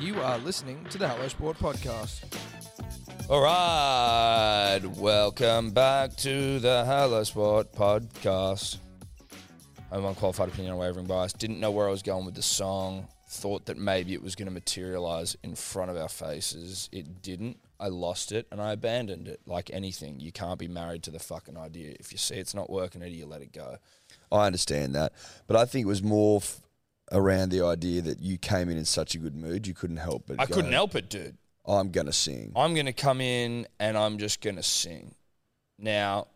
You are listening to the Hello Sport Podcast. All right, welcome back to the Hello Sport podcast. I'm unqualified opinion on wavering bias. Didn't know where I was going with the song. Thought that maybe it was going to materialize in front of our faces. It didn't. I lost it and I abandoned it. Like anything, you can't be married to the fucking idea. If you see it's not working, it you let it go. I understand that, but I think it was more f- around the idea that you came in in such a good mood, you couldn't help but. I go, couldn't help it, dude. I'm gonna sing. I'm going to come in and I'm just going to sing. Now,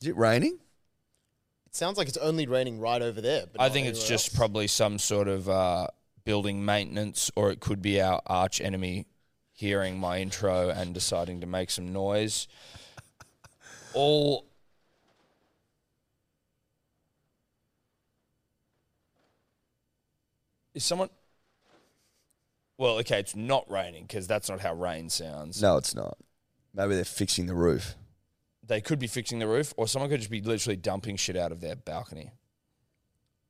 Is it raining? It sounds like it's only raining right over there. But I not think it's anywhere just else. probably some sort of uh, building maintenance, or it could be our arch enemy hearing my intro and deciding to make some noise. All. Is someone. Well, okay, it's not raining because that's not how rain sounds. No, it's not. Maybe they're fixing the roof. They could be fixing the roof, or someone could just be literally dumping shit out of their balcony.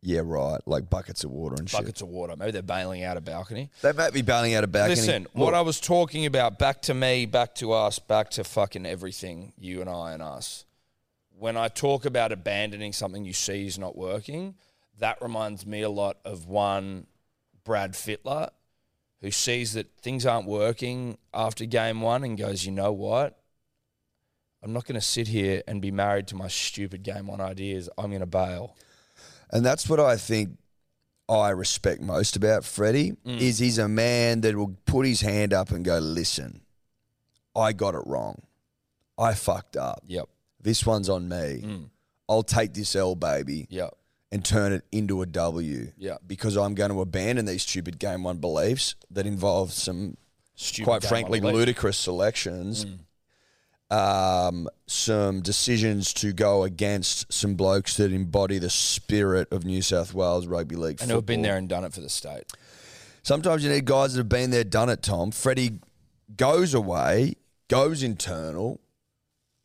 Yeah, right. Like buckets of water and Buckets of water. Maybe they're bailing out a balcony. shit. They might be bailing out a balcony. Listen, what I was talking about, back to me, back to us, back to fucking everything, you and I and us. When I talk about abandoning something you see is not working, that reminds me a lot of one Brad Fittler who sees that things aren't working after game one and goes, you know what? I'm not going to sit here and be married to my stupid game one ideas. I'm going to bail. And that's what I think I respect most about Freddie Mm. is he's a man that will put his hand up and go, "Listen, I got it wrong. I fucked up. Yep. Mm. This one's on me. I'll take this L, baby, Yep. and turn it into a W. Yeah. Because I'm going to abandon these stupid game one beliefs that involve some Stupid quite game frankly, one belief. Mm. ludicrous selections. Um, some decisions to go against some blokes that embody the spirit of New South Wales rugby league. And who have been football. there and done it for the state. Sometimes you need guys that have been there, done it. Tom Freddie goes away, goes internal,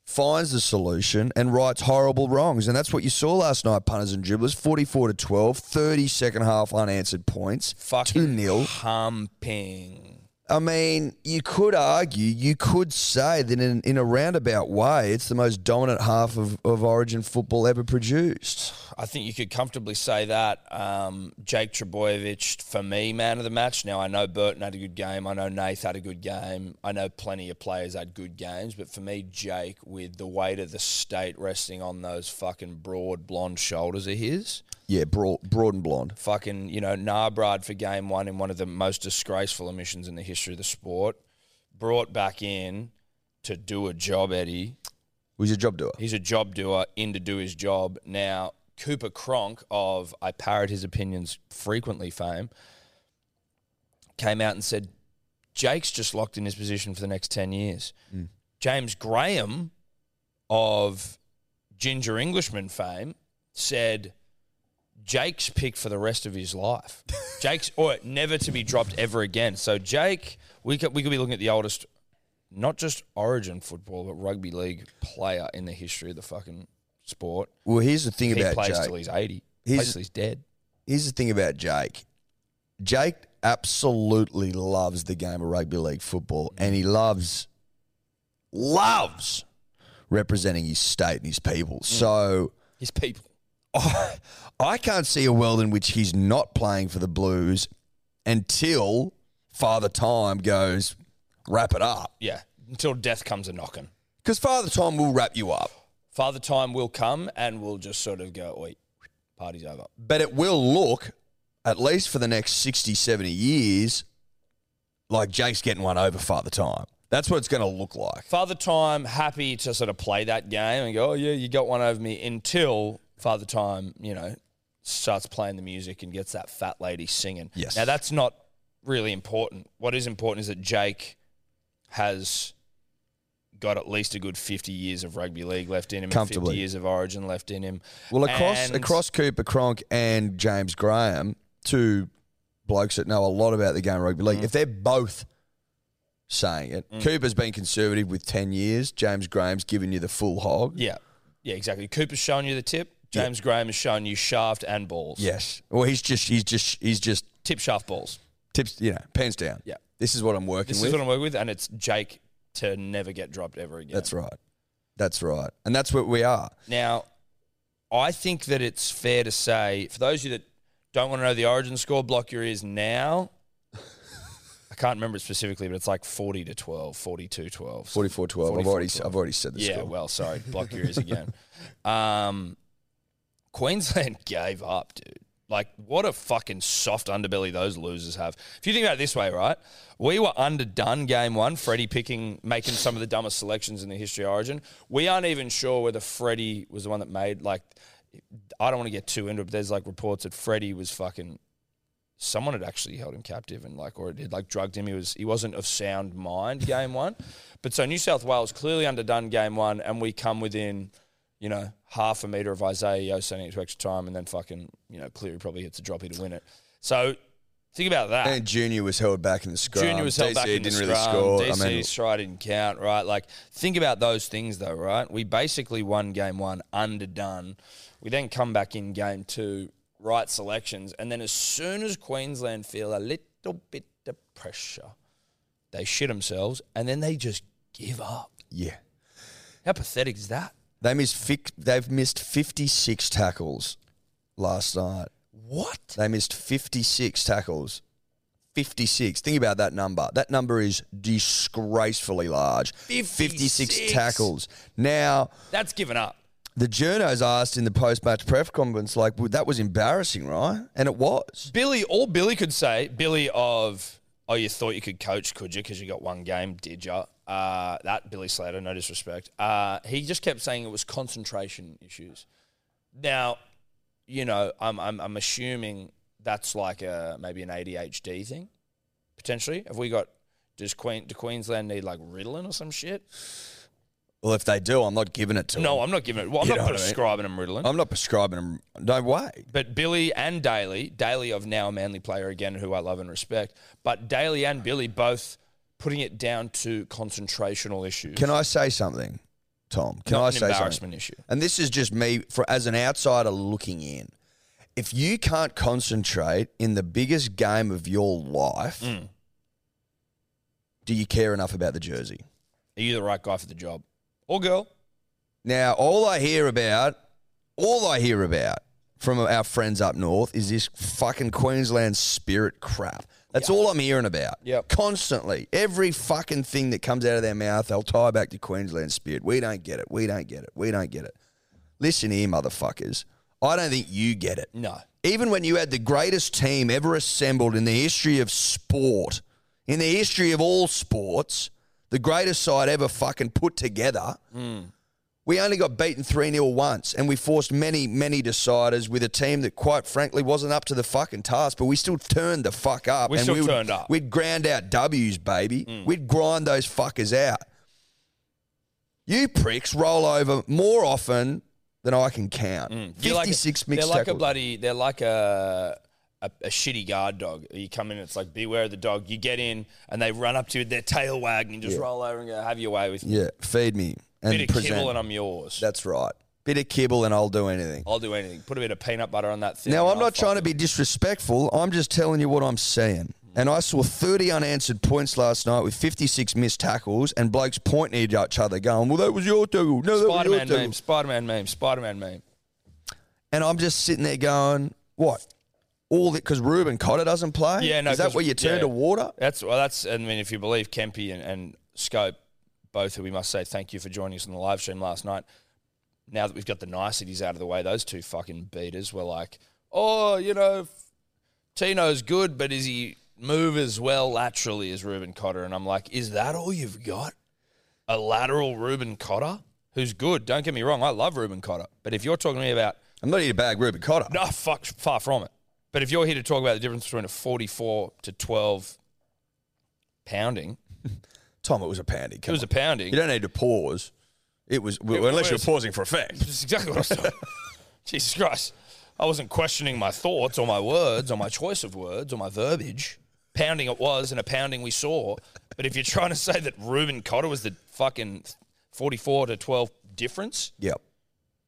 finds the solution, and rights horrible wrongs. And that's what you saw last night, punters and dribblers. Forty-four to 12, 30 second half unanswered points, two Fucking 0 humping. I mean, you could argue, you could say that in, in a roundabout way, it's the most dominant half of, of Origin football ever produced. I think you could comfortably say that. Um, Jake Trebojevic, for me, man of the match. Now, I know Burton had a good game. I know Nath had a good game. I know plenty of players had good games. But for me, Jake, with the weight of the state resting on those fucking broad blonde shoulders of his, Yeah, broad, broad and blonde. fucking, you know, Narbrad for game one in one of the most disgraceful omissions in the history of the sport, brought back in to do a job, Eddie. He's a job doer. He's a job doer, in to do his job. Now, Cooper Cronk of I parrot his opinions frequently fame came out and said, Jake's just locked in his position for the next 10 years. Mm. James Graham of Ginger Englishman fame said, Jake's pick for the rest of his life. Jake's, or never to be dropped ever again. So, Jake, we could, we could be looking at the oldest not just origin football, but rugby league player in the history of the fucking sport. Well, here's the thing He about plays Jake. till he's 80. He's- plays till he's dead. here's the thing about Jake. Jake absolutely loves the game of rugby league football, and he loves loves representing his state and his people. Mm. So His people. I, I can't see a world in which he's not playing for the Blues until Father Time goes wrap it up, Yeah. Until death comes a knocking. because Father Time will wrap you up, Father time will come and we'll just sort of go, oi, party's over. but it will look at least for the next 60, 70 years like Jake's getting one over Father Time. That's what it's going to look like. Father time happy to sort of play that game and go, oh, yeah, you got one over me until Father time, you know, starts playing the music and gets that fat lady singing. Yes. Now, that's not really important. What is important is that Jake has got at least a good 50 years of rugby league left in him, and 50 Comfortably. years of origin left in him. Well, across And- across Cooper Cronk and James Graham, two blokes that know a lot about the game of rugby league, Mm. if they're both saying it, Cooper's been conservative with ten years. James Graham's given you the full hog. Yeah. Yeah, exactly. Cooper's shown you the tip. James Graham has shown you shaft and balls. Yes. Well, he's just he's just he's just Tip shaft balls. Tips, you know, pens down. Yeah. This is what I'm working This with. is what I'm working with, and it's Jake to never get dropped ever again. That's right. That's right. And that's what we are. Now, I think that it's fair to say, for those of you that don't want to know the origin score, block your ears now. I can't remember it specifically, but it's like 40 to 12, 42 12. 44 12. I've 44, already 12. I've already said this. yeah, well, sorry. Block your ears again. Um, Queensland gave up, dude. Like, what a fucking soft underbelly those losers have. If you think about it this way, right? We were underdone game one, Freddie picking, making some of the dumbest selections in the history of Origin. We aren't even sure whether Freddie was the one that made, like, I don't want to get too into it, but there's like reports that Freddie was fucking someone had actually held him captive and like or had like drugged him. He was he wasn't of sound mind game one. But so New South Wales clearly underdone game one and we come within, you know, half a metre of Isaiah Yo sending it to extra time and then fucking, you know, Cleary probably hits a droppy to win it. So think about that. And Junior was held back in the scrum. Junior was DC held back in Um, didn't the really scrum. score. DC's I mean, try didn't count, right? Like, think about those things, though, right? We basically won game one underdone. We then come back in game two, right selections, and then as soon as Queensland feel a little bit of pressure, they shit themselves, and then they just give up. yeah. How pathetic is that? They missed fic- they've missed 56 tackles last night. What? They missed 56 tackles. 56. Think about that number. That number is disgracefully large. 56. tackles. Now, That's given up. the journos asked in the post-match pref conference, like, well, that was embarrassing, right? And it was. Billy, all Billy could say, Billy of, oh, you thought you could coach, could you? Because you got one game, did you? Uh, that Billy Slater, no disrespect. Uh, he just kept saying it was concentration issues. Now, you know, I'm, I'm, I'm assuming that's like a, maybe an ADHD thing, potentially. Have we got, does Queen, do Queensland need like Ritalin or some shit? Well, if they do, I'm not giving it to No, them. I'm not giving it, well, I'm You not know what I mean. prescribing them Ritalin. I'm not prescribing them. No way. But Billy and Daly, Daly of now a manly player again, who I love and respect, but Daly and Billy both putting it down to concentrational issues. Can I say something, Tom? Can not I an say embarrassment something? issue. And this is just me for as an outsider looking in. If you can't concentrate in the biggest game of your life, Mm. do you care enough about the jersey? Are you the right guy for the job? Or girl? Now, all I hear about, all I hear about from our friends up north is this fucking Queensland spirit crap. That's all I'm hearing about. Yep. Constantly. Every fucking thing that comes out of their mouth, they'll tie back to Queensland spirit. We don't get it. We don't get it. We don't get it. Listen here, motherfuckers. I don't think you get it. No. Even when you had the greatest team ever assembled in the history of sport, in the history of all sports, the greatest side ever fucking put together, Mm. we only got beaten 3 0 once and we forced many, many deciders with a team that, quite frankly, wasn't up to the fucking task, but we still turned the fuck up. We and still would- turned up. Mm. We'd ground out W's, baby. We'd grind those fuckers out. You pricks roll over more often than I can count. Mm. You're like- 56 They're mixed like a tackles. bloody, they're like a, a, a shitty guard dog. You come in, it's like, beware of the dog. You get in and they run up to you, with their tail wagging, and just roll over and go, have your way with me. Yeah, feed me and Bit of present. kibble and I'm yours. That's right. Bit of kibble and I'll do anything. I'll do anything. Put a bit of peanut butter on that thing. Now, and I'm I'll not trying to fucking- be disrespectful. I'm just telling you what I'm seeing. And I saw 30 unanswered points last night with 56 missed tackles and blokes pointing at each other going, well, that was your tackle. No, that was your Spider-Man tackle. meme, Spider-Man meme, Spider-Man meme. And I'm just sitting there going, what? All that because Ruben Cotter doesn't play? Yeah, no, Is that 'cause- what you turn yeah. to water? That's well. That's I mean, if you believe Kempy and, and Scope, both who we must say thank you for joining us on the live stream last night. Now that we've got the niceties out of the way, those two fucking beaters were like, oh, you know, Tino's good, but is he move as well laterally as Ruben Cotter? And I'm like, is that all you've got? A lateral Ruben Cotter who's good. Don't get me wrong, I love Ruben Cotter, but if you're talking to me about I'm not here to bag Ruben Cotter. No, fuck, far from it. But if you're here to talk about the difference between a 44 to 12 pounding, Tom, it was a pandy. it was a pounding. you don't need to pause. It was, well, unless was- you're pausing for effect. That's exactly what I was talking Jesus Christ. I wasn't questioning my thoughts or my words or my choice of words or my verbiage. Pounding it was and a pounding we saw. But if you're trying to say that Ruben Cotter was the fucking 44 to 12 difference, Yep.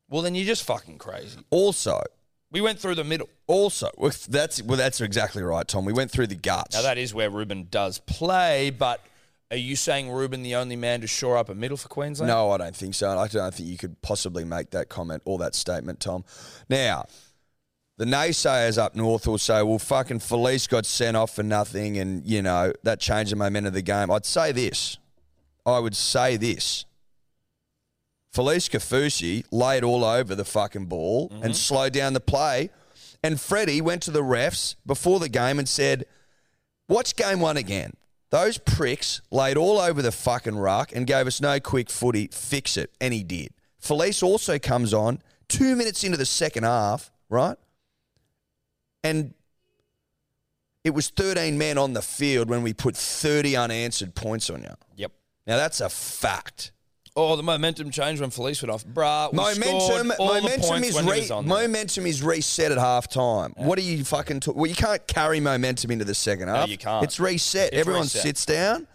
well, then you're just fucking crazy. Also, We went through the middle. Also, well, that's well, that's exactly right, Tom. We went through the guts. Now that is where Ruben does play, but are you saying Ruben the only man to shore up a middle for Queensland? No, I don't think so. And I don't think you could possibly make that comment or that statement, Tom. Now, the naysayers up north will say, well, fucking Felice got sent off for nothing and, you know, that changed the momentum of the game. I'd say this. I would say this. Felice Kafusi laid all over the fucking ball and slowed down the play. And Freddie went to the refs before the game and said, Watch game one again. Those pricks laid all over the fucking ruck and gave us no quick footy. Fix it. And he did. Felice also comes on two minutes into the second half, right? And it was 13 men on the field when we put 30 unanswered points on you. Yep. Now, that's a fact. Oh, the momentum changed when Felice went off. Bruh, Uh, we Momentum, scored all the momentum points is when it re- was on there. momentum is reset at half time. What are you fucking? T- well, you can't carry momentum into the second half. you can't. It's reset. It's Everyone reset. sits down,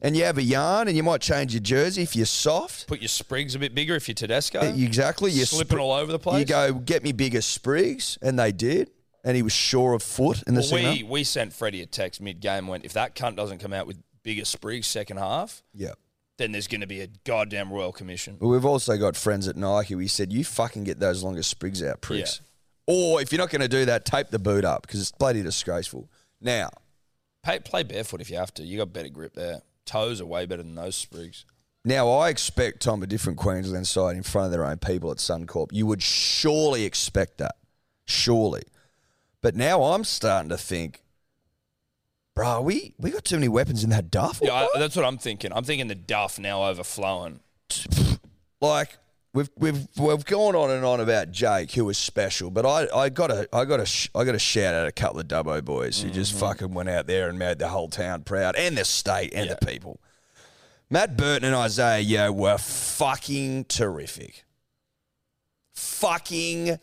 and you have a yarn, and you might change your jersey if you're soft. Put your sprigs a bit bigger if you're Tedesco. You- E- Exactly. You're slipping all over the place. You go get me bigger sprigs, and they did. And he was sure of foot in the Well, second. we, half. we sent Freddie a text mid game went, if that cunt doesn't come out with bigger sprigs second half, Yeah. then there's going to be a goddamn Royal Commission. But we've also got friends at Nike. We said you fucking get those longer sprigs out, pricks. Or if you're not going to do that, tape the boot up because it's bloody disgraceful. Now. Pay, play barefoot if you have to. You got better grip there. Toes are way better than those sprigs. Now, I expect, Tom, a different Queensland side in front of their own people at Suncorp. You would surely expect that. Surely. But now I'm starting to think, bro, we, we got too many weapons in that duffel. Yeah, I, bro." that's what I'm thinking. I'm thinking the duff now overflowing. like, we've, we've, we've gone on and on about Jake, who was special, but I, I got to I gotta, sh- I gotta shout out a couple of Dubbo boys who just fucking went out there and made the whole town proud and the state and the people. Matt Burton and Isaiah Yo were fucking terrific. Fucking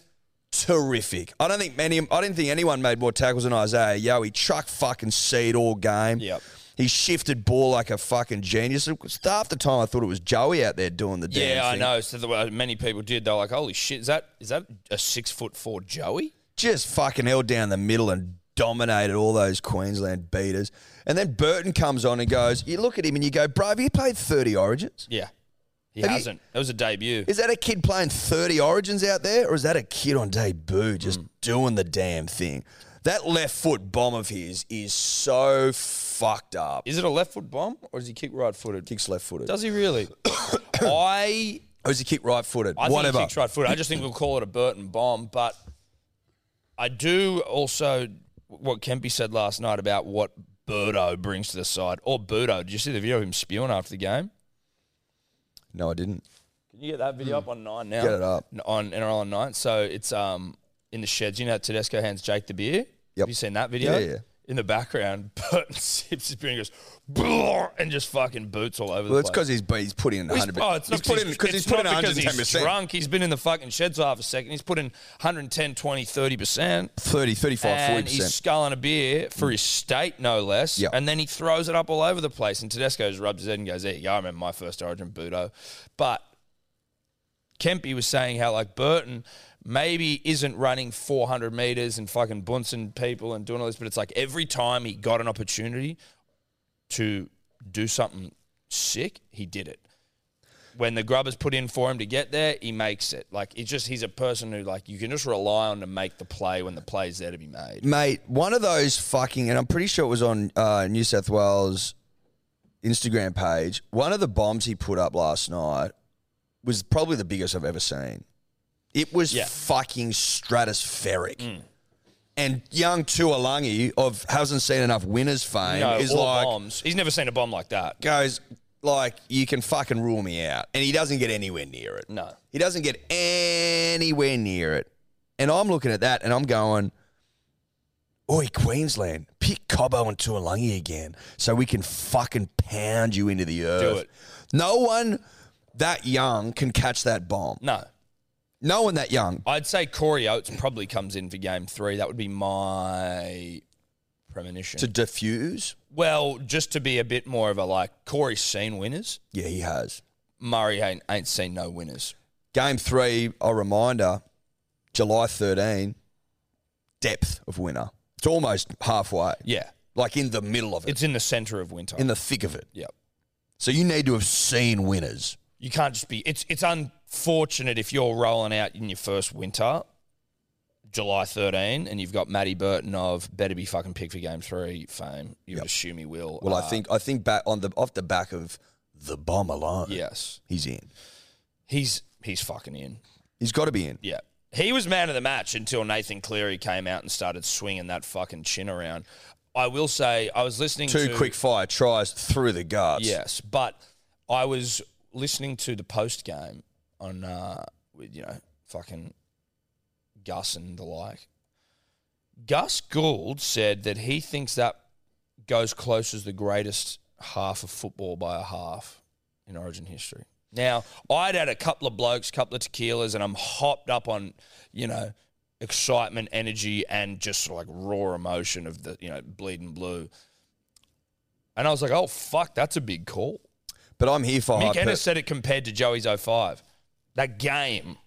terrific. I don't think many I didn't think anyone made more tackles than Isaiah Yo. He truck fucking seed all game. Yep. He shifted ball like a fucking genius. It was- Half the time I thought it was Joey out there doing the damn Yeah, I thing. know. So the, way many people did. They're like, "Holy shit! Is that is that a six foot four Joey?" just fucking held down the middle and dominated all those Queensland beaters. And then Burton comes on and goes, you look at him and you go, bro, have you played 30 Origins? Yeah, he Have you- hasn't. That was a debut. Is that a kid playing 30 Origins out there or is that a kid on debut just Hmm. doing the damn thing? That left foot bomb of his is so fucked up. Is it a left foot bomb or does he kick right footed? Kicks left footed. Does he really? I Or is he kick right footed? I Whatever. think he kicks right foot. I just think we'll call it a Burton bomb. But I do also what Kempy said last night about what Burdo brings to the side. Or Burdo. Did you see the video of him spewing after the game? No, I didn't. Can you get that video up on nine now? Get it up. N- on NRL on nine. So it's um in the sheds. You know, Tedesco hands Jake the beer. Yep. Have you seen that video? Yeah, yeah. In the background, Burton sips his beer and goes, "Brrr," and just fucking boots all over Well, the it's because place. he's, he's put in 100 He's, oh, it's not put in because because he's, he's put in not because 110 he's percent, drunk. He's been in the fucking sheds for half a second. He's put in 110, 20, 30 percent, 30, 35, 40 and he's percent. sculling a beer for his state, no less. Yeah. And then he throws it up all over the place. And Tedesco just rubs his head and goes, "There you go. I remember my first Origin Budo." But Kempy was saying how like Burton maybe isn't running 400 meters and fucking bunsen people and doing all this, but it's like every time he got an opportunity to do something sick, he did it. When the grubbers put in for him to get there, he makes it. Like it's just he's a person who like you can just rely on to make the play when the play's there to be made. Mate, one of those fucking, and I'm pretty sure it was on uh, New South Wales Instagram page. One of the bombs he put up last night was probably the biggest I've ever seen. It was Yeah. Mm. fucking stratospheric. And young Tuolangi of hasn't seen enough winners fame No, is all like bombs. He's never seen a bomb like that. goes like you can fucking rule me out, and he doesn't get anywhere near it. No. He doesn't get anywhere near it. And I'm looking at that and I'm going, Oi, Queensland, pick Cobbo and Tuolungi again so we can fucking pound you into the earth. it. No one that young can catch that bomb. No. No one that young. I'd say Corey Oates probably comes in for game three. That would be my premonition. To diffuse? well, just to be a bit more of a like, Corey's seen winners. Yeah, he has. Murray ain't, ain't seen no winners. Game three, a reminder, July 13, depth of winter. It's almost halfway. Yeah. Like in the middle of it. It's in the center of winter. in the thick of it. yep. So you need to have seen winners. You can't just be. It's it's unfortunate if you're rolling out in your first winter, July 13, and you've got Matty Burton of better be fucking pick for game three fame. You would assume he will. Well, Uh, I think I think back on the off the back of the bomb alone. yes, He's in. he's he's fucking in. He's got to be in. Yeah. He was man of the match until Nathan Cleary came out and started swinging that fucking chin around. I will say, I was listening Two to. quick fire tries through the guards. Yes, but I was listening to the post game on, uh, with, you know, fucking Gus and the like. Gus Gould said that he thinks that goes close as the greatest half of football by a half in Origin history. Now, I'd had a couple of blokes, couple of tequilas, and I'm hopped up on, you know, excitement, energy, and just like raw emotion of the, you know, bleeding blue. And I was like, oh, fuck, that's a big call. But I'm here for Mick hyper. Ennis said it compared to Joey's 05. That game,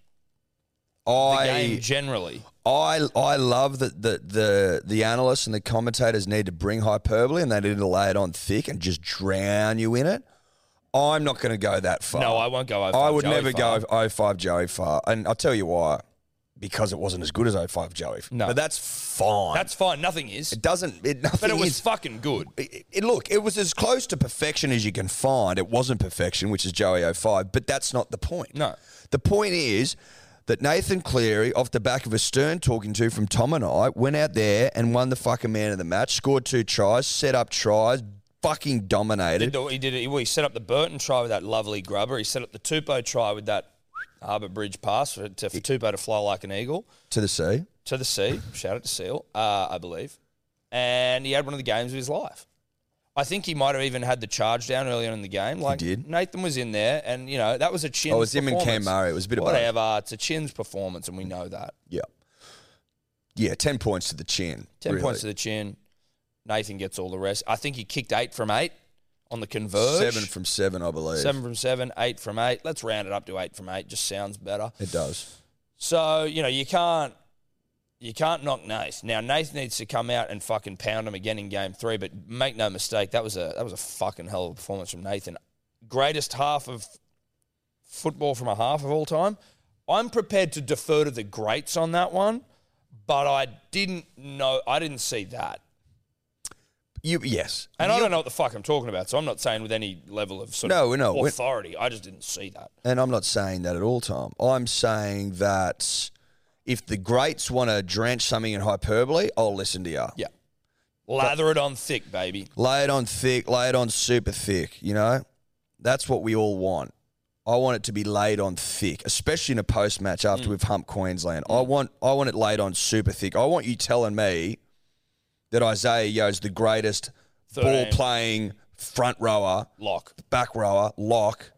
the I game generally. I I love that the, the the analysts and the commentators need to bring hyperbole and they need to lay it on thick and just drown you in it. I'm not going to go that far. No, I won't go 05. I would Joey never far. go 05 Joey far, and I'll tell you why. Because it wasn't as good as 05 Joey. No. but that's fine. That's fine. Nothing is. oh it doesn't. It nothing But it was is- fucking good. it, it- look, it was as close to perfection as you can find. It wasn't perfection, which is Joey 05, but that's not the point. No. The point is that Nathan Cleary, off the back of a stern talking to from Tom and I, went out there and won the fucking man of the match, scored two tries, set up tries, fucking dominated. He did it. He set up the Burton try with that lovely grubber. He set up the Tupou try with that Harbour Bridge pass for, to, for Tupou to fly like an eagle to the sea. to the sea. Shout out to Seal, uh, I believe. And he had one of the games of his life. I think he might have even had the charge down early on in the game. Like did. Nathan was in there, and you know that was a chin. Oh, it was him and Cam Murray. It was a bit of both. whatever. It's a chin's performance, and we know that. Yeah. Yeah, 10 points to the chin. Ten really. points to the chin. Nathan gets all the rest. I think he kicked eight from eight on the converge. Seven from seven, I believe. Seven from seven, eight from eight. Let's round it up to eight from eight. Just sounds better. It does. So you know you can't you can't knock Nath. Now Nath needs to come out and fucking pound him again in game three. But make no mistake, that was a that was a fucking hell of a performance from Nathan. Greatest half of football from a half of all time. I'm prepared to defer to the greats on that one, but I didn't know I didn't see that. You, yes. And I don't know what the fuck I'm talking about, so I'm not saying with any level of sort No, of no, we- authority. I just didn't see that. And I'm not saying that at all, Tom. I'm saying that if the greats want to drench something in hyperbole, I'll listen to you. Yeah. Lather it on thick, baby. Lay it on thick, lay it on super thick, you know? That's what we all want. I want it to be laid on thick, especially in a post match after Mm. we've humped Queensland. I want I want it laid on super thick. I want you telling me that Isaiah Yo's the greatest ball Thirteen. playing front rower Lock. back rower, lock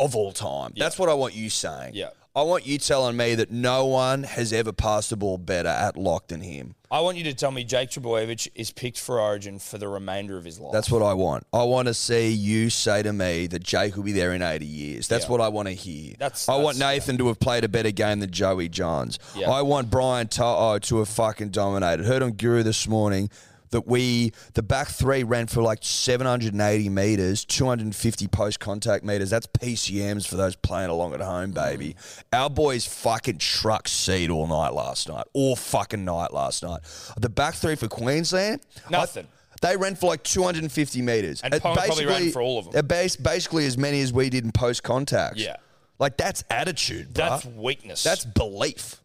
of all time. That's what I want you saying. Yeah. I want you telling me that no one has ever passed the ball better at lock than him. I want you to tell me Jake Trebojevic is picked for Origin for the remainder of his life. That's what I want. I want to see you say to me that Jake will be there in 80 years. That's Yeah. what I want to hear. That's- I want that's- Nathan to have played a better game than Joey Johns. Yeah. I want Brian To'o to have fucking dominated. Heard on Guru this morning that we, the back three ran for like 780 metres, 250 post-contact metres. That's PCMs for those playing along at home, baby. Our boys fucking truck seed all night last night. All fucking night last night. The back three for Queensland. I- Nothing. they ran for like 250 meters. And It Pong probably ran basically- for all of 'em. it bas- basically as many as we did in post contacts. Yeah. Like that's attitude, bruh. That's That's, weakness. belief.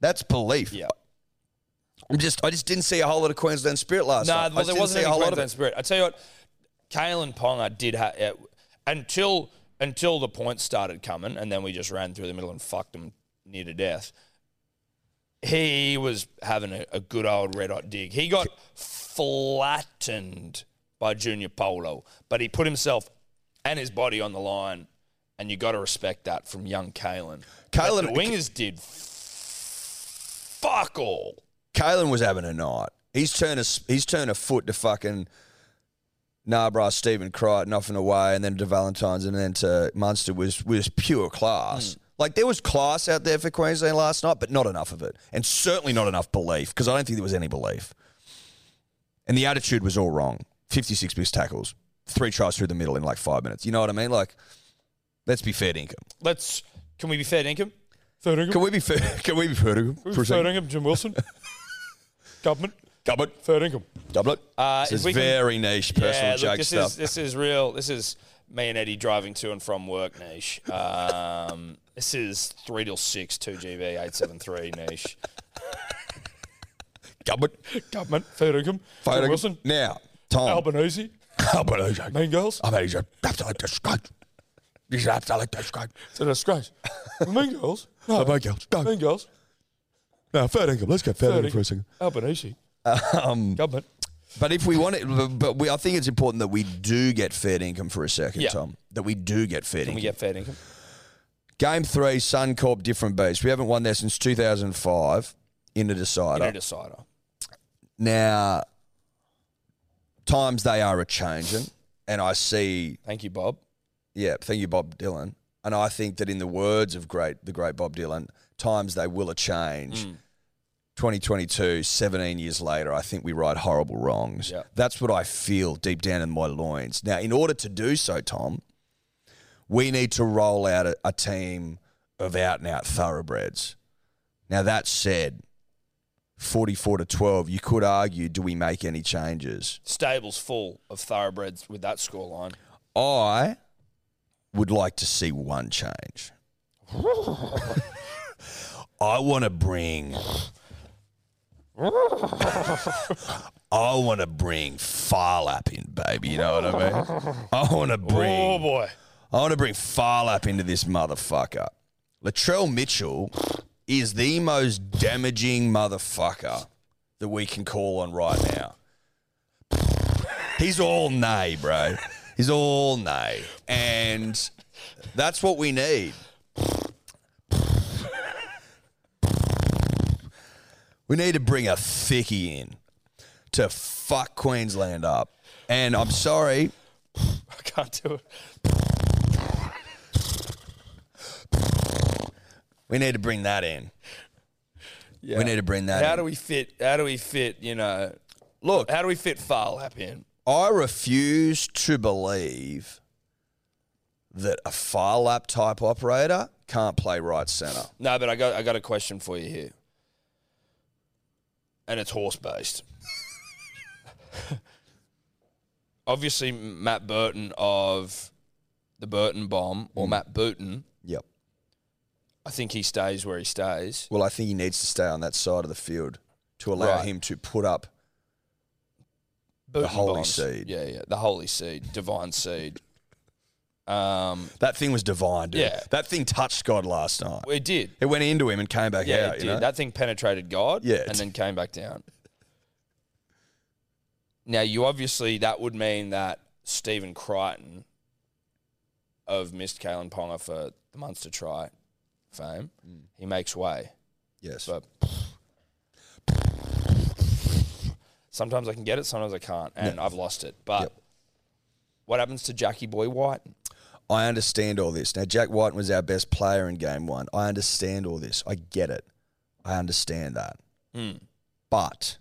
That's belief. yeah. I'm just I just didn't see a whole lot of Queensland spirit last No, night. I well, just there didn't wasn't see any a whole lot of Queensland it. spirit. I tell you what, Kalen Ponga did ha- uh, until until the points started coming, and then we just ran through the middle and fucked him near to death. He was having a, a good old red hot dig. He got flattened by Junior Polo, but he put himself and his body on the line, and you got to respect that from young Kalen. But Kalen- the wingers did fuck all. Kalen was having a night. He's turned a s- he's turned a foot to fucking Nah, bruh, Stephen Crichton off and away, and then to Valentine's, and then to Munster was was pure class. Like there was class out there for Queensland last night, but not enough of it, and certainly not enough belief because I don't think there was any belief. And the attitude was all wrong. Fifty-six missed tackles, three tries through the middle in like five minutes. You know what I mean? Like, let's be fair dinkum. Let's. Can we be fair dinkum? Fair dinkum. Can we be fair? Can we be fair dinkum? for a second? dinkum. Jim Wilson. Government. Doublet, Fair dinkum. doublet. Uh, this if is we can- very niche personal yeah, joke look, this stuff. is this is real. This is me and Eddie driving to and from work niche. Um, this is three till six, two GB, eight seven three niche. Doublet. Government. Fair dinkum. Fair dinkum. Now, Tom. Albanese. Albanese. Mean girls. I mean, he's an absolute disgrace. He's an absolute disgrace. It's a disgrace. mean girls. No, no girls. No, Mean girls. no, fair income. Let's get fair Fair income for a dinkum. second. Um, Albanese. Government. But if we want it, but we, I think it's important that we do get fair income for a second, Yeah. Tom. That we do get fair Can income. we get fair dinkum? Game three, Suncorp, different beast. We haven't won there since 2005 in the decider. Get a decider. now, times they are a changing, and I see Thank you, Bob. Yeah, thank you, Bob Dylan. And I think that in the words of great the great Bob Dylan, times they will a change. Mm. 2022, 17 years later, I think we right horrible wrongs. Yeah. That's what I feel deep down in my loins. Now, in order to do so, Tom, we need to roll out a, a team of out and out thoroughbreds. Now, that said, 44 to 12, you could argue, do we make any changes? Stables full of thoroughbreds with that scoreline. I would like to see one change. I want to bring. I want to bring Farlap in, baby. You know what I mean? I want to Oh bring. boy. I want to bring Farlap into this motherfucker. Latrell Mitchell is the most damaging motherfucker that we can call on right now. He's all nay, bro. He's all nay. And that's what we need. We need to bring a thickie in to fuck Queensland up. And I'm sorry, I can't do it. we need to bring that in. Yeah. We need to bring that How in. do we fit? How do we fit? You know, Look, how do we fit Farlap in? I refuse to believe that a far lap type operator can't play right centre. No, but I got I got a question for you here, and it's horse based. Obviously, Matt Burton of the Burton Bomb or Matt Booten, Yep. I think he stays where he stays. Well, I think he needs to stay on that side of the field to allow Right. him to put up. Booten holy Bombs. seed. yeah, yeah, the holy seed, divine seed. Um, That thing was divine, dude. Yeah. That thing touched God last night. it did. It went into him and came back Yeah, out. it you did. know? That thing penetrated God Yeah, and it's- then came back down. Now, you obviously, that would mean that Stephen Crichton of missed Kalen Ponga for the Munster try fame, he makes way. yes. But sometimes I can get it, sometimes I can't, and I've lost it. But Yep. what happens to Jackie Boy White? I understand all this. Now, Jack White was our best player in game one. I understand all this. I get it. I understand that. Hmm. But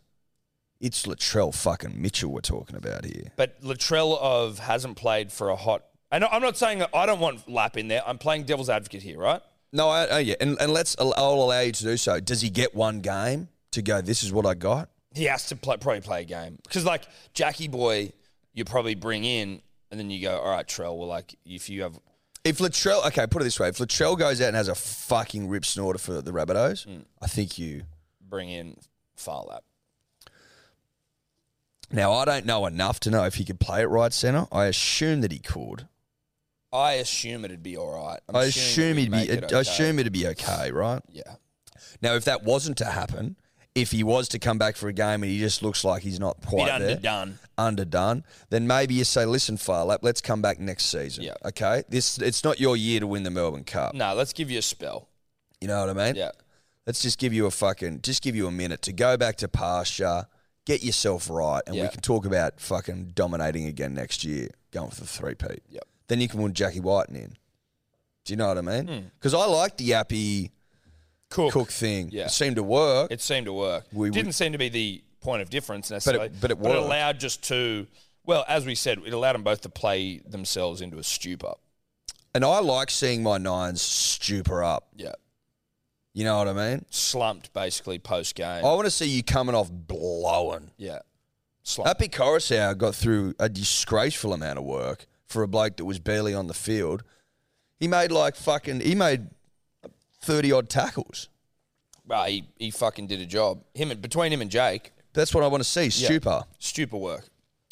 it's Latrell fucking Mitchell we're talking about here. But Latrell of hasn't played for a hot. And I'm not saying that I don't want Lap in there. I'm playing devil's advocate here, right? No, I, oh yeah, and, and let's. I'll allow you to do so. Does he get one game to go? This is what I got. he has to play, probably play a game because like Jackie Boy, you probably bring in and then you go, all right, Trell. Well, like if you have, If Latrell, okay, put it this way: if Latrell goes out and has a fucking rip snorter for the Rabbitohs, I think you. Mm. bring in Farlap. Now I don't know enough to know if he could play at right centre. I assume that he could. I assume it'd be all right. I'm I assuming assume we'd he'd make be. it I okay. assume it'd be okay, right? yeah. Now, if that wasn't to happen, if he was to come back for a game and he just looks like he's not Bit quite there, underdone. underdone, then maybe you say, "Listen, Farlap, let's come back next season." Yeah. Okay. This it's not your year to win the Melbourne Cup. No, let's give you a spell. You know what I mean? Yeah. Let's just give you a fucking, just give you a minute to go back to pasture, get yourself right, and we Yeah. can talk about fucking dominating again next year, going for the three peat. Yep. Then you can win Jackie Whiten in. Do you know what I mean? Because I like the yappy Hmm. Cook. cook thing. Yeah. It seemed to work. It seemed to work. We- we- didn't seem to be the point of difference necessarily, but it it worked. allowed just to. Well, as we said, it allowed them both to play themselves into a stupor. and I like seeing my nines stupor up. Yeah, You know what I mean? slumped basically post game. I want to see you coming off blowing. Yeah, slumped. Happy Coruscant got through a disgraceful amount of work for a bloke that was barely on the field. He made like fucking, he made 30 odd tackles. Well, he, he fucking did a job. Him and between him and Jake, That's what I want to see, stupor. stupor work.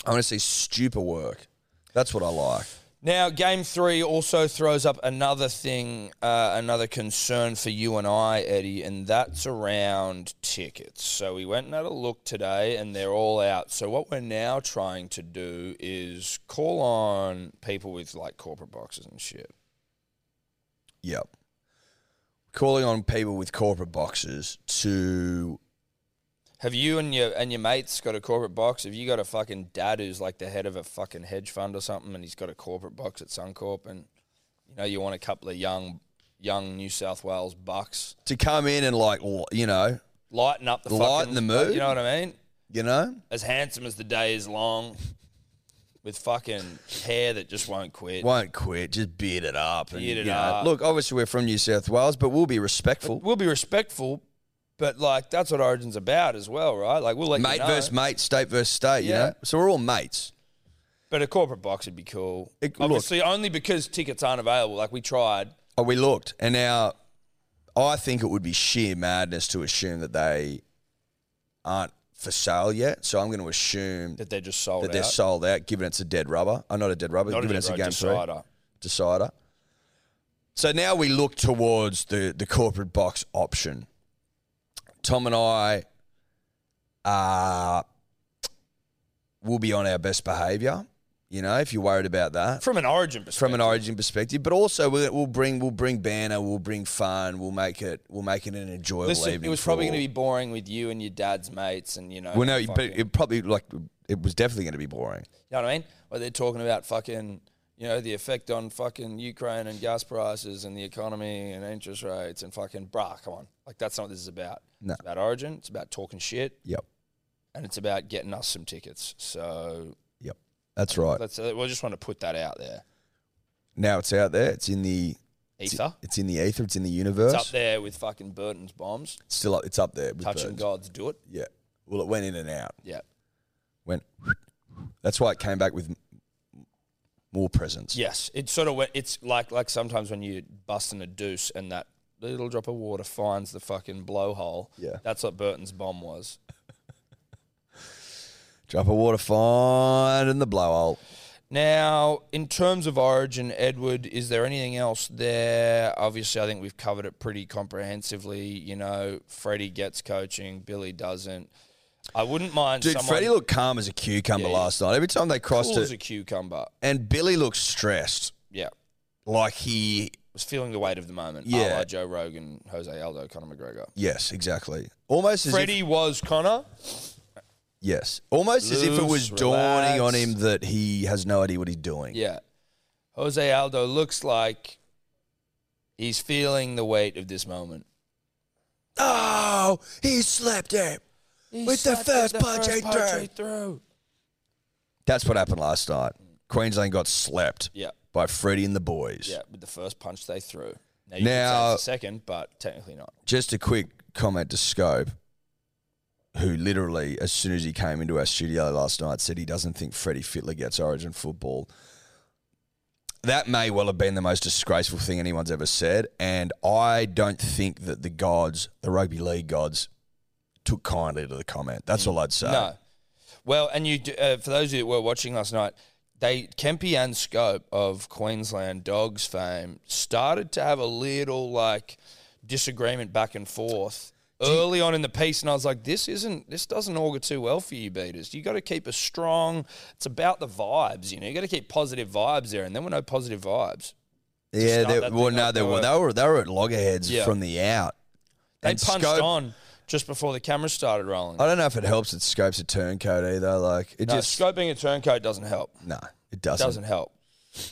I want to see stupor work. That's what I like. Now, game three also throws up another thing, uh, another concern for you and I, Eddie, and that's around tickets. So we went and had a look today, and they're all out. So what we're now trying to do is call on people with like corporate boxes and shit. Yep. Calling on people with corporate boxes to Have you and your and your mates got a corporate box? Have you got a fucking dad who's like the head of a fucking hedge fund or something, and he's got a corporate box at Suncorp, and you know you want a couple of young, young New South Wales bucks, to come in and like l- you know, lighten up the Lighten fucking, the mood. You know what I mean? you know, As handsome as the day is long, with fucking hair that just won't quit. won't quit, just beard it up. And, Beard it you know, up. Look, obviously we're from New South Wales, but we'll be respectful. We'll be respectful, but like that's what Origin's about as well, right? Like we'll let Mate you know. versus mate, state versus state. Yeah. You know, so we're all mates. but a corporate box would be cool. It- look- Obviously, only because tickets aren't available. Like we tried. Oh, we looked, and now I think it would be sheer madness to assume that they aren't for sale yet. So I'm going to assume that, that they're just sold out. they're sold out, given it's a dead rubber. Oh, not a dead rubber, Not a given dead it's a road game three. decider. decider. So now we look towards the the corporate box option. Tom and I uh, will be on our best behaviour. You know, if you're worried about that From an origin perspective. from an origin perspective, but also we'll, we'll bring we'll bring banner, we'll bring fun, we'll make it we'll make it an enjoyable Listen, evening. it was for probably all. going to be boring with you and your dad's mates, and you know. well, no, but fucking- it probably like it was definitely going to be boring. You know what I mean? Well, they're talking about fucking, you know, the effect on fucking Ukraine and gas prices and the economy and interest rates and fucking, bruh, come on. Like, that's not what this is about. No. It's about origin. It's about talking shit. Yep, And it's about getting us some tickets. So yep, that's right. let's, uh, we just want to put that out there. Now it's out there. It's in the Ether. It's in the ether. It's in the universe. It's up there with fucking Burton's bombs. Still up. It's up there. With Touching birds. God's do it. Yeah. Well, it went in and out. Yeah. Went. That's why it came back with m- more presents. Yes, it sort of went. It's like like sometimes when you bust in a deuce and that little drop of water finds the fucking blowhole. Yeah. that's what Burton's bomb was. Drop a water fine in the blowhole. Now, in terms of origin, Edward, is there anything else there? Obviously, I think we've covered it pretty comprehensively. You know, Freddie gets coaching, Billy doesn't. I wouldn't mind. Dude, someone Freddie looked calm as a cucumber Yeah, yeah. last night. Every time they crossed cool as it, a cucumber. and Billy looked stressed, Yeah, like he. was feeling the weight of the moment. Yeah. a la Joe Rogan, Jose Aldo, Conor McGregor. Yes, exactly. Almost as if, Freddie was Conor. yes, almost as if it was Loose, dawning on relaxed. him that he has no idea what he's doing. Yeah. Jose Aldo looks like he's feeling the weight of this moment. Oh, he slapped him. With the slapped it first the punch first he punch threw. he That's what happened last night. Queensland got slapped Yeah. by Freddie and the boys. Yeah, with the first punch they threw. Now, you Now- could say it's the second, but technically not. Just a quick comment to Scope, who literally, as soon as he came into our studio last night, said he doesn't think Freddie Fitler gets Origin football. That may well have been the most disgraceful thing anyone's ever said, and I don't think that the gods, the rugby league gods, took kindly to the comment. That's all I'd say. Mm. No. Well, and you do- uh, for those of you that were watching last night, they Kempy and Scope of Queensland Dogs fame started to have a little like disagreement back and forth early on in the piece, and I was like, "This isn't. This doesn't augur too well for you beaters. You got to keep a strong. It's about the vibes, you know. You got to keep positive vibes there, and there were no positive vibes. Yeah, start they, that well, thing no, up, they they were, were- they were they were at loggerheads Yeah. from the out. They And punched Scope- on just before the camera started rolling. I don't know if it helps that Scope's a turncoat either. Like it No, just Scope being a turncoat doesn't help. no, it doesn't. Doesn't help.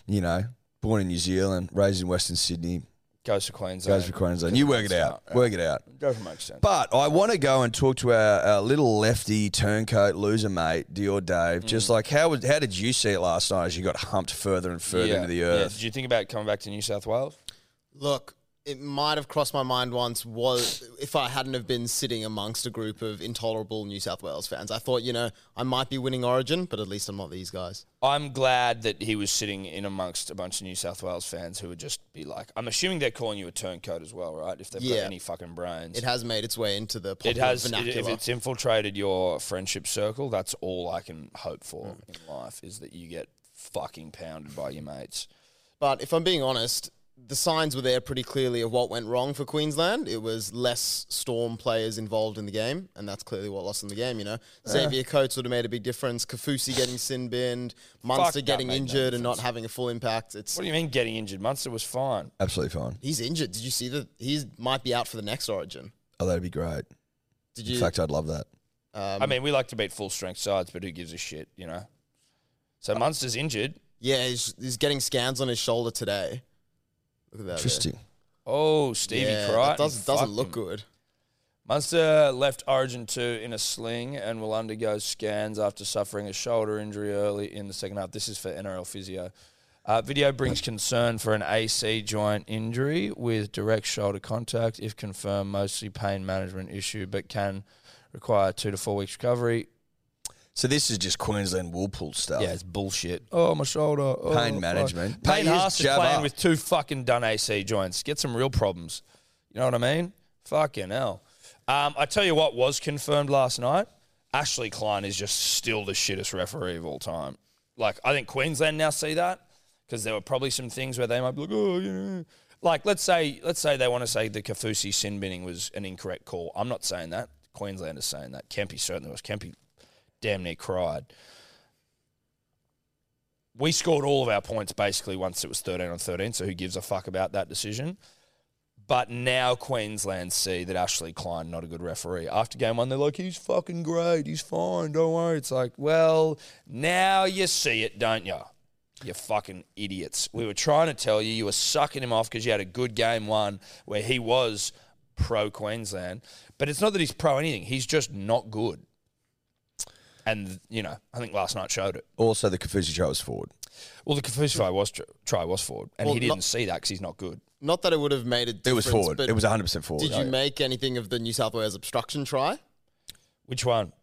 You know, Born in New Zealand, raised in Western Sydney, Goes to Queensland. goes for Queensland. You work it out. Work it out. Doesn't make sense. But I want to go and talk to our, our little lefty turncoat loser mate, Dior Dave. Mm. Just like how was, how did you see it last night as you got humped further and further into the earth? Did you think about coming back to New South Wales? Look, it might have crossed my mind once was if I hadn't have been sitting amongst a group of intolerable New South Wales fans. I thought, you know, I might be winning Origin, but at least I'm not these guys. I'm glad that he was sitting in amongst a bunch of New South Wales fans who would just be like, I'm assuming they're calling you a turncoat as well, right? If they've Yeah. got any fucking brains. It has made its way into the popular It has. it- vernacular. if it's infiltrated your friendship circle, that's all I can hope for Mm. in life is that you get fucking pounded by your mates. But if I'm being honest, the signs were there pretty clearly of what went wrong for Queensland. It was less Storm players involved in the game, and that's clearly what lost them the game, you know. Xavier Coates would have made a big difference. Kafusi getting sin binned, Munster that getting made no injured and not having a full impact. It's What do you mean getting injured? Munster was fine. Absolutely fine. he's injured. Did you see that he might be out for the next origin? Oh, that'd be great. Did In you fact, I'd love that. Um, I mean, we like to beat full strength sides, but who gives a shit, you know? So Munster's injured. Uh, Yeah, he's, he's getting scans on his shoulder today. Look at that. there. Interesting. Oh, Stevie Yeah, Crichton. that doesn't, doesn't Fuck look him. good. Munster left Origin 2 in a sling and will undergo scans after suffering a shoulder injury early in the second half. This is for NRL physio. Uh, video brings concern for an AC joint injury with direct shoulder contact. If confirmed, mostly pain management issue, but can require two to four weeks recovery. So this is just Queensland Woolpool stuff. Yeah, it's bullshit. Oh, my shoulder. Oh, Pain fuck. management. Mate, Payne you Haas just is jab playing up. with two fucking done AC joints. Get some real problems. You know what I mean? Fucking hell. Um, I tell you what was confirmed last night. Ashley Klein is just still the shittest referee of all time. Like, I think Queensland now see that because there were probably some things where they might be like, oh, you know. Like, let's say, let's say they want to say the Kafusi sin binning was an incorrect call. I'm not saying that. Queensland is saying that. Kempy certainly was. Kempy damn near cried we scored all of our points basically once it was 13 on 13, so who gives a fuck about that decision? But now Queensland see that Ashley Klein, not a good referee. After game one, they're like, he's fucking great. He's fine. Don't worry. It's like, well, now you see it, don't you? You fucking idiots. We were trying to tell you, you were sucking him off because you had a good game one where he was pro Queensland. But it's not that he's pro anything, he's just not good. And, you know, I think last night showed it. Also, the Kafusi show was forward. Well, the Kafusi try was tr- try was forward, and Well, he not- didn't see that because he's not good. Not that it would have made a It difference. was forward. but It was 100 percent forward. Did you make anything of the New South Wales obstruction try? Which one?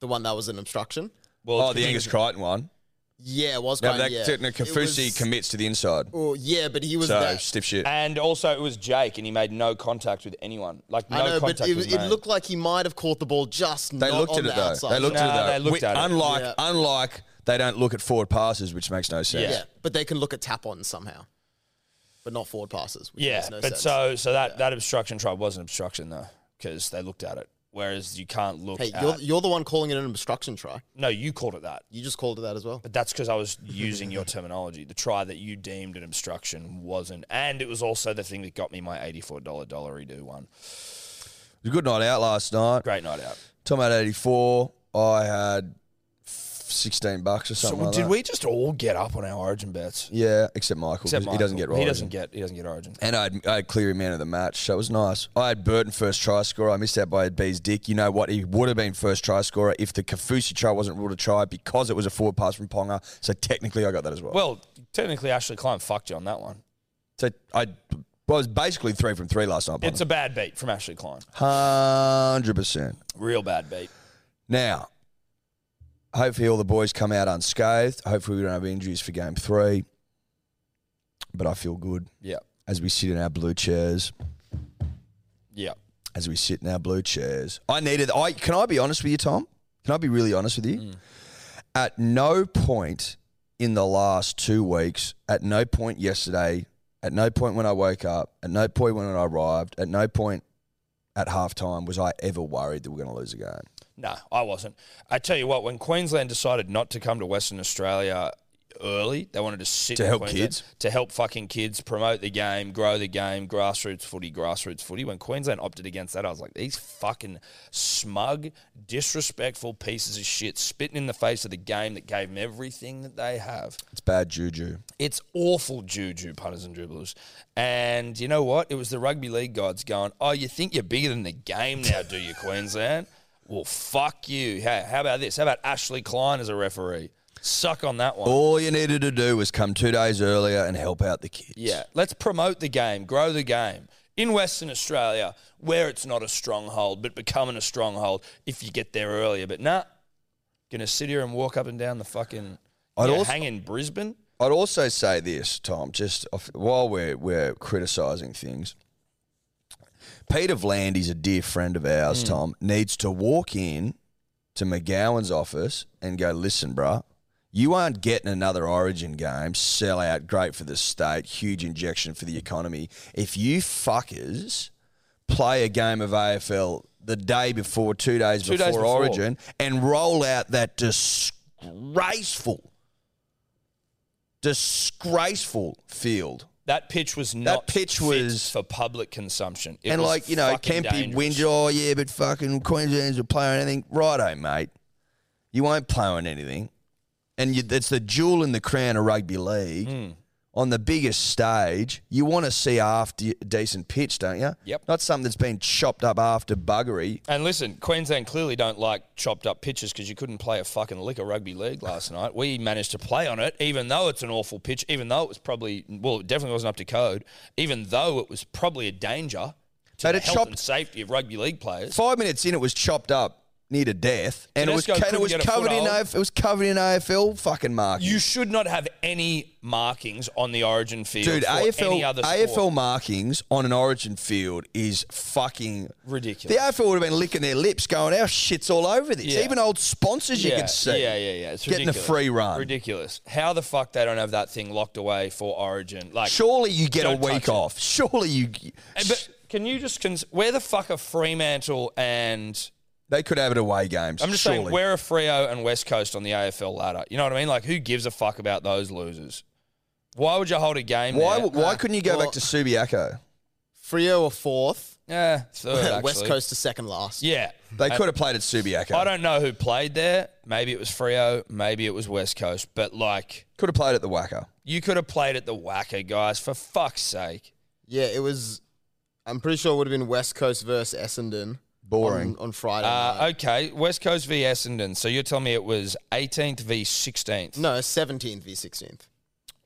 The one that was an obstruction? Well, Oh, it's the because- Angus Crichton one. Yeah, it was No, kind that yeah. no, It Kafusi was- commits to the inside. oh, yeah, but he was So that. stiff shit. And also, it was Jake, and he made no contact with anyone. Like no I know, contact but it, was it made. looked like he might have caught the ball just They not looked on at the it though. outside. They looked Nah, at it though. they looked at it. Unlike Yeah. unlike they don't look at forward passes, which makes no sense. yeah. Yeah. but they can look at tap ons somehow, but not forward passes. Which yeah. makes no but sense. so so that that obstruction try was an obstruction though because they looked at it. Whereas you can't look. hey, at, you're, you're the one calling it an obstruction try. no, you called it that, You just called it that as well. but that's because I was using your terminology. The try that you deemed an obstruction wasn't, and it was also the thing that got me my eighty-four dollar dollar redo one. It was a good night out last night. Great night out. Tom had 84. I had f- 16 bucks or something. so like did that. we just all get up on our origin bets? Yeah, except Michael. 'cause Except He doesn't get Michael. right. He doesn't get. He doesn't get origin. And I had, I had Cleary man of the match, so it was nice. I had Burton first try scorer. I missed out by a B's dick. You know what? He would have been first try scorer if the Kafusi try wasn't ruled a try because it was a forward pass from Ponga. So technically, I got that as well. Well, technically, Ashley Klein fucked you on that one. so I well, it was basically three from three last night. It's a bad beat from Ashley Klein. hundred percent. Real bad beat. Now, hopefully, all the boys come out unscathed. Hopefully, we don't have injuries for game three. But I feel good Yeah. as we sit in our blue chairs. Yeah. as we sit in our blue chairs. I needed. I can I be honest with you, Tom? Can I be really honest with you? At no point in the last two weeks, at no point yesterday, at no point when I woke up, at no point when I arrived, at no point at halftime was I ever worried that we're going to lose a game. No, I wasn't. I tell you what, when Queensland decided not to come to Western Australia early. They wanted to sit To in help Queensland- kids? to help fucking kids promote the game, grow the game, grassroots footy, grassroots footy. When Queensland opted against that, I was like, these fucking smug, disrespectful pieces of shit spitting in the face of the game that gave them everything that they have. It's bad juju. It's awful juju, punters and dribblers. And you know what? It was the rugby league gods going, Oh, you think you're bigger than the game now, do you, Queensland? Well, fuck you. Hey, how about this? How about Ashley Klein as a referee? Suck on that one. All you needed to do was come two days earlier and help out the kids. Yeah, let's promote the game, grow the game. In Western Australia, where it's not a stronghold, but becoming a stronghold if you get there earlier. But nah, gonna sit here and walk up and down the fucking I'd yeah, also- hang in Brisbane. I'd also say this, Tom, just off, while we're, we're criticising things, Peter Vlandy's a dear friend of ours, Mm. Tom, needs to walk in to McGowan's office and go, listen, bruh, you aren't getting another Origin game, sell out, great for the state, huge injection for the economy. If you fuckers play a game of AFL the day before, two days, Two before, days before. Origin, and roll out that disgraceful, disgraceful field. That pitch was not pitch fit was- for public consumption. It and was like, you know, fucking Kempy dangerous. whinge, oh yeah, but fucking Queensland's a player and anything. Righto, mate. You won't play on anything. And you, it's the jewel in the crown of rugby league. Hmm. On the biggest stage, you want to see after decent pitch, don't you? Yep. Not something that's been chopped up after buggery. And listen, Queensland clearly don't like chopped up pitches because you couldn't play a fucking lick of rugby league last night. We managed to play on it, even though it's an awful pitch, even though it was probably well, it definitely wasn't up to code, even though it was probably a danger to But the it health chopped- and safety of rugby league players. Five minutes in, it was chopped up near to death, and Tedesco it was and couldn't it was get a covered in foothold. AF, it was covered in AFL fucking mark. You should not have any markings on the Origin field Dude, for any AFL other AFL sport. markings on an Origin field is fucking Ridiculous. The AFL would have been licking their lips, going, "Our shit's all over this." Yeah. Even old sponsors you yeah, could see. Yeah, yeah, yeah. It's Getting a ridiculous. free run. Ridiculous. How the fuck they don't have that thing locked away for Origin? Like, Surely you get a Don't touch week it. off. Surely you. Hey, But can you just cons- where the fuck are Fremantle and they could have it away games. I'm just surely. saying where are Freo and West Coast on the AFL ladder? You know what I mean? Like who gives a fuck about those losers? Why would you hold a game? Why? There? Why couldn't you go well- back to Subiaco? Frio are fourth, Yeah, third, West actually. Coast to second last. Yeah, They could have played at Subiaco. I don't know who played there. Maybe it was Freo. Maybe it was West Coast. But like, Could have played at the Wacker. you could have played at the Wacker, guys. For fuck's sake. Yeah, it was. I'm pretty sure it would have been West Coast versus Essendon. Boring. On, on Friday. night. Uh, okay, West Coast v Essendon. So you're telling me it was 18th v 16th? no, 17th v 16th.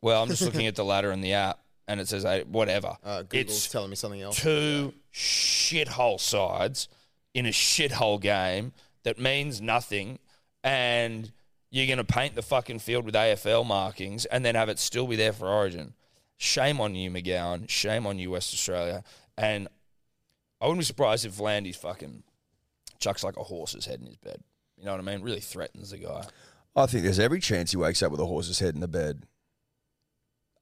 Well, I'm just looking at the ladder in the app, and it says eight, whatever. Uh, Google's it's telling me something else. two shithole sides in a shithole game that means nothing, and you're going to paint the fucking field with AFL markings and then have it still be there for Origin. Shame on you, McGowan. Shame on you, West Australia. And I wouldn't be surprised if Landy's fucking chucks like a horse's head in his bed. You know what I mean? Really threatens the guy. I think there's every chance he wakes up with a horse's head in the bed.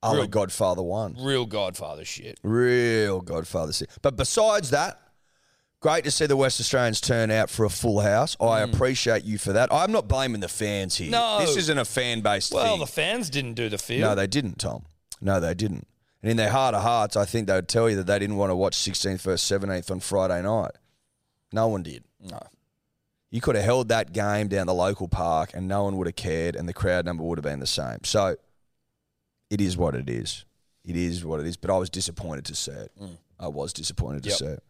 Oh, Real- Godfather one. Real Godfather shit. Real Godfather City. But besides that, great to see the West Australians turn out for a full house. I appreciate you for that. I'm not blaming the fans here. No. This isn't a fan based Well, thing. the fans didn't do the field. no, they didn't, Tom. No, they didn't. And in their heart of hearts, I think they would tell you that they didn't want to watch 16th versus 17th on Friday night. No one did. No. You could have held that game down the local park and no one would have cared and the crowd number would have been the same. So it is what it is. It is what it is. But I was disappointed to see it. I was disappointed to Mm. Yep. see it.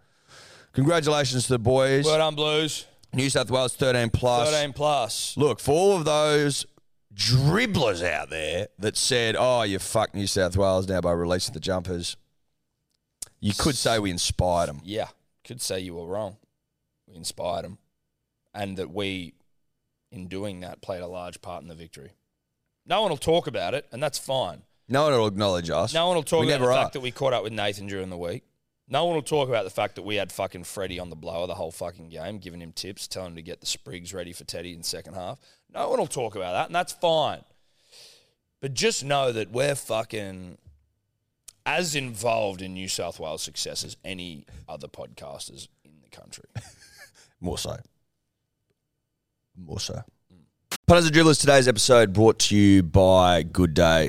Congratulations to the boys. Well done, Blues. New South Wales 13 plus. 13 plus. Look, for all of those dribblers out there that said, oh, you fucked New South Wales now by releasing the jumpers, you could say we inspired them. Yeah, could say you were wrong. We inspired them. And that we, in doing that, played a large part in the victory. No one will talk about it, and that's fine. No one will acknowledge us. No one will talk we about the never fact are. that we caught up with Nathan during the week. No one will talk about the fact that we had fucking Freddie on the blower the whole fucking game, giving him tips, telling him to get the sprigs ready for Teddy in second half. No one will talk about that, and that's fine. But just know that we're fucking as involved in New South Wales success as any other podcasters in the country. More so. More so. Punters and Dribblers, today's episode brought to you by Good Day,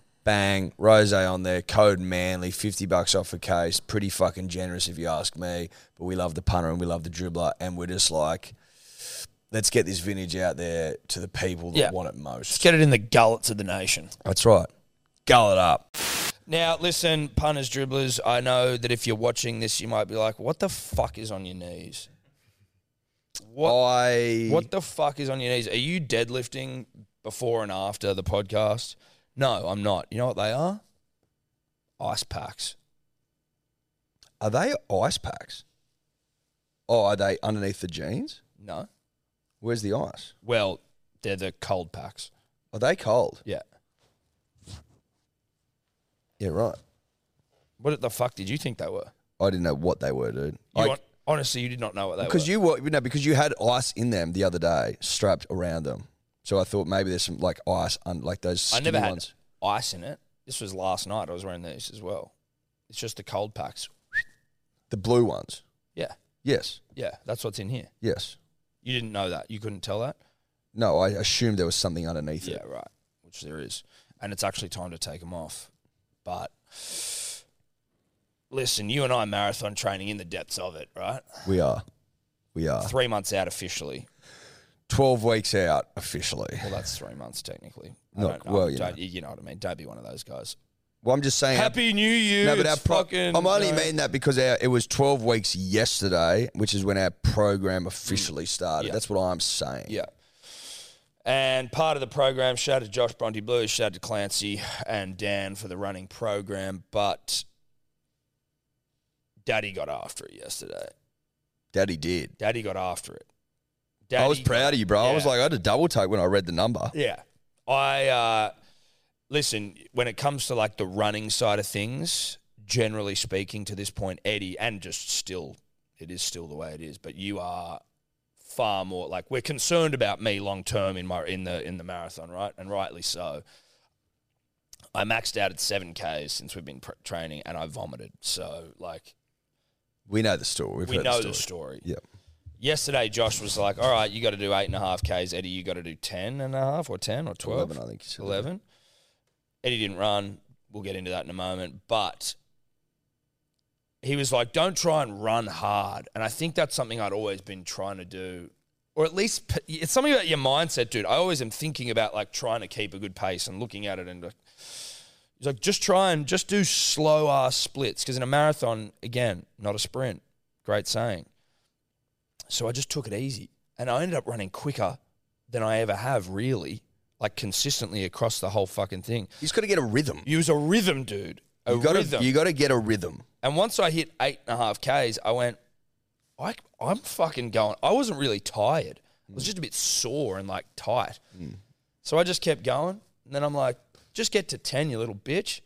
bang, rose on there, code Manly, 50 bucks off a case. Pretty fucking generous if you ask me. But we love the punter and we love the dribbler. And we're just like, let's get this vintage out there to the people that Yeah. want it most. Let's get it in the gullets of the nation. That's right. Gull it up. Now, listen, punters, dribblers, I know that if you're watching this, you might be like, what the fuck is on your knees? What, I. what the fuck is on your knees? Are you deadlifting before and after the podcast? No, I'm not. You know what they are? Ice packs. Are they ice packs? Oh, are they underneath the jeans? No. Where's the ice? Well, they're the cold packs. Are they cold? Yeah. Yeah, right. What the fuck did you think they were? I didn't know what they were, dude. You I- hon- honestly, you did not know what they were. because you were, you know, because you had ice in them the other day, strapped around them. So I thought maybe there's some like ice, un, like those. I Skinny never had ones. ice in it. This was last night. I was wearing these as well. It's just the cold packs. the blue ones. Yeah. Yes, Yeah. That's what's in here. yes. You didn't know that. You couldn't tell that. No, I assumed there was something underneath it. Yeah, right. Which there is, and it's actually time to take them off. But listen, you and I marathon training in the depths of it, right? We are, we are Three months out officially. twelve weeks out officially. Well, that's three months technically. I Look, don't know. well, you Don't- you, know what I mean. Don't be one of those guys. Well, I'm just saying. Happy New Year. No, but our it's pro- fucking, uh, I'm only you know- mean that because our, it was 12 weeks yesterday, which is when our program officially started. Yeah. That's what I'm saying. Yeah. And part of the program, shout out to Josh Bronte Blues, shout out to Clancy and Dan for the running program. But Daddy got after it yesterday. Daddy did. Daddy got after it. I was Daddy- proud of you, bro. I was Yeah. like, I had a double take when I read the number. yeah. I uh, listen when it comes to like the running side of things. Generally speaking, to this point, Eddie, and just still, it is still the way it is. But you are far more like we're concerned about me long term in my in the in the marathon, right? And rightly so. I maxed out at 7Ks since we've been pr- training and I vomited. So, like, We know the story. We've we heard know the the story. story. Yep. Yesterday, Josh was like, all right, you got to do 8.5Ks. Eddie, you got to do 10 and a half or 10 or 12. 11, I think you said. 11. Eddie didn't run. We'll get into that in a moment. But he was like, don't try and run hard. And I think that's something I'd always been trying to do. Or at least p- it's something about your mindset, dude. I always am thinking about like trying to keep a good pace and looking at it and like, he's like, just try and just do slow ass splits. Because in a marathon, again, not a sprint. Great saying. So I just took it easy. And I ended up running quicker than I ever have, really, like consistently across the whole fucking thing. You just got to get a rhythm. Use a rhythm, dude. A You got rhythm. to you got to get a rhythm. and once I hit eight and a half Ks, I went, I, I'm fucking going. I wasn't really tired. I was just a bit sore and like tight. So I just kept going. And then I'm like, just get to 10, you little bitch.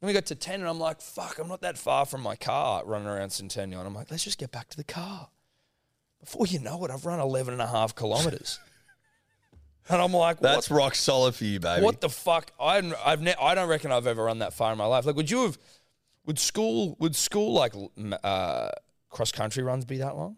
And we got to 10, and I'm like, fuck, I'm not that far from my car running around Centennial. And I'm like, let's just get back to the car. Before you know it, I've run 11 and a half kilometers. and I'm like, what That's rock solid for you, baby. what the fuck? I I've ne- I don't reckon I've ever run that far in my life. Like, would you have? Would school? Would school like l- m- uh, cross country runs be that long?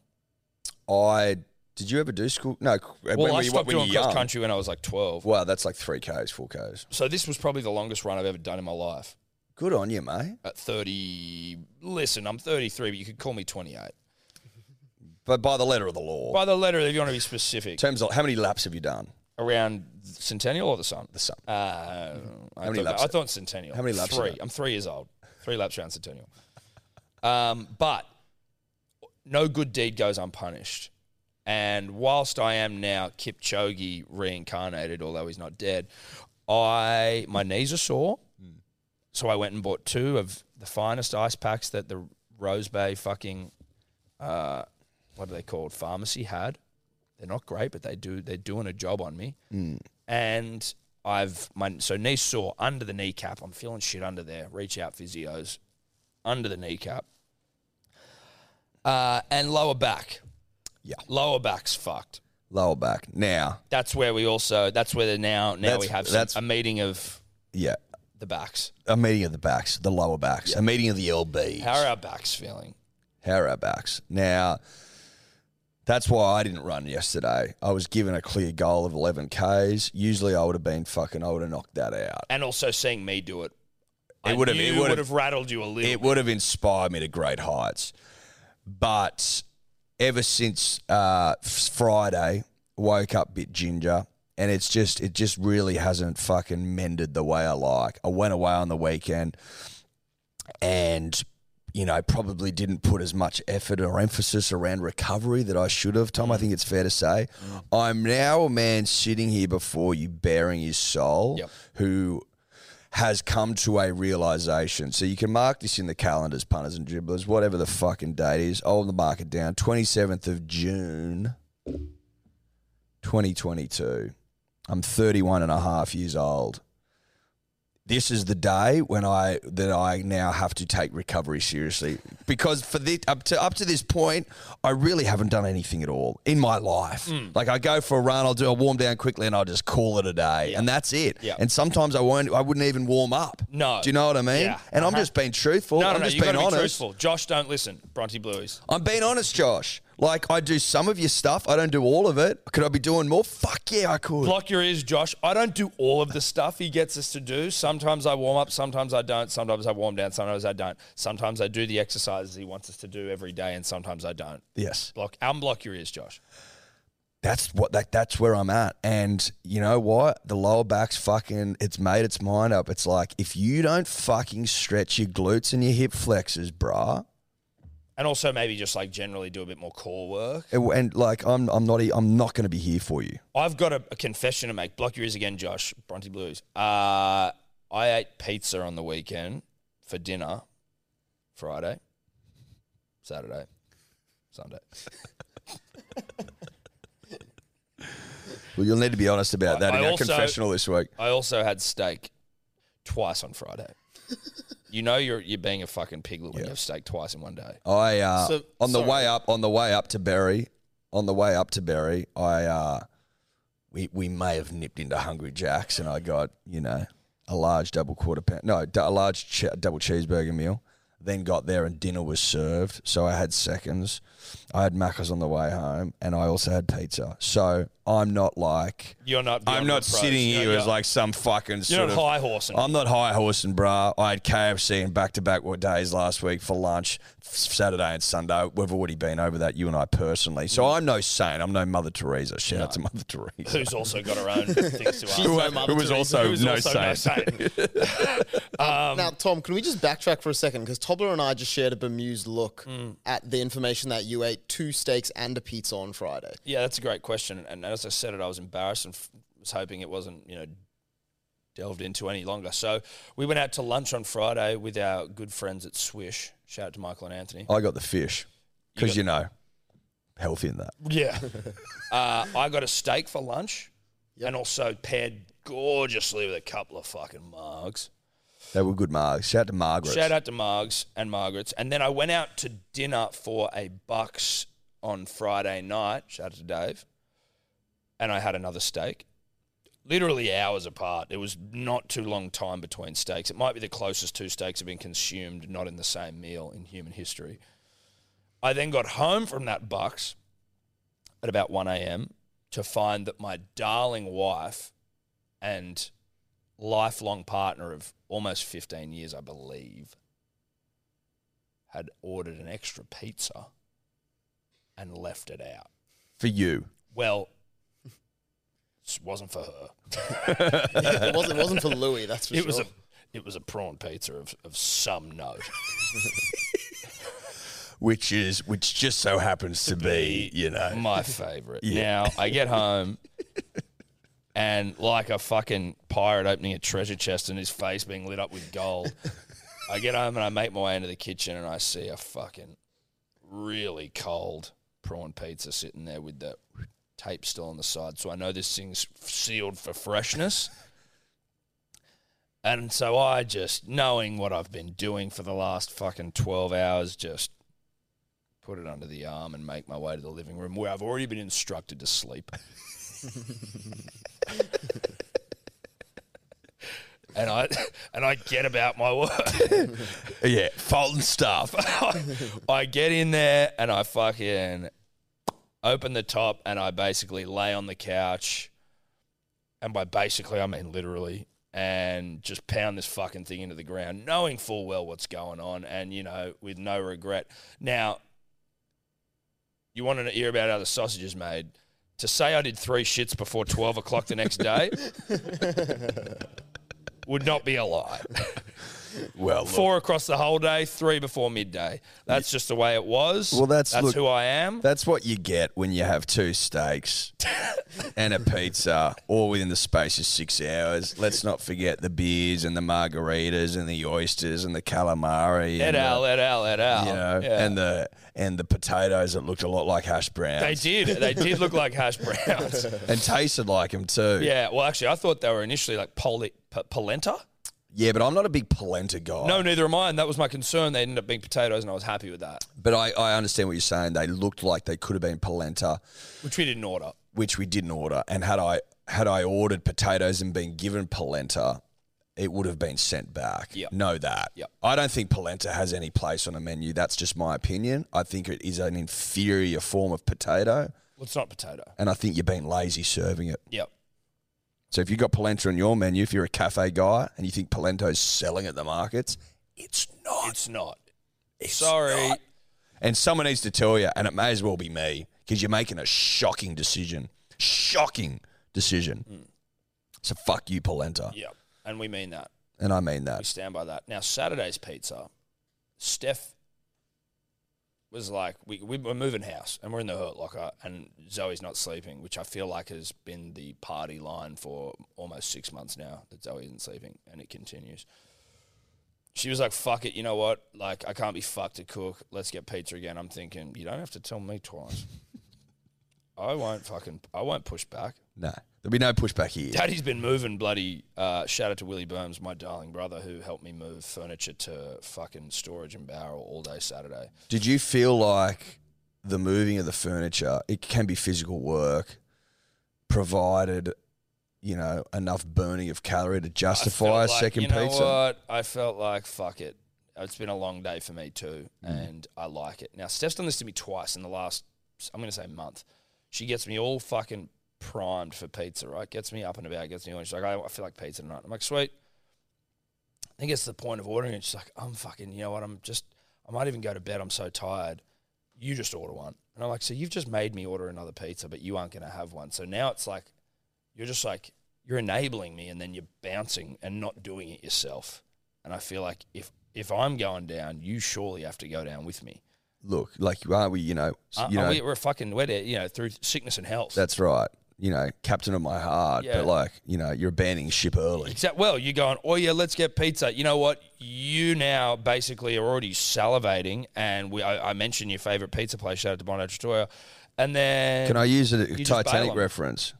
I did you ever do school? No. Well, Well, I stopped doing cross country when I was like twelve. Wow, that's like three k's, four k's. So this was probably the longest run I've ever done in my life. Good on you, mate. At thirty, listen, I'm thirty three, but you could call me twenty eight. But by the letter of the law, By the letter, if you want to be specific, in terms of how many laps have you done? around Centennial or the Sun. The sum. Uh, I, many thought, laps- I thought Centennial. how many laps is Three. that? I'm three years old. Three laps around Centennial. Um, but no good deed goes unpunished. And whilst I am now Kipchoge reincarnated, although he's not dead, I my knees are sore. So I went and bought two of the finest ice packs that the Rose Bay fucking uh, what are they called? Pharmacy had. They're not great, but they do they're doing a job on me and I've my so knee sore under the kneecap. I'm feeling shit under there. Reach out physios under the kneecap, uh, and lower back. Yeah. lower back's fucked. Lower back. Now, That's where we also. That's where the now now we That's- have some, that's- a meeting of yeah, the backs. a meeting of the backs, the lower backs, a meeting of the LBs. How are our backs feeling? How are our backs? Now, that's why I didn't run yesterday. I was given a clear goal of 11 k's. Usually, I would have been fucking. I would have knocked that out. And also seeing me do It it, I would have- knew it would have- rattled you a little. It would have inspired me to great heights, but ever since uh, f- Friday, woke up bit ginger, and it's just it just really hasn't fucking mended the way I like. I went away on the weekend, and you know probably didn't put as much effort or emphasis around recovery that I should have. Mm. Tom, I think it's fair to say, I'm now a man sitting here before you, bearing his soul, Yep. who has come to a realization. So you can mark this in the calendars, punters and dribblers, whatever the fucking date is. I'll mark it down. 27th of June, 2022. I'm 31 and a half years old. This is the day when I that I now have to take recovery seriously because for this up to up to this point I really haven't done anything at all in my life. Mm. Like I go for a run, I'll do a warm down quickly, and I'll just call it a day, and that's it. Yeah. And sometimes I won't, I wouldn't even warm up. No. do you know what I mean? Yeah. And I'm Uh-huh. just being truthful. no, no, I'm no. just You got being to be honest. truthful. Josh, don't listen. Bronte Blues. I'm being honest, Josh. Like I do some of your stuff, I don't do all of it. Could I be doing more? Fuck yeah, I could. Block your ears, Josh. I don't do all of the stuff he gets us to do. Sometimes I warm up, sometimes I don't. Sometimes I warm down, sometimes I don't. Sometimes I do the exercises he wants us to do every day, and sometimes I don't. yes. Block, unblock your ears, Josh. that's what that that's where I'm at. And you know what? The lower back's fucking it's made its mind up. It's like if you don't fucking stretch your glutes and your hip flexors, brah. And also maybe just like generally do a bit more core work. And, and like I'm I'm not e- I'm not going to be here for you. I've got a, a confession to make. Block your ears again, Josh. Bronte Blues. Uh, I ate pizza on the weekend for dinner, Friday, Saturday, Sunday. Well, you'll need to be honest about that I- in I our also- confessional this week. I also had steak twice on Friday. you know you're you're being a fucking piglet when you have steak twice in one day. I uh, So- on the sorry. way up on the way up to Berry, on the way up to Berry, I uh, we we may have nipped into Hungry Jack's and I got you know a large double quarter pound, no, d- a large che- double cheeseburger meal. Then got there and dinner was served. So I had seconds. I had macca's on the way home, and I also had pizza. So I'm not like You're not. I'm beyond not reproach. sitting You're here as not- like some fucking You're sort not of high horsing. I'm not high horsing, bruh. I had KFC and back to back days last week for lunch, f- Saturday and Sunday. We've already been over that, you and I personally. So I'm no saint. I'm no Mother Teresa. Shout out to Mother Teresa. who's also got her own things to She's us. Who, no Mother who was Teresa. also Who's no also no Um, saint. saint. now, Tom, can we just backtrack for a second? Because Tobler and I just shared a bemused look Hmm. at the information that you ate two steaks and a pizza on Friday. Yeah, that's a great question. And as I said it, I was embarrassed and f- was hoping it wasn't, you know, delved into any longer. So we went out to lunch on Friday with our good friends at Swish. Shout out to Michael and Anthony. I got the fish because, you, know, health in that. Yeah. uh, I got a steak for lunch and also paired gorgeously with a couple of fucking mugs. They were good marks. Shout out to Margaret. Shout out to Margs and Margaret's. And then I went out to dinner for a bucks on Friday night. Shout out to Dave. And I had another steak. Literally hours apart. There was not too long time between steaks. It might be the closest two steaks have been consumed, not in the same meal in human history. I then got home from that bucks at about 1 a.m. to find that my darling wife and lifelong partner of almost 15 years, I believe, had ordered an extra pizza and left it out. For you. Well, it wasn't for her. it, wasn't, it wasn't for Louis, that's for it sure. was a it was a prawn pizza of, of some note. Which is, which just so happens to be, you know. my favorite. Yeah. Now I get home and like a fucking pirate opening a treasure chest and his face being lit up with gold. I get home and I make my way into the kitchen and I see a fucking really cold prawn pizza sitting there with the tape still on the side. So I know this thing's sealed for freshness. And so I just, knowing what I've been doing for the last fucking 12 hours, just put it under the arm and make my way to the living room where I've already been instructed to sleep. and I and I get about my work. Yeah, folding stuff. I get in there and I fucking open the top and I basically lay on the couch. And by basically, I mean literally. And just pound this fucking thing into the ground, knowing full well what's going on and, you know, with no regret. Now, you want to hear about how the sausage is made. To say I did three shits before 12 o'clock the next day would not be a lie Well, look, four across the whole day, three before midday. That's just the way it was. Well, that's- that's look- who I am. That's what you get when you have two steaks and a pizza, all within the space of six hours. Let's not forget the beers and the margaritas and the oysters and the calamari et and al. the, Et al. Et al. you know Yeah. and the and the potatoes that looked a lot like hash they browns did. They did look like hash browns. and tasted like them too. yeah. Well, actually, I thought they were initially like poli- p- polenta. Yeah, but I'm not a big polenta guy. No, neither am I. And that was my concern. They ended up being potatoes, and I was happy with that, but I, I understand what you're saying. They looked like they could have been polenta. which we didn't order. which we didn't order. And had I had I ordered potatoes and been given polenta, it would have been sent back. Yep. Know that. Yep. I don't think polenta has any place on a menu. That's just my opinion. I think it is an inferior form of potato, Well, it's not potato. and I think you're being lazy serving it. Yep. So if you've got polenta on your menu, if you're a cafe guy and you think polenta's selling at the markets, it's not. It's not. It's Sorry. not. And someone needs to tell you, and it may as well be me, because you're making a shocking decision. Shocking decision. So fuck you, Polenta. Yep. And we mean that. And I mean We that. stand by that. Now, Saturday's pizza, Steph was like, we, we we're moving house and we're in the hurt locker and Zoe's not sleeping, which I feel like has been the party line for almost six months now that Zoe isn't sleeping and it continues. She was like, fuck it, you know what? Like, I can't be fucked to cook. Let's get pizza again. I'm thinking, you don't have to tell me twice. I won't fucking, I won't push back. No. There'll be no pushback here. Daddy's been moving bloody. Uh, shout out to Willie Burns, my darling brother, who helped me move furniture to fucking storage and barrel all day Saturday. Did you feel like the moving of the furniture, it can be physical work, provided you know, enough burning of calorie to I justify a felt like, second you know pizza. What? I felt like fuck it. It's been a long day for me too, and I like it. Now Steph's done this to me twice in the last. I'm going to say month. She gets me all fucking primed for pizza. Right, gets me up and about. Gets me on. She's like, I, I feel like pizza tonight. I'm like, sweet. I think it's the point of ordering. And she's like, I'm fucking. You know what? I'm just. I might even go to bed. I'm so tired. You just order one. And I'm like, so you've just made me order another pizza, but you aren't going to have one. So now it's like, you're just like you're enabling me and then you're bouncing and not doing it yourself and i feel like if if i'm going down you surely have to go down with me Look, like you are, we, you know, s- Uh, you know, we, we're fucking we're there, you know through sickness and health that's right. You know, captain of my heart, Yeah. but like, you know, you're abandoning ship early. Except, well, you're going, oh yeah, let's get pizza. You know what? You now basically are already salivating, and we, I, I mentioned your favorite pizza place. Shout out to Bondo Trattoria, and then Can I use a just bail Titanic on it. reference?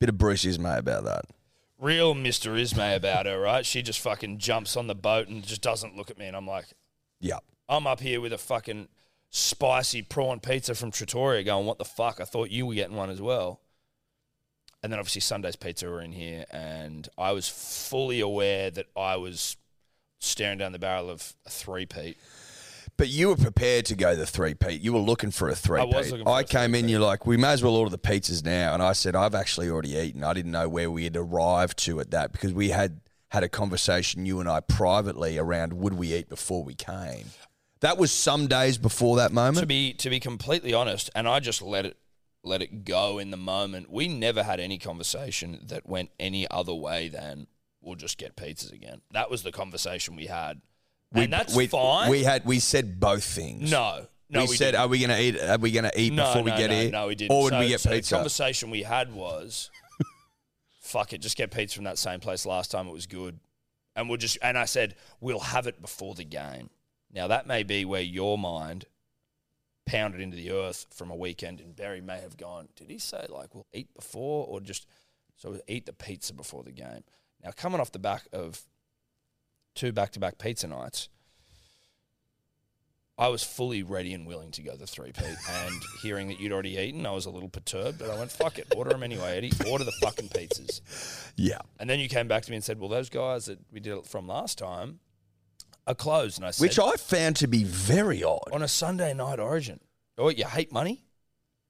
Bit of Bruce Ismay about that. real Mister Ismay about her, right? She just fucking jumps on the boat and just doesn't look at me, and I'm like, Yeah. I'm up here with a fucking spicy prawn pizza from Trattoria going, what the fuck? I thought you were getting one as well. And then obviously Sunday's pizza were in here and I was fully aware that I was staring down the barrel of a three-peat. But you were prepared to go the three Pete. You were looking for a three Pete. was looking I, for a came in, you're like, we may as well order the pizzas now. And I said, I've actually already eaten. I didn't know where we had arrived to at that because we had had a conversation, you and I, privately around would we eat before we came. That was some days before that To moment. be to be completely honest, and I just let it let it go in the moment. We never had any conversation that went any other way than we'll just get pizzas again. That was the conversation we had. and that's we, fine. We had we said both things. no. No, we, said, didn't. are we going to eat? Are we going to eat before we get no, here? No, we didn't. Or would so, we get so pizza? The conversation we had was, "Fuck it, just get pizza from that same place last time. It was good." And we'll just and I said we'll have it before the game. Now that may be where your mind pounded into the earth from a weekend, and Barry may have gone. Did he say like we'll eat before, or just so we eat the pizza before the game? Now coming off the back of two back-to-back pizza nights, I was fully ready and willing to go the three Pete. And hearing that you'd already eaten, I was a little perturbed, but I went, fuck it, order them anyway, Eddie. Order the fucking pizzas. yeah. And then you came back to me and said, well, those guys that we did it from last time are closed. And I said, Which I found to be very odd. on a Sunday night origin. Oh, you hate money?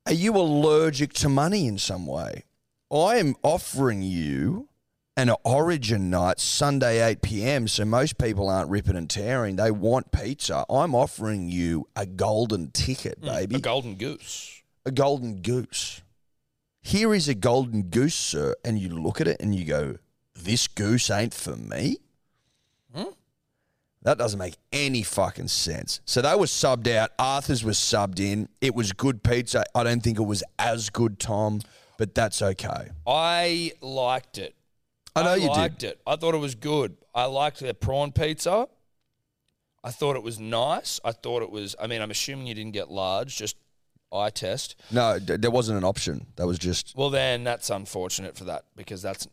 Are you allergic to money in some way? I am offering you an origin night Sunday 8 p.m. So most people aren't ripping and tearing. They want pizza. I'm offering you a golden ticket, baby. A golden goose. a golden goose. Here is a golden goose, sir. And you look at it and you go, this goose ain't for me? That doesn't make any fucking sense. So they were subbed out. Arthur's was subbed in. It was good pizza. I don't think it was as good, Tom, but that's okay. I liked it. I know you liked did. it. I thought it was good. I liked their prawn pizza. I thought it was nice. I thought it was, I mean, I'm assuming you didn't get large, just eye test. No, d- there wasn't an option. That was just Well, then that's unfortunate for that because that's.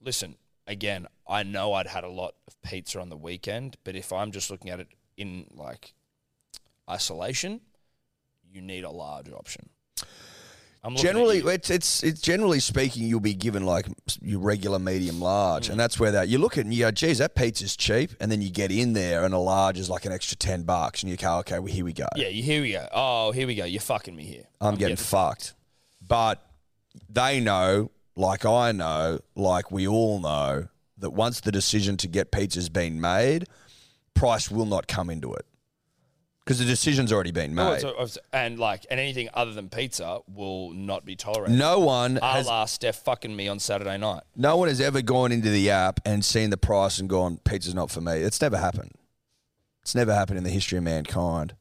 Listen, again, I know I'd had a lot of pizza on the weekend, but if I'm just looking at it in like isolation, you need a large option. I'm looking at generally you. it's, it's it's generally speaking you'll be given like your regular medium large Hmm. and that's where that you look at and you go geez that pizza's cheap and then you get in there and a large is like an extra 10 bucks and you go okay well here we go yeah, you- here we go. Oh, here we go. You're fucking me here. I'm, getting, fucked. But they know, like I know, like we all know, that once the decision to get pizza's been made, price will not come into it. Because the decision's already been Oh, made. it's- it's- and like, and anything other than pizza will not be tolerated. No one A has la Steph fucking me on Saturday night. no one has ever gone into the app and seen the price and gone, pizza's not for me. It's never happened. It's never happened in the history of mankind.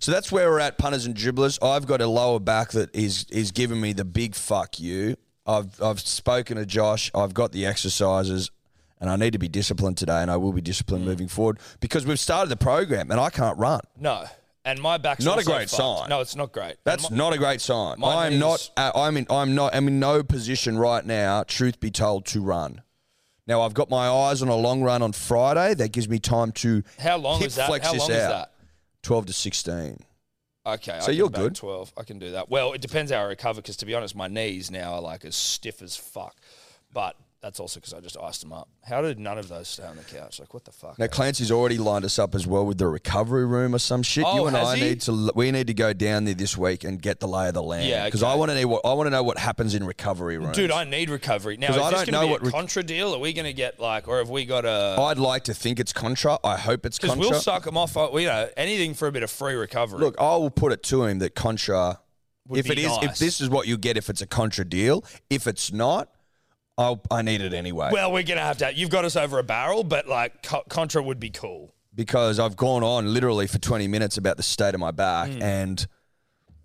So that's where we're at, punters and dribblers. I've got a lower back that is is giving me the big fuck you. I've I've spoken to Josh. I've got the exercises, and I need to be disciplined today, and I will be disciplined moving forward because we've started the program, and I can't run. No, and my back's Not a also great fucked. sign. No, it's not great. That's not a great sign. my I'm knees- not. uh, I'm in. I'm not. I'm in no position right now. Truth be told, to run. Now I've got my eyes on a long run on Friday. That gives me time to How long hip is that? flex How this long out. is that? Twelve to sixteen. Okay, I So can you're back good. Twelve, I can do that. Well, it depends how I recover because to be honest, my knees now are like as stiff as fuck. But that's also because I just iced them up. How did none of those stay on the couch? Like what the fuck? Now Clancy's already lined us up as well with the recovery room or some shit. Oh, you and has I he? need to l- we need to go down there this week and get the lay of the land. Yeah, because okay. I want to know what I want to know what happens in recovery rooms. Dude, I need recovery now. Is 'Cause I this don't going to know be what a rec- contra deal? Are we going to get like, or have we got a? I'd like to think it's contra. I hope it's Because contra. we'll suck them off. uh, You know, anything for a bit of free recovery. Look, I will put it to him that contra. if be it is, if nice. this is what you get, if it's a contra deal, if it's not, I'll, I need it anyway well, we're going to have to. You've got us over a barrel, but like co- contra would be cool. because I've gone on literally for twenty minutes about the state of my back Hmm. and,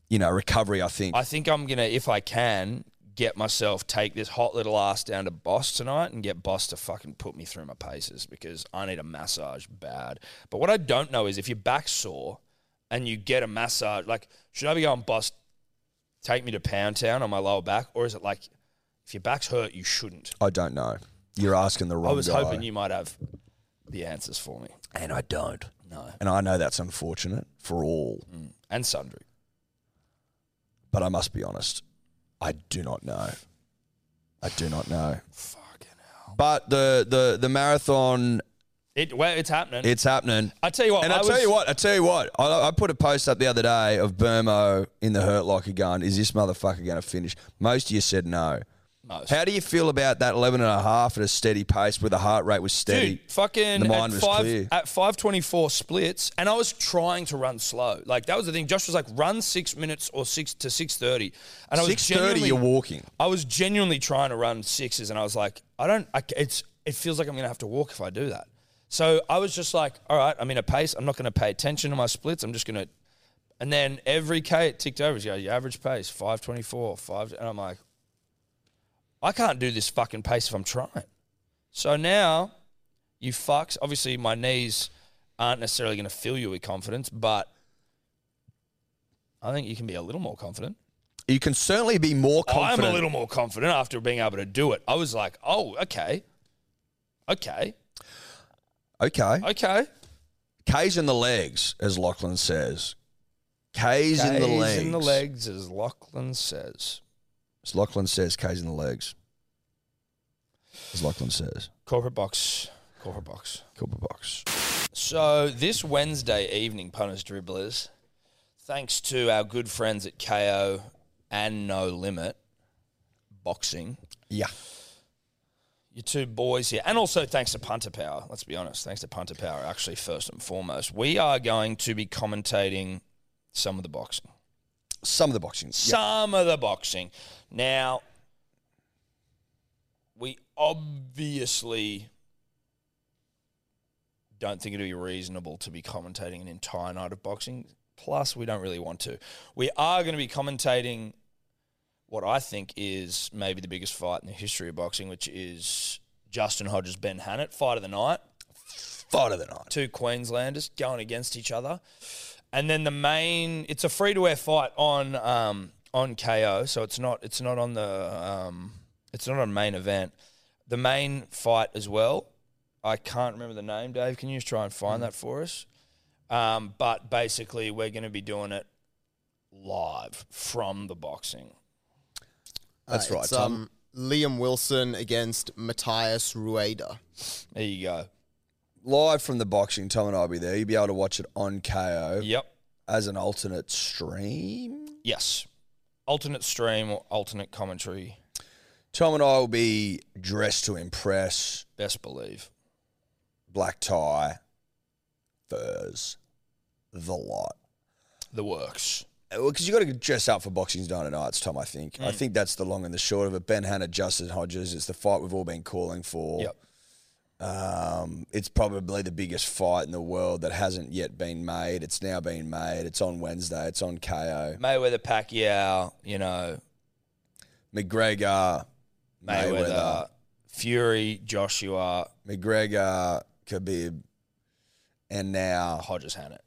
you know, recovery. I think I think I'm gonna, if I can, get myself take this hot little ass down to Boss tonight and get Boss to fucking put me through my paces because I need a massage bad. But what I don't know is if your back's sore and you get a massage, like should I be going Boss? Take me to Pound Town on my lower back, or is it like if your back's hurt, you shouldn't? I don't know. You're asking the wrong. I was guy. hoping you might have the answers for me. and I don't. No, And I know that's unfortunate for all, Hmm. and sundry. but I must be honest, I do not know. I do not know. Fucking hell. But the the the marathon, It, well, it's happening. it's happening. I tell you what, And I, I tell was- you what, I tell you what, I, I put a post up the other day of Burmo in the Hurt Locker going, is this motherfucker going to finish? Most of you said no. Most. How do you feel about that 11 and a half at a steady pace where the heart rate was steady? Dude, fucking The mind at was five clear. at five twenty four splits, and I was trying to run slow. Like that was the thing. Josh was like, run six minutes or six to six thirty, and I was 6.30, you're genuinely- walking. I was genuinely trying to run sixes, and I was like, I don't. I, c- it's it feels like I'm gonna have to walk if I do that. So I was just like, all right, I'm in a pace. I'm not gonna pay attention to my splits. I'm just gonna. And then every K it ticked over. It's like, your average pace five twenty four five, and I'm like, I can't do this fucking pace if I'm trying. So now, you fucks. Obviously, my knees aren't necessarily going to fill you with confidence, but I think you can be a little more confident. You can certainly be more confident. Oh, I'm a little more confident after being able to do it. I was like, oh, okay. Okay. Okay. Okay. K's in the legs, as Lachlan says. K's, in the Gaze legs. in the legs, as Lachlan says. As Lachlan says, K's in the legs. As Lachlan says. Corporate box. Corporate box. Cooper box. So this Wednesday evening, punters dribblers, thanks to our good friends at KO and No Limit Boxing, Yeah. your two boys here, and also thanks to Punter Power. Let's be honest, thanks to Punter Power, actually, first and foremost, we are going to be commentating some of the boxing. Some of the boxing. Yeah. Some of the boxing. Now, we obviously don't think it'd be reasonable to be commentating an entire night of boxing. Plus, we don't really want to. We are going to be commentating what I think is maybe the biggest fight in the history of boxing, which is Justin Hodges Ben Hannett fight of the night Fight of the night. two Queenslanders going against each other, and then the main it's a free to air fight on um, on KO, so it's not it's not on the um, it's not on main event. The main fight as well, I can't remember the name. Dave, can you just try and Mm-hmm. find that for us? Um, but basically, we're going to be doing it live from the boxing. That's right, It's, Tom. um, Liam Wilson against Matthias Rueda. There you go. Live from the boxing, Tom and I'll be there. You'll be able to watch it on KO Yep. as an alternate stream. Yes. Alternate stream or alternate commentary. Tom and I will be dressed to impress, Best believe. black tie, furs, the lot. The works. because you got to dress up for Boxing Day nights, Tom. I think. I Mm. think that's the long and the short of it. Ben Hannah, Justin Hodges. It's the fight we've all been calling for. Yep. Um, it's probably the biggest fight in the world that hasn't yet been made. It's now been made. It's on Wednesday. It's on KO. Mayweather Pacquiao, you know, McGregor, Mayweather, Mayweather, Fury, Joshua, McGregor, Khabib, and now Hodges Hannett.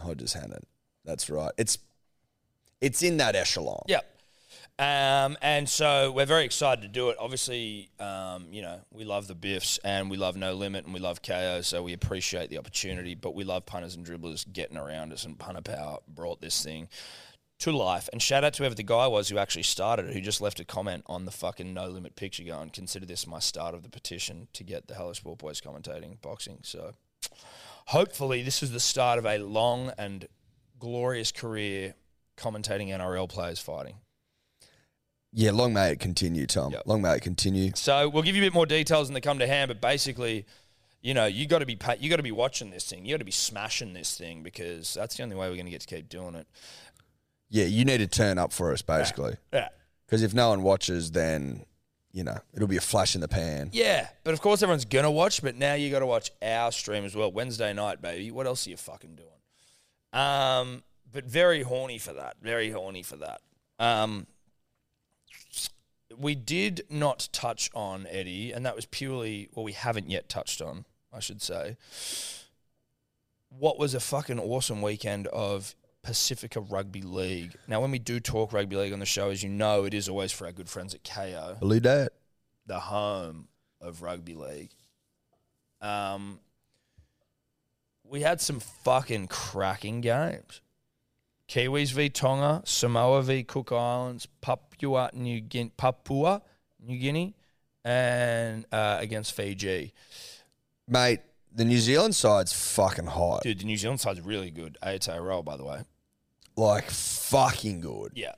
Hodges Hannah. That's right. It's it's in that echelon. Yep. Um, and so we're very excited to do it. Obviously, um, you know, we love the Biffs and we love No Limit and we love KO, so we appreciate the opportunity, but we love punters and dribblers getting around us, and Punter Power brought this thing to life. And shout out to whoever the guy was who actually started it, who just left a comment on the fucking No Limit picture going, consider this my start of the petition to get the Hello Sport Boys commentating boxing. So hopefully this is the start of a long and glorious career commentating NRL players fighting. Yeah, long may it continue, Tom. Yep. Long may it continue. So we'll give you a bit more details when they come to hand, but basically, you know, you got to be pa- you got to be watching this thing. You got to be smashing this thing because that's the only way we're going to get to keep doing it. Yeah, you need to turn up for us, basically. Yeah. Because if no one watches, then, you know, it'll be a flash in the pan. Yeah, but of course everyone's gonna watch. But now you got to watch our stream as well. Wednesday night, baby. What else are you fucking doing? Um, but very horny for that. Very horny for that. Um, we did not touch on Eddie, and that was purely well, we haven't yet touched on, I should say. What was a fucking awesome weekend of Pacifica Rugby League. Now, when we do talk rugby league on the show, as you know, it is always for our good friends at KO Believe that. the home of rugby league. Um, we had some fucking cracking games. Kiwis v Tonga, Samoa v Cook Islands, Papua New Guinea, Papua New Guinea, and uh, against Fiji. Mate, the New Zealand side's fucking hot. Dude, the New Zealand side's really good. ATA roll, by the way. Like, fucking good. Yeah,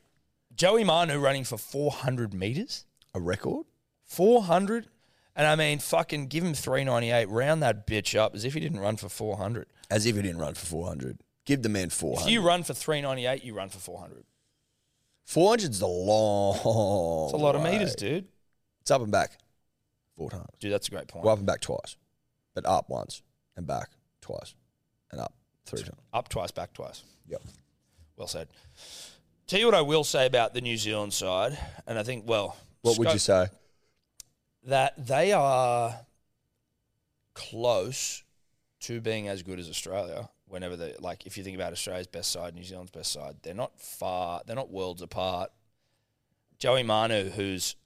Joey Manu running for four hundred meters. A record? 400. And I mean, fucking give him 398, round that bitch up as if he didn't run for 400. As if he didn't run for 400. Give the man If 400. you run for 398, you run for 400. 400's the long. It's a lot of meters, dude. It's up and back four times. Dude, that's a great point. Well, up and back twice, but up once and back twice and up three times. Up twice, back twice. Yep. Well said. Tell you what I will say about the New Zealand side, and I think, well, What would scope- you say? That they are close to being as good as Australia. Whenever they like, if you think about Australia's best side, New Zealand's best side, they're not far. They're not worlds apart. Joey Manu, who's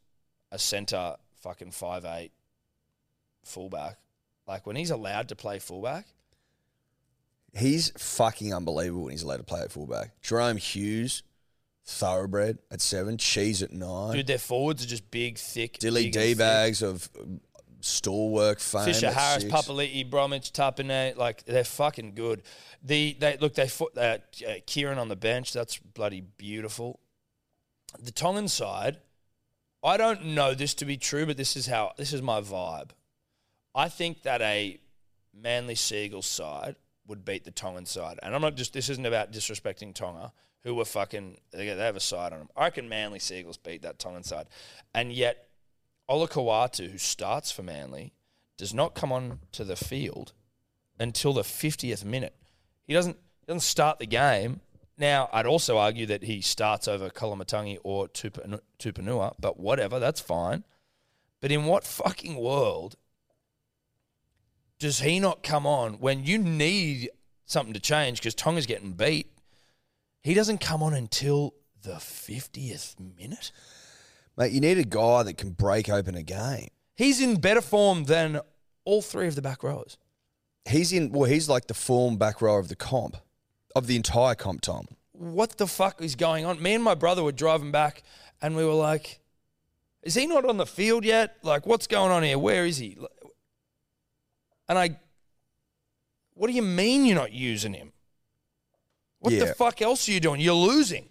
a centre, fucking five eight, fullback. Like when he's allowed to play fullback, He's fucking unbelievable when he's allowed to play at fullback. Jerome Hughes, thoroughbred at seven, cheese at nine. Dude, their forwards are just big, thick. Dilly big and D bags of uh, stalwart fame. thick. Fisher, at Harris, six. Papali'i, Bromwich, Tapine. Like they're fucking good. The they look they fo- uh, uh, Kieran on the bench. That's bloody beautiful. The Tongan side, I don't know this to be true, but this is how this is my vibe. I think that a Manly Seagulls side would beat the Tongan side, and I'm not just. This isn't about disrespecting Tonga, who were fucking. They they have a side on them. I reckon Manly Seagulls beat that Tongan side, and yet Ola Kawatu, who starts for Manly, does not come on to the field until the 50th minute. He doesn't he doesn't start the game. Now, I'd also argue that he starts over Kalamatangi or Tupa- Tupanua, but whatever, that's fine. But in what fucking world does he not come on when you need something to change because Tonga's getting beat? He doesn't come on until the 50th minute? Mate, you need a guy that can break open a game. He's in better form than all three of the back rowers. He's in. Well, he's like the form back row of the comp, of the entire comp. Tom. What the fuck is going on? Me and my brother were driving back and we were like, is he not on the field yet? Like, what's going on here? Where is he? And I, what do you mean you're not using him? What Yeah. the fuck else are you doing? You're losing.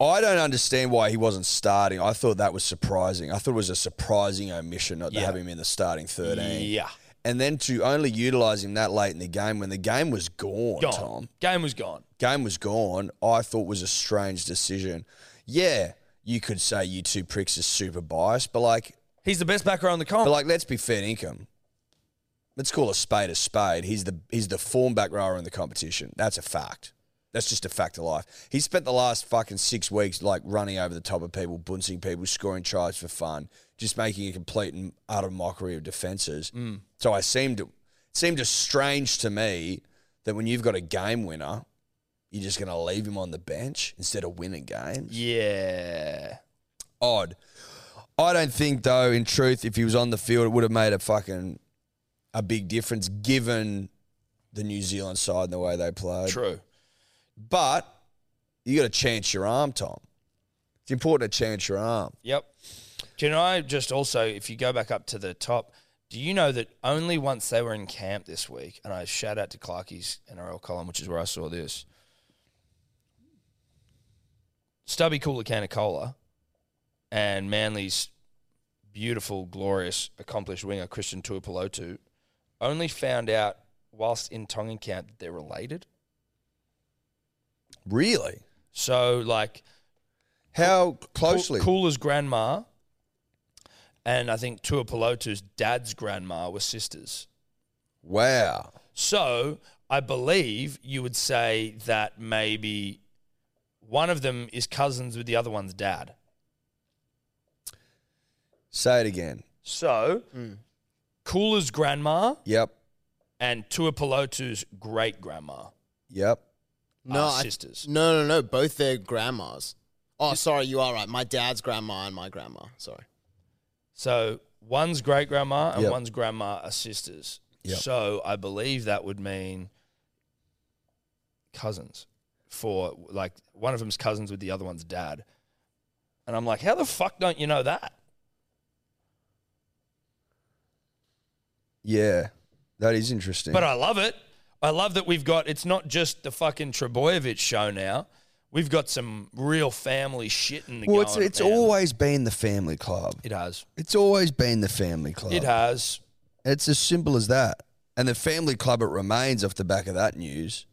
I don't understand why he wasn't starting. I thought that was surprising. I thought it was a surprising omission not Yeah. to have him in the starting 13. Yeah. And then to only utilise him that late in the game when the game was gone, Gone. Tom. Game was gone. Game was gone, I thought was a strange decision. Yeah, you could say you two pricks are super biased, but like He's the best back row in the comp. but like let's be fair to income. Let's call a spade a spade. He's the he's the form back rower in the competition. That's a fact. That's just a fact of life. He spent the last fucking six weeks like running over the top of people, bunting people, scoring tries for fun, just making a complete and utter mockery of defenses. Mm. So I seemed it seemed strange to me that when you've got a game winner, you're just gonna leave him on the bench instead of winning games. yeah. odd. I don't think though, in truth, if he was on the field, it would have made a fucking a big difference given the New Zealand side and the way they played. True. But you got to chance your arm, Tom. It's important to chance your arm. Yep. Can I just also, if you go back up to the top, do you know that only once they were in camp this week, and I shout out to Clarkie's NRL column, which is where I saw this. Stubby Cooler Can of Cola and Manly's beautiful, glorious, accomplished winger, Christian Tuapolotu, only found out whilst in Tongan camp that they're related. Really? So, like, How Cool- closely? Coola's grandma and I think Tua Pelotu's dad's grandma were sisters. Wow. So I believe you would say that maybe one of them is cousins with the other one's dad. Say it again. So Hmm. Coola's grandma Yep. and Tua Pelotu's great grandma Yep. no, No, are I- sisters. No, no, no. Both their grandmas. Oh, sorry, you are right. My dad's grandma and my grandma. Sorry. So one's great grandma and Yep. one's grandma are sisters. Yep. So I believe that would mean cousins for like one of them's cousins with the other one's dad. And I'm like, how the fuck don't you know that? Yeah. That is interesting. But I love it. I love that we've got it's not just the fucking Trebojevic show now. We've got some real family shit in the well, it's, going, it's man. always been the family club. it has. It's always been the family club. It has. It's as simple as that. And the family club, it remains off the back of that news.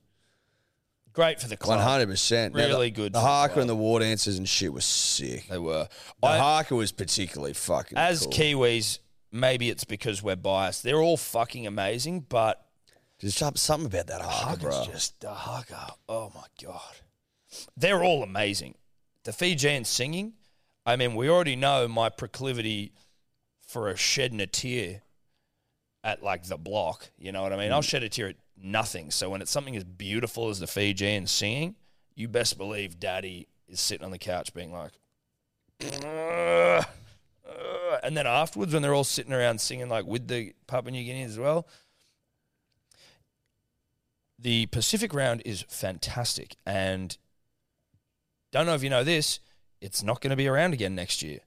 Great for the club. One hundred percent. Really good The for the Harker club. and the war dancers and shit was sick. They were. The I- Harker was particularly fucking As cool. Kiwis, maybe it's because we're biased. They're all fucking amazing, but Just some- something about that Harker, Harker's bro. just the Harker. Oh my god, they're all amazing. The Fijian singing. I mean, we already know my proclivity for a shedding a tear at like the block. You know what I mean? I'll shed a tear at nothing. So when it's something as beautiful as the Fijian singing, you best believe Daddy is sitting on the couch being like. "Ugh, ugh." And then afterwards, when they're all sitting around singing, like with the Papua New Guineans as well, the Pacific round is fantastic. And don't know if you know this, it's not going to be around again next year.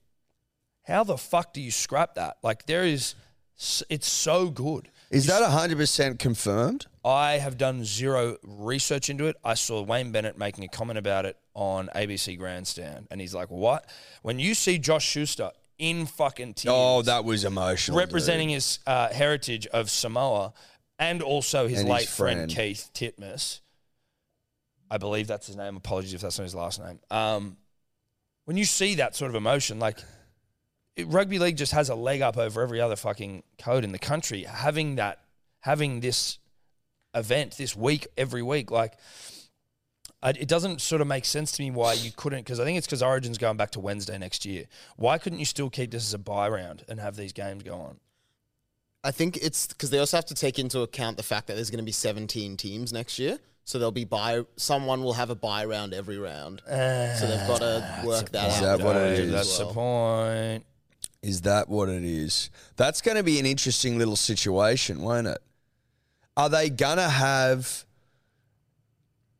How the fuck do you scrap that? Like, there is, s- it's so good. Is that hundred percent confirmed? I have done zero research into it. I saw Wayne Bennett making a comment about it on ABC Grandstand. And he's like, what? When you see Josh Schuster in fucking tears Oh, that was emotional. dude. representing his uh, heritage of Samoa and also his And his late friend. friend. Keith Titmus. I believe that's his name. Apologies if that's not his last name. Um, when you see that sort of emotion, like it, rugby league just has a leg up over every other fucking code in the country. Having that, having this event this week every week, like. I, it doesn't sort of make sense to me why you couldn't, because I think it's because Origin's going back to Wednesday next year. Why couldn't you still keep this as a buy round and have these games go on? I think it's because they also have to take into account the fact that there's going to be 17 teams next year. So there'll be buy. Someone will have a buy round every round. so they've got to Ah, work that out. Is that what it as is? That's the well. point. Is that what it is? That's going to be an interesting little situation, won't it? Are they going to have.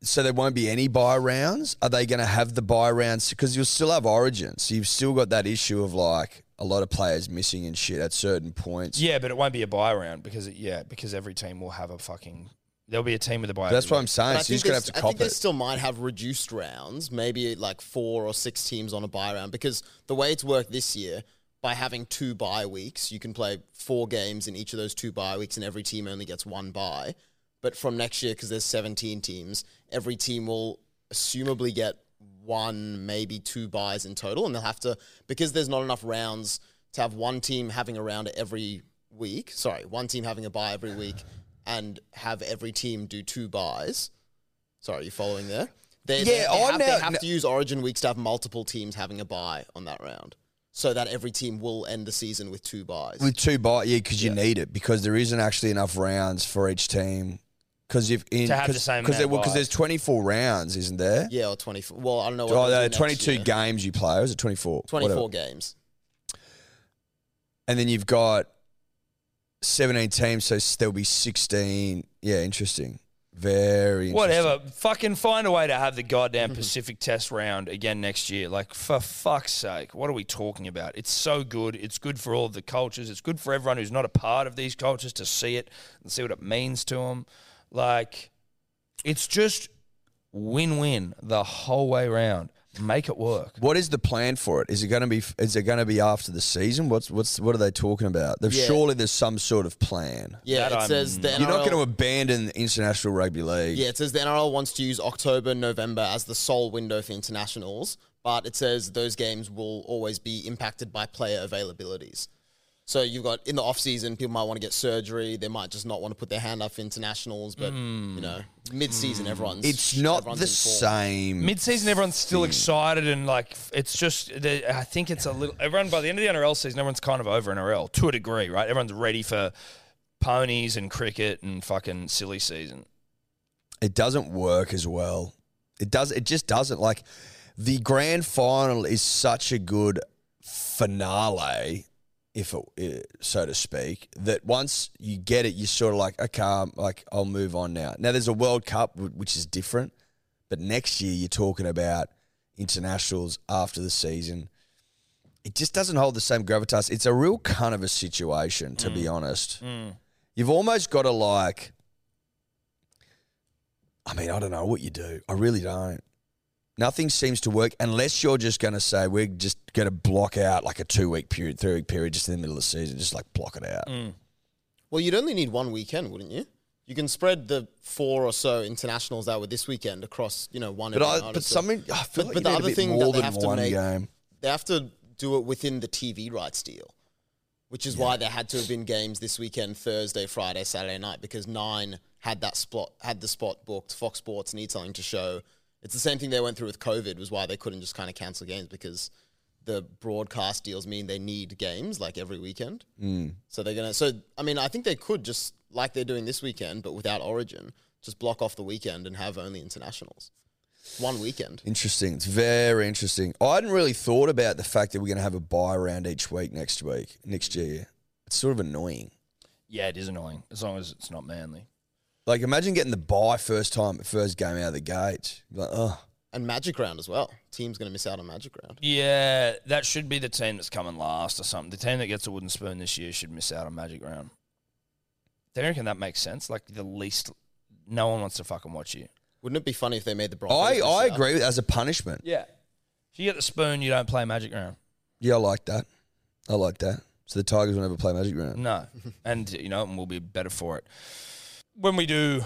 So there won't be any buy rounds? Are they going to have the buy rounds? Because you'll still have Origin. So you've still got that issue of like a lot of players missing and shit at certain points. Yeah, but it won't be a buy round because it, yeah, because every team will have a fucking. There'll be a team with a buy. That's what I'm But saying. I So you're think, just going they- to have to I think cop they it. still might have reduced rounds, maybe like four or six teams on a bye round, because the way it's worked this year, by having two bye weeks, you can play four games in each of those two bye weeks, and every team only gets one bye. But from next year, because there's 17 teams, every team will assumably get one, maybe two buys in total, and they'll have to because there's not enough rounds to have one team having a round every week. Sorry, one team having a bye every week, and have every team do two buys. Sorry, you following there? They, they- Yeah, they I'm have, they now- have no- to use Origin weeks to have multiple teams having a bye on that round, so that every team will end the season with two buys. With two buy, yeah, because you need it because there isn't actually enough rounds for each team Because if in To have the because same amount because of there's 24 rounds, isn't there? Yeah, or 24. Well, I don't know what. Oh, they'll there do are next 22 year. games you play. Or is it 24? 24 Whatever. games. And then you've got 17 teams, so s- there'll be 16. Yeah, interesting. Very interesting. Whatever. Fucking find a way to have the Mm-hmm. goddamn Pacific Test round again next year. Like, for fuck's sake, what are we talking about? It's so good. It's good for all of the cultures. It's good for everyone who's not a part of these cultures to see it and see what it means to them. Like, it's just win win the whole way round. Make it work. What is the plan for it? Is it going to be? Is it going to be after the season? What's what's what are they talking about? There's Yeah. Surely there's some sort of plan. Yeah, That it I'm says the NRL. You're not going to abandon the international rugby league. Yeah, it says the NRL wants to use October, November as the sole window for internationals, but it says those games will always be impacted by player availabilities. So you've got in the off season, people might want to get surgery. They might just not want to put their hand up for internationals. But Hmm. you know, mid season, everyone's It's not everyone's the in form. same. Mid-season, everyone's still excited and like f- it's just. the- I think it's a little. Everyone by the end of the NRL season, everyone's kind of over NRL to a degree, right? Everyone's ready for ponies and cricket and fucking silly season. it doesn't work as well. It does. It just doesn't. Like the grand final is such a good finale, if it, eh, so to speak, that once you get it, you're sort of like, okay, I'm, like I'll move on now. Now there's a World Cup, wh- which is different, but next year you're talking about internationals after the season. It just doesn't hold the same gravitas. It's a real kind of a situation, to be honest. You've almost got to like. I mean, I don't know what you do. I really don't. Nothing seems to work unless you're just going to say we're just going to block out like a two week period, three week period, just in the middle of the season, just like block it Mm. out. Well, you'd only need one weekend, wouldn't you? You can spread the four or so internationals that were this weekend across, you know, one. But every I, night or but so. something. I feel But- but like you the need a other bit thing that more they than have to one make- game. they have to do it within the TV rights deal, which is why there had to have been games this weekend, Thursday, Friday, Saturday night, because Nine had that spot had the spot booked. Fox Sports need something to show. It's the same thing they went through with COVID, was why they couldn't just kind of cancel games because the broadcast deals mean they need games like every weekend. Mm. So they're gonna. So I mean, I think they could just like they're doing this weekend, but without Origin, just block off the weekend and have only internationals. One weekend. Interesting. It's very interesting. I hadn't really thought about the fact that we're going to have a buy round each week next week, next year. It's sort of annoying. Yeah, it is annoying as long as it's not manly. Like imagine getting the buy first time, first game out of the gate. Like, oh, And Magic Round as well. Team's going to miss out on Magic Round. Yeah, that should be the team that's coming last or something. The team that gets a wooden spoon this year should miss out on Magic Round. Do you reckon that makes sense? Like the least, no one wants to fucking watch you. Wouldn't it be funny if they made the Broncos? I miss I out? agree with as a punishment. Yeah. If you get the spoon, you don't play Magic Round. Yeah, I like that. I like that. So the Tigers will never play Magic Round. No, and you know, and we'll be better for it. When we do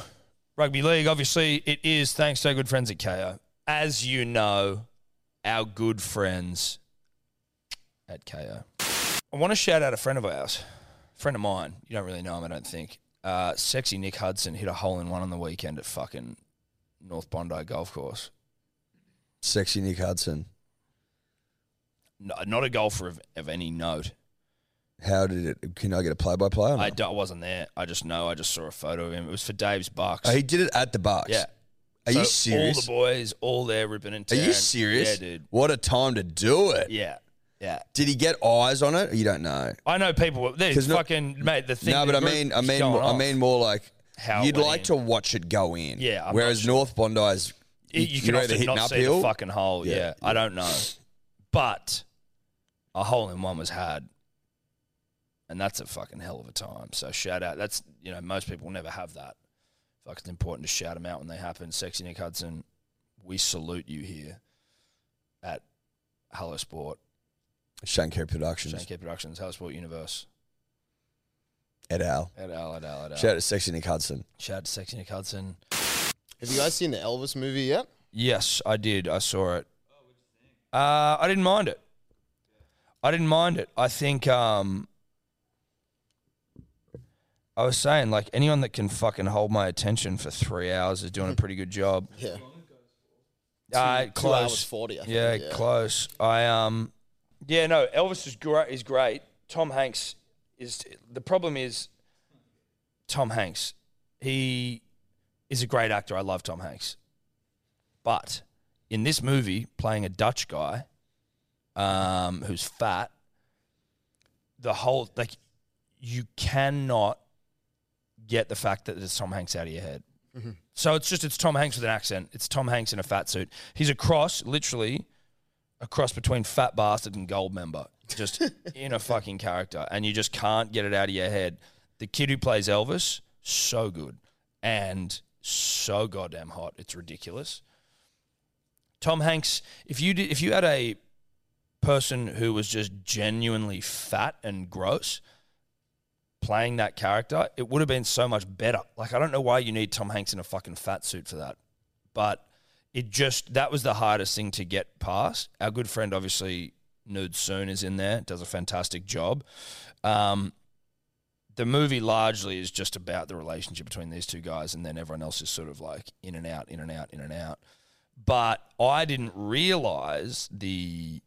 rugby league, obviously, it is thanks to our good friends at KO. As you know, our good friends at KO. I want to shout out a friend of ours, friend of mine. You don't really know him, I don't think. Uh, sexy Nick Hudson hit a hole in one on the weekend at fucking North Bondi Golf Course. Sexy Nick Hudson. No, not a golfer of, of any note. How did it? Can I get a play by play? I, d- I wasn't there. I just know. I just saw a photo of him. It was for Dave's Bucks. Oh, He did it at the Bucks. yeah. Are So you All serious? the boys, all there ripping and Are tearing. you serious? Yeah, dude. What a time to do it. Yeah, yeah. Did he get eyes on it? You don't know. I know people. were- There's 'Cause no- fucking mate. The thing. no, but the I mean, I group's mean, going more, I off. mean more like How it you'd went like in. to watch it go in. Yeah, I'm not Whereas sure. North Bondi's, you, you can know, they're often hitting not see the fucking hole. Yeah, Yeah, I don't know, but a hole in one was hard, and that's a fucking hell of a time. So shout out. That's you know most people never have that. Fuck, it's important to shout them out when they happen. Sexy Nick Hudson, we salute you here at Hello Sport, Shankar Productions Shane Care Productions, Hello Sport Universe. et al. At Al, at Al, at Al. Shout out to Sexy Nick Hudson. Shout out to Sexy Nick Hudson. Have you guys seen the Elvis movie yet? Yes, I did. I saw it. Uh, I didn't mind it. I didn't mind it. I think um, I was saying like anyone that can fucking hold my attention for three hours is doing a pretty good job. Yeah. Uh, Two close. hours 40, I think. yeah, close. I um, yeah, no. Elvis is great. Is great. Tom Hanks is. The problem is, Tom Hanks. He is a great actor. I love Tom Hanks. But in this movie, playing a Dutch guy um, who's fat, the whole, like, you cannot get the fact that it's Tom Hanks out of your head. So it's just, it's Tom Hanks with an accent. It's Tom Hanks in a fat suit. He's a cross, literally, a cross between Fat Bastard and Gold Member, just in a fucking character, and you just can't get it out of your head. The kid who plays Elvis, so good and so goddamn hot, it's ridiculous. Tom Hanks, if you did, if you had a person who was just genuinely fat and gross playing that character, it would have been so much better. Like I don't know why you need Tom Hanks in a fucking fat suit for that, but it just that was the hardest thing to get past. Our good friend, obviously, Nude Soon is in there, does a fantastic job. Um, the movie largely is just about the relationship between these two guys, and then everyone else is sort of like in and out, in and out, in and out. But I didn't realize the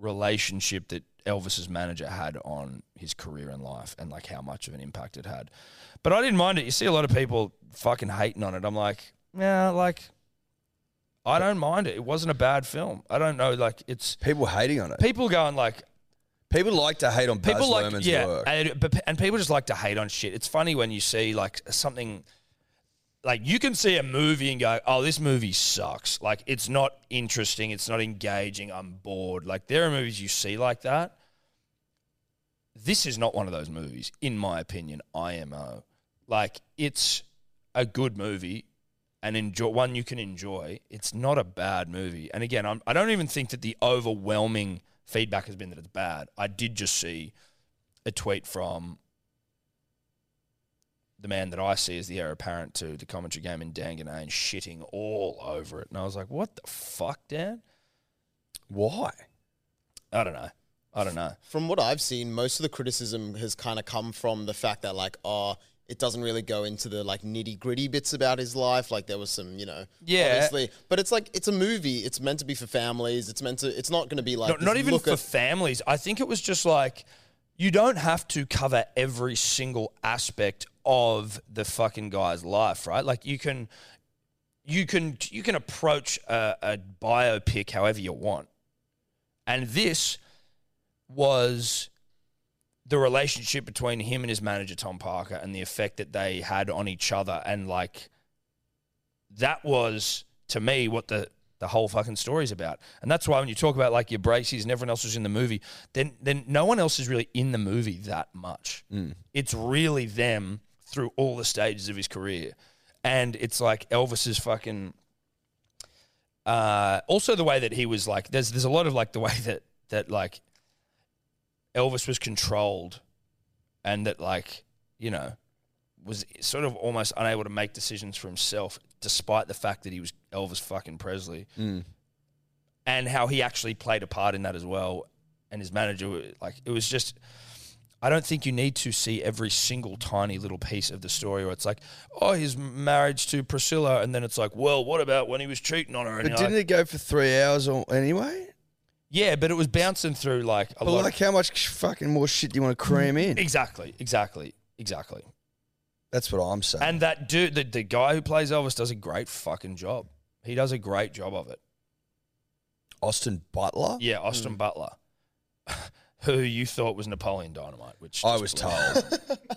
relationship that Elvis's manager had on his career and life and like how much of an impact it had. But I didn't mind it. You see a lot of people fucking hating on it. I'm like, yeah, like I don't mind it. It wasn't a bad film. I don't know, like it's People hating on it. people going like People like to hate on people Baz like Luhrmann's yeah, work. And, but, and people just like to hate on shit. It's funny when you see like something like you can see a movie and go, "Oh, this movie sucks. Like it's not interesting, it's not engaging, I'm bored." Like there are movies you see like that. This is not one of those movies in my opinion, IMO. Like it's a good movie and enjoy one you can enjoy. It's not a bad movie. And again, I'm, I don't even think that the overwhelming feedback has been that it's bad. I did just see a tweet from the man that I see as the heir apparent to the commentary game in Danganane shitting all over it. And I was like, what the fuck, Dan? Why? I don't know. I don't know. From what I've seen, most of the criticism has kind of come from the fact that like, oh, it doesn't really go into the like nitty gritty bits about his life. Like there was some, you know, Yeah. obviously. But it's like it's a movie. It's meant to be for families. It's meant to. It's not going to be like Not, this not even look for at- families. I think it was just like, you don't have to cover every single aspect of the fucking guy's life, right? Like you can, you can, you can approach a, a biopic however you want. And this was the relationship between him and his manager Tom Parker and the effect that they had on each other and like that was to me what the the whole fucking story's about. And that's why when you talk about like your Braceys and everyone else was in the movie, then then no one else is really in the movie that much. It's really them through all the stages of his career. And it's like Elvis's fucking uh, also the way that he was like there's there's a lot of like the way that that like Elvis was controlled and that like you know was sort of almost unable to make decisions for himself despite the fact that he was Elvis fucking Presley and how he actually played a part in that as well and his manager were- like it was just I don't think you need to see every single tiny little piece of the story where it's like oh his marriage to Priscilla and then it's like well what about when he was cheating on her and But you're like, didn't it go for three hours or anyway? yeah, but it was bouncing through like a But lot. like, how much fucking more shit do you want to cram in? exactly, exactly, exactly. That's what I'm saying. And that dude, the, the guy who plays Elvis, does a great fucking job. He does a great job of it. Austin Butler. Yeah, Austin Butler, who you thought was Napoleon Dynamite, which I is was believable. told.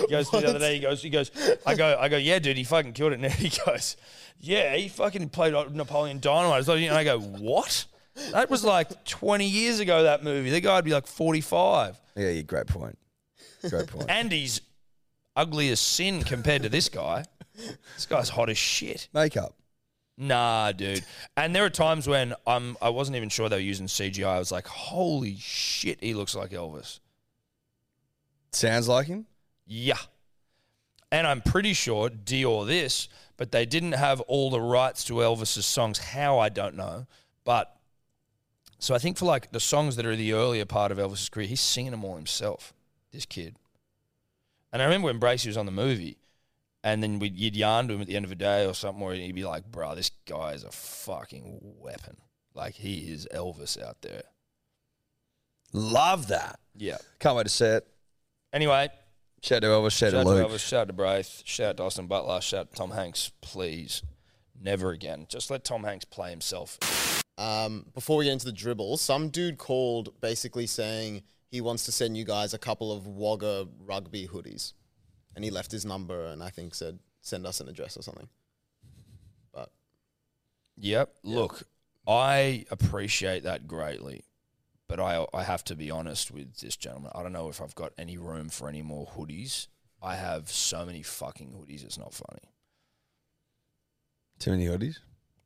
He goes to the other day. He goes, he goes. I go, I go. Yeah, dude, he fucking killed it. And he goes, yeah, he fucking played Napoleon Dynamite. It's like, you know, I go, what? That was like 20 years ago. That movie. The guy'd be like 45. yeah, yeah, great point. Great point. and he's ugly as sin compared to this guy. This guy's hot as shit. Makeup. Nah, dude. And there are times when I'm I wasn't even sure they were using CGI. I was like, holy shit, he looks like Elvis. Sounds like him. Yeah. And I'm pretty sure Dior this, but they didn't have all the rights to Elvis's songs. How I don't know, but so I think for like the songs that are the earlier part of Elvis's career, he's singing them all himself. This kid. And I remember when Bracey was on the movie, and then we'd, you'd yarn to him at the end of a day or something, where he'd be like, "Bro, this guy is a fucking weapon. Like he is Elvis out there." Love that. Yeah. Can't wait to see it. Anyway, Shout to Elvis, shout, Shout to out Luke. to Elvis, shout out to Braith, shout out to Austin Butler, shout out to Tom Hanks. Please, never again. Just let Tom Hanks play himself. um, before we get into the dribble, some dude called basically saying he wants to send you guys a couple of Wagga rugby hoodies. And he left his number and I think said, send us an address or something. But Yep. Look, I appreciate that greatly, but I I have to be honest with this gentleman. I don't know if I've got any room for any more hoodies. I have so many fucking hoodies. It's not funny. Too many hoodies?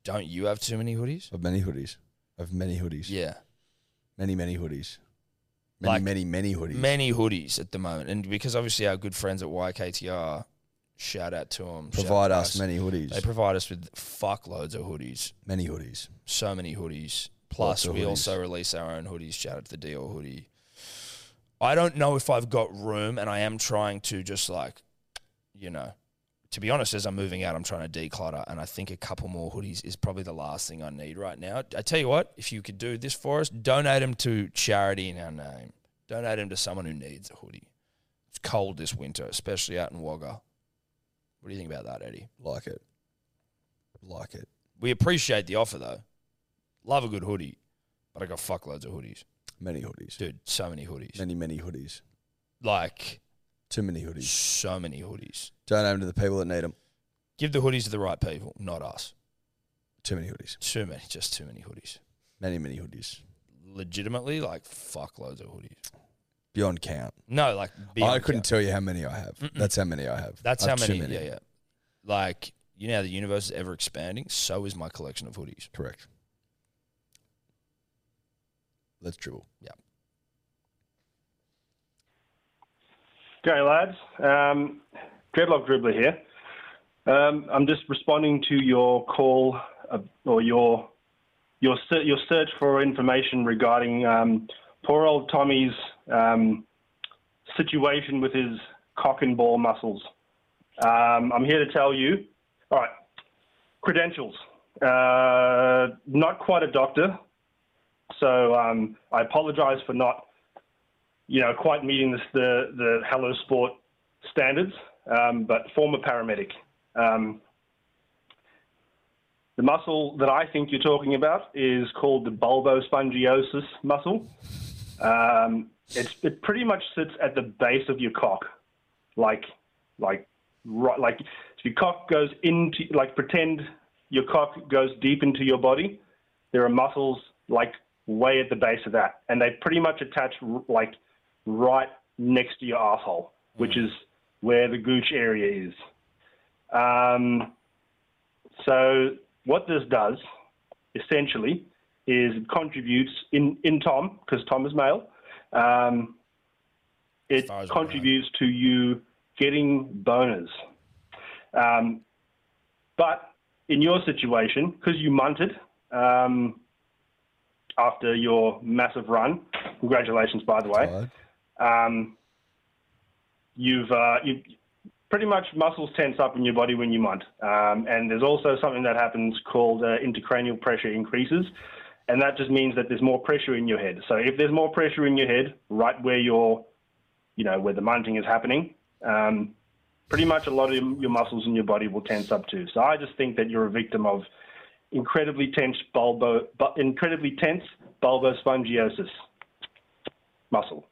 Don't you have too many hoodies? I've many hoodies. I've many hoodies. Yeah, Many, many hoodies. Many, Like- many, many hoodies. many hoodies at the moment, and because obviously our good friends at YKTR, shout out to them. Provide us many hoodies. They provide us with fuckloads of hoodies. many hoodies. so many hoodies. Lots Plus, of we hoodies. also release our own hoodies. Shout out to the Deal hoodie. I don't know if I've got room, and I am trying to just like, you know, to be honest, as I'm moving out, I'm trying to declutter, and I think a couple more hoodies is probably the last thing I need right now. I tell you what, if you could do this for us, donate them to charity in our name. Donate them to someone who needs a hoodie. It's cold this winter, especially out in Wagga. What do you think about that, Eddie? Like it. Like it. We appreciate the offer though. Love a good hoodie, but I got fuckloads of hoodies, Many hoodies. dude. So many hoodies, Many, many hoodies. like Too many hoodies. so many hoodies. Don't own to the people that need them. Give the hoodies to the right people, not us. Too many hoodies. Too many, just too many hoodies. Many, many hoodies. Legitimately, like fuckloads of hoodies. Beyond count. No, like I beyond couldn't doubt. tell you how many I have. Mm-mm. That's how many I have. That's I how have too many, Yeah, yeah. Like you know, how the universe is ever expanding. So is my collection of hoodies. Correct. Let's dribble. G'day, lads. Um, Dreadlock Dribbler here. Um, I'm just responding to your call uh, or your your ser- your search for information regarding um, poor old Tommy's um, situation with his cock and ball muscles. Um, I'm here to tell you. All right, credentials. Uh, not quite a doctor, so um, I apologise for not you know, quite meeting this, the, the Hello Sport standards, um, but former paramedic. Um, the muscle that I think you're talking about is called the bulbospongiosis muscle. Um, it's, it pretty much sits at the base of your cock, like, like, right, like if your cock goes into, like, pretend your cock goes deep into your body there are muscles like way at the base of that, and they pretty much attach r- like right next to your asshole, which is where the gooch area is. Um, so what this does essentially is it contributes in in Tom because Tom is male. Um, it far as we know. contributes to you getting boners. Um, but in your situation, because you munted um, after your massive run, congratulations, by the way, Tired? um, you've, uh, you pretty much muscles tense up in your body when you munt. Um, and there's also something that happens called uh, intracranial pressure increases. And that just means that there's more pressure in your head. So if there's more pressure in your head, right where your, you know, where the munting is happening, um, pretty much a lot of your your muscles in your body will tense up too. So I just think that you're a victim of incredibly tense bulbo, bu- incredibly tense bulbospongiosis muscle.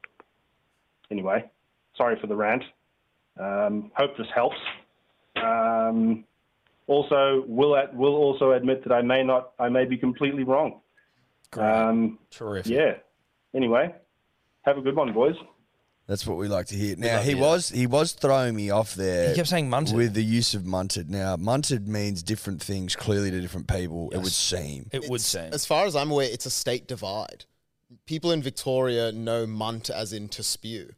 Anyway, sorry for the rant. Um, hope this helps. Um, also, will at, will also admit that I may not, I may be completely wrong. Great, Um, terrific. yeah. Anyway, have a good one, boys. That's what we like to hear. Now love he to hear was he was throwing me off there. He kept saying munted. with the use of munted. Now munted means different things clearly to different people. It would seem. it would seem. as far as I'm aware, it's a state divide. People in Victoria know munt as in to spew.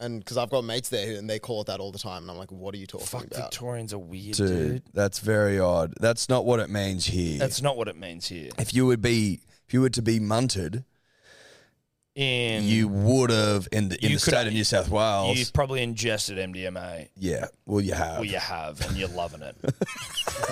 And because I've got mates there who- and they call it that all the time. And I'm like, what are you talking Fuck, about? Victorians are weird, Dude, dude. that's very odd. That's not what it means here. That's not what it means here. if you would be if you were to be munted, In you would have in the in You the could- state of New South Wales. You've probably ingested MDMA. yeah, well you have. Well, you have, and you're loving it.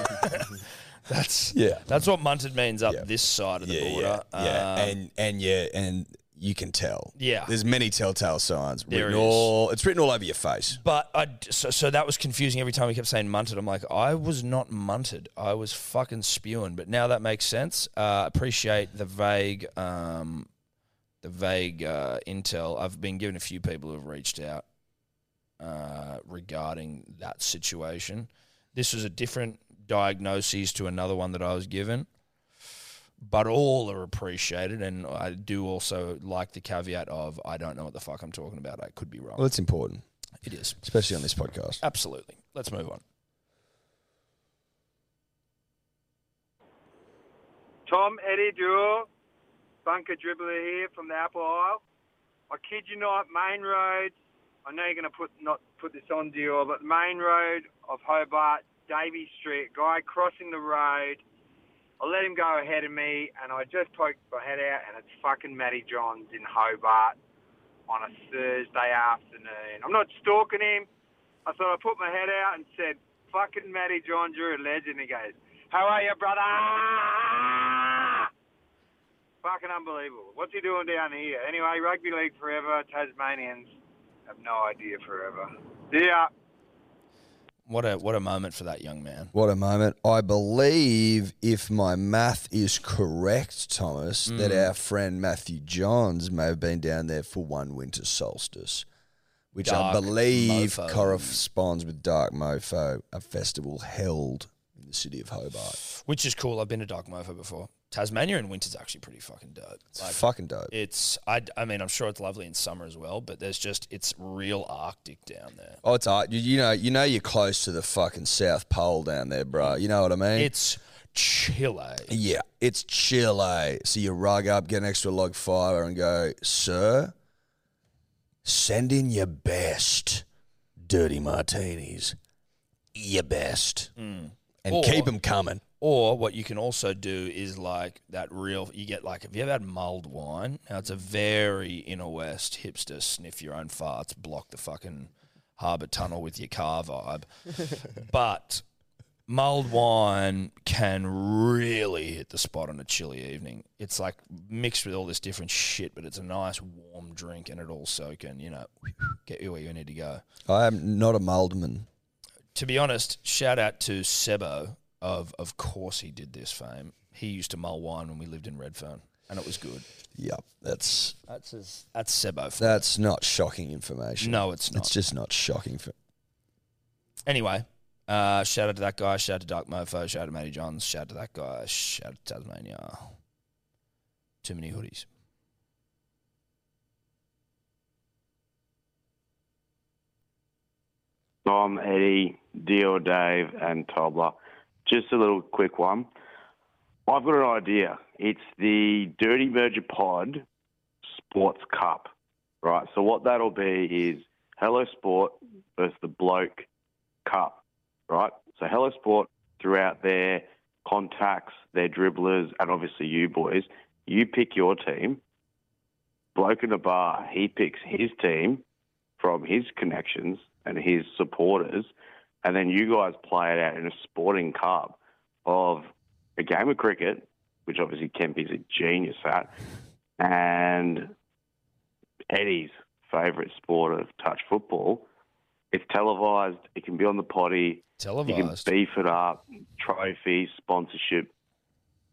that's Yeah. That's what munted means up Yeah. this side of the yeah, border. yeah, yeah. Um, and and yeah, and you can tell. Yeah. There's many telltale signs. There written it is. all, it's written all over your face. But I d- so, so that was confusing every time we kept saying munted. I'm like, I was not munted. I was fucking spewing. But now that makes sense. Uh, appreciate the vague, um, the vague uh, intel. I've been given a few people who have reached out uh, regarding that situation. This was a different diagnosis to another one that I was given. But all are appreciated, and I do also like the caveat of I don't know what the fuck I'm talking about. I could be wrong. Well, it's important, it is. especially on this podcast. Absolutely. Let's move on. Tom, Eddie Duo, bunker dribbler here from the Apple Isle. I kid you not, main road. I know you're going to put not put this on Dior, but main road of Hobart, Davy Street, guy crossing the road. I let him go ahead of me, and I just poked my head out, and it's fucking Matty Johns in Hobart on a Thursday afternoon. I'm not stalking him. I thought I put my head out and said, "Fucking Matty Johns, you're a legend." He goes, "How are you, brother?" Fucking unbelievable. What's he doing down here? Anyway, rugby league forever. Tasmanians have no idea forever. Yeah. What a what a moment for that young man. What a moment. I believe, if my math is correct, Thomas, that Mm. our friend Matthew Johns may have been down there for one winter solstice, which I Dark believe mofo. corresponds with Dark Mofo, a festival held in the city of Hobart. Which is cool. I've been to Dark Mofo before. Tasmania in winter's actually pretty fucking dope. It's Like fucking dope. it's I, I mean I'm sure it's lovely in summer as well, but there's just it's real arctic down there. Oh, it's art. You, you know, you know, you're close to the fucking South Pole down there, bro. You know what I mean? It's chilly. Yeah, it's Chile. So you rug up, get next to a log fire, and go, sir, send in your best dirty martinis. Your best. And Hmm. Or- keep 'em keep them coming. Or what you can also do is like that real you get like have you ever had mulled wine? Now it's a very inner west hipster sniff your own farts, block the fucking harbour tunnel with your car vibe. but mulled wine can really hit the spot on a chilly evening. It's like mixed with all this different shit, but it's a nice warm drink and it also can, you know, get you where you need to go I am not a Muldman. to be honest, shout out to Sebo of of course he did this fame. He used to mull wine when we lived in Redfern, and it was good. Yep, that's That's that's Sebo. For that's not shocking information. no, it's not. It's just not shocking. For, anyway, uh, shout out to that guy. Shout out to Dark Mofo. Shout out to Matty Johns. Shout out to that guy. Shout out to Tasmania. Too many hoodies. Tom, Eddie, Dio, Dave, and Tobler. Just a little quick one. I've got an idea. It's the Dirty Merger Pod Sports Cup, right? So what that'll be is Hello Sport versus the Bloke Cup, right? So Hello Sport throughout their contacts, their dribblers, and obviously you boys, you pick your team. Bloke in the bar, he picks his team from his connections and his supporters, and then you guys play it out in a sporting club of a game of cricket, which obviously Kempy's a genius at, and Eddie's favourite sport of touch football. It's televised. It can be on the potty. You can Televised. beef it up, trophy, sponsorship,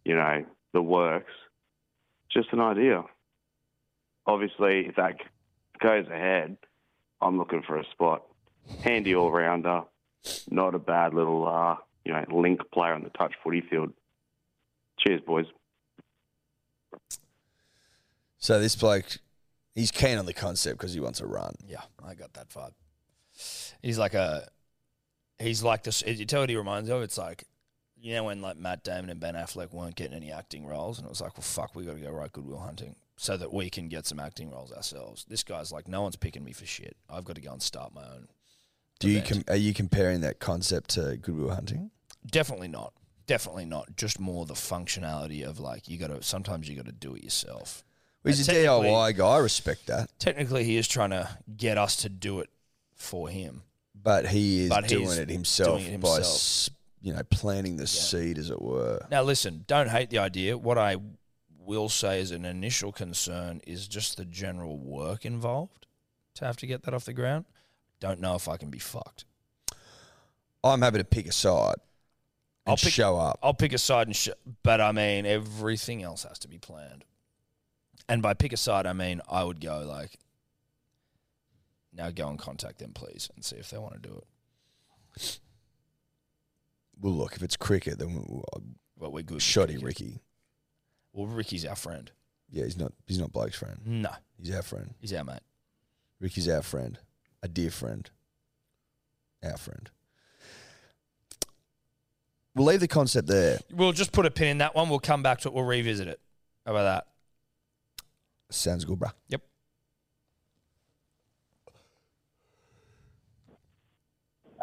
you know, the works. Just an idea. Obviously, if that goes ahead, I'm looking for a spot. Handy all rounder, not a bad little, uh, you know, link player on the touch footy field. Cheers, boys. so this bloke, he's keen on the concept because he wants a run. Yeah, Ah, I got that vibe. He's like a, he's like this. You tell what he reminds me of. It's like, you know, when like Matt Damon and Ben Affleck weren't getting any acting roles, and it was like, well, fuck, we got to go right Goodwill Hunting so that we can get some acting roles ourselves. This guy's like, no one's picking me for shit. I've got to go and start my own. Do you event." com- are you comparing that concept to Goodwill Hunting? Uh, Definitely not. Definitely not. Just more the functionality of like you got to. Sometimes you got to do it yourself. He's a But technically- DIY guy. I respect that, Technically, he is trying to get us to do it for him. but he is But he's doing it himself doing it by himself. s- you know planting the seed, as it were. Now, listen, don't hate the idea. What I will say as an initial concern is just the general work involved to have to get that off the ground. Don't know if I can be fucked. I'm happy to pick a side. I'll I'll pick- show up. I'll pick a side and sh- but I mean everything else has to be planned. And by pick a side, I mean I would go like, now go and contact them, please, and see if they want to do it. Well, look, if it's cricket, then we'll, uh, But we're good. with shoddy cricket. Ricky. Well, Ricky's our friend. Yeah, he's not. He's not Blake's friend. No, He's our friend. he's our mate. Ricky's our friend, a dear friend, our friend. We'll leave the concept there. We'll just put a pin in that one. We'll come back to it. We'll revisit it. How about that? Sounds good, bruh. Yep.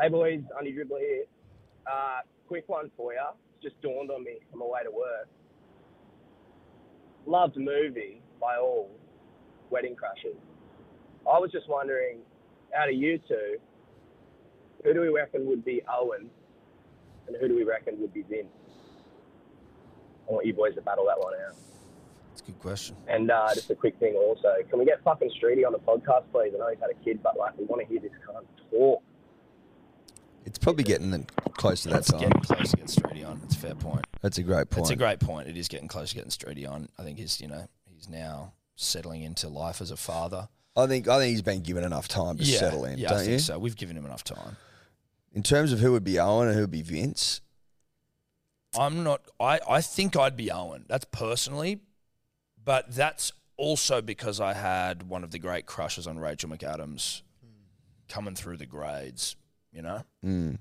Hey boys, Andy Dribbler here. Uh, quick one for you. It's just dawned on me. I'm away to work. Loved movie by all, Wedding Crashers. I was just wondering, out of you two, who do we reckon would be Owen, and who do we reckon would be Vin? I want you boys to battle that one out. It's a good question. And uh, just a quick thing also, can we get fucking Streety on the podcast, please? I know he's had a kid, but like we want to hear this cunt talk. It's probably getting the- close to that It's time. getting close to getting Streety on. It's a fair point. That's a great point. It's a great point. It is getting close to getting Streety on. I think he's, you know, he's now settling into life as a father. I think I think he's been given enough time to settle in, Yeah, don't I think you? so. We've given him enough time. In terms of who would be Owen and who would be Vince, I'm not. I, I think I'd be Owen. That's personally, but that's also because I had one of the great crushes on Rachel McAdams coming through the grades. You know, mm.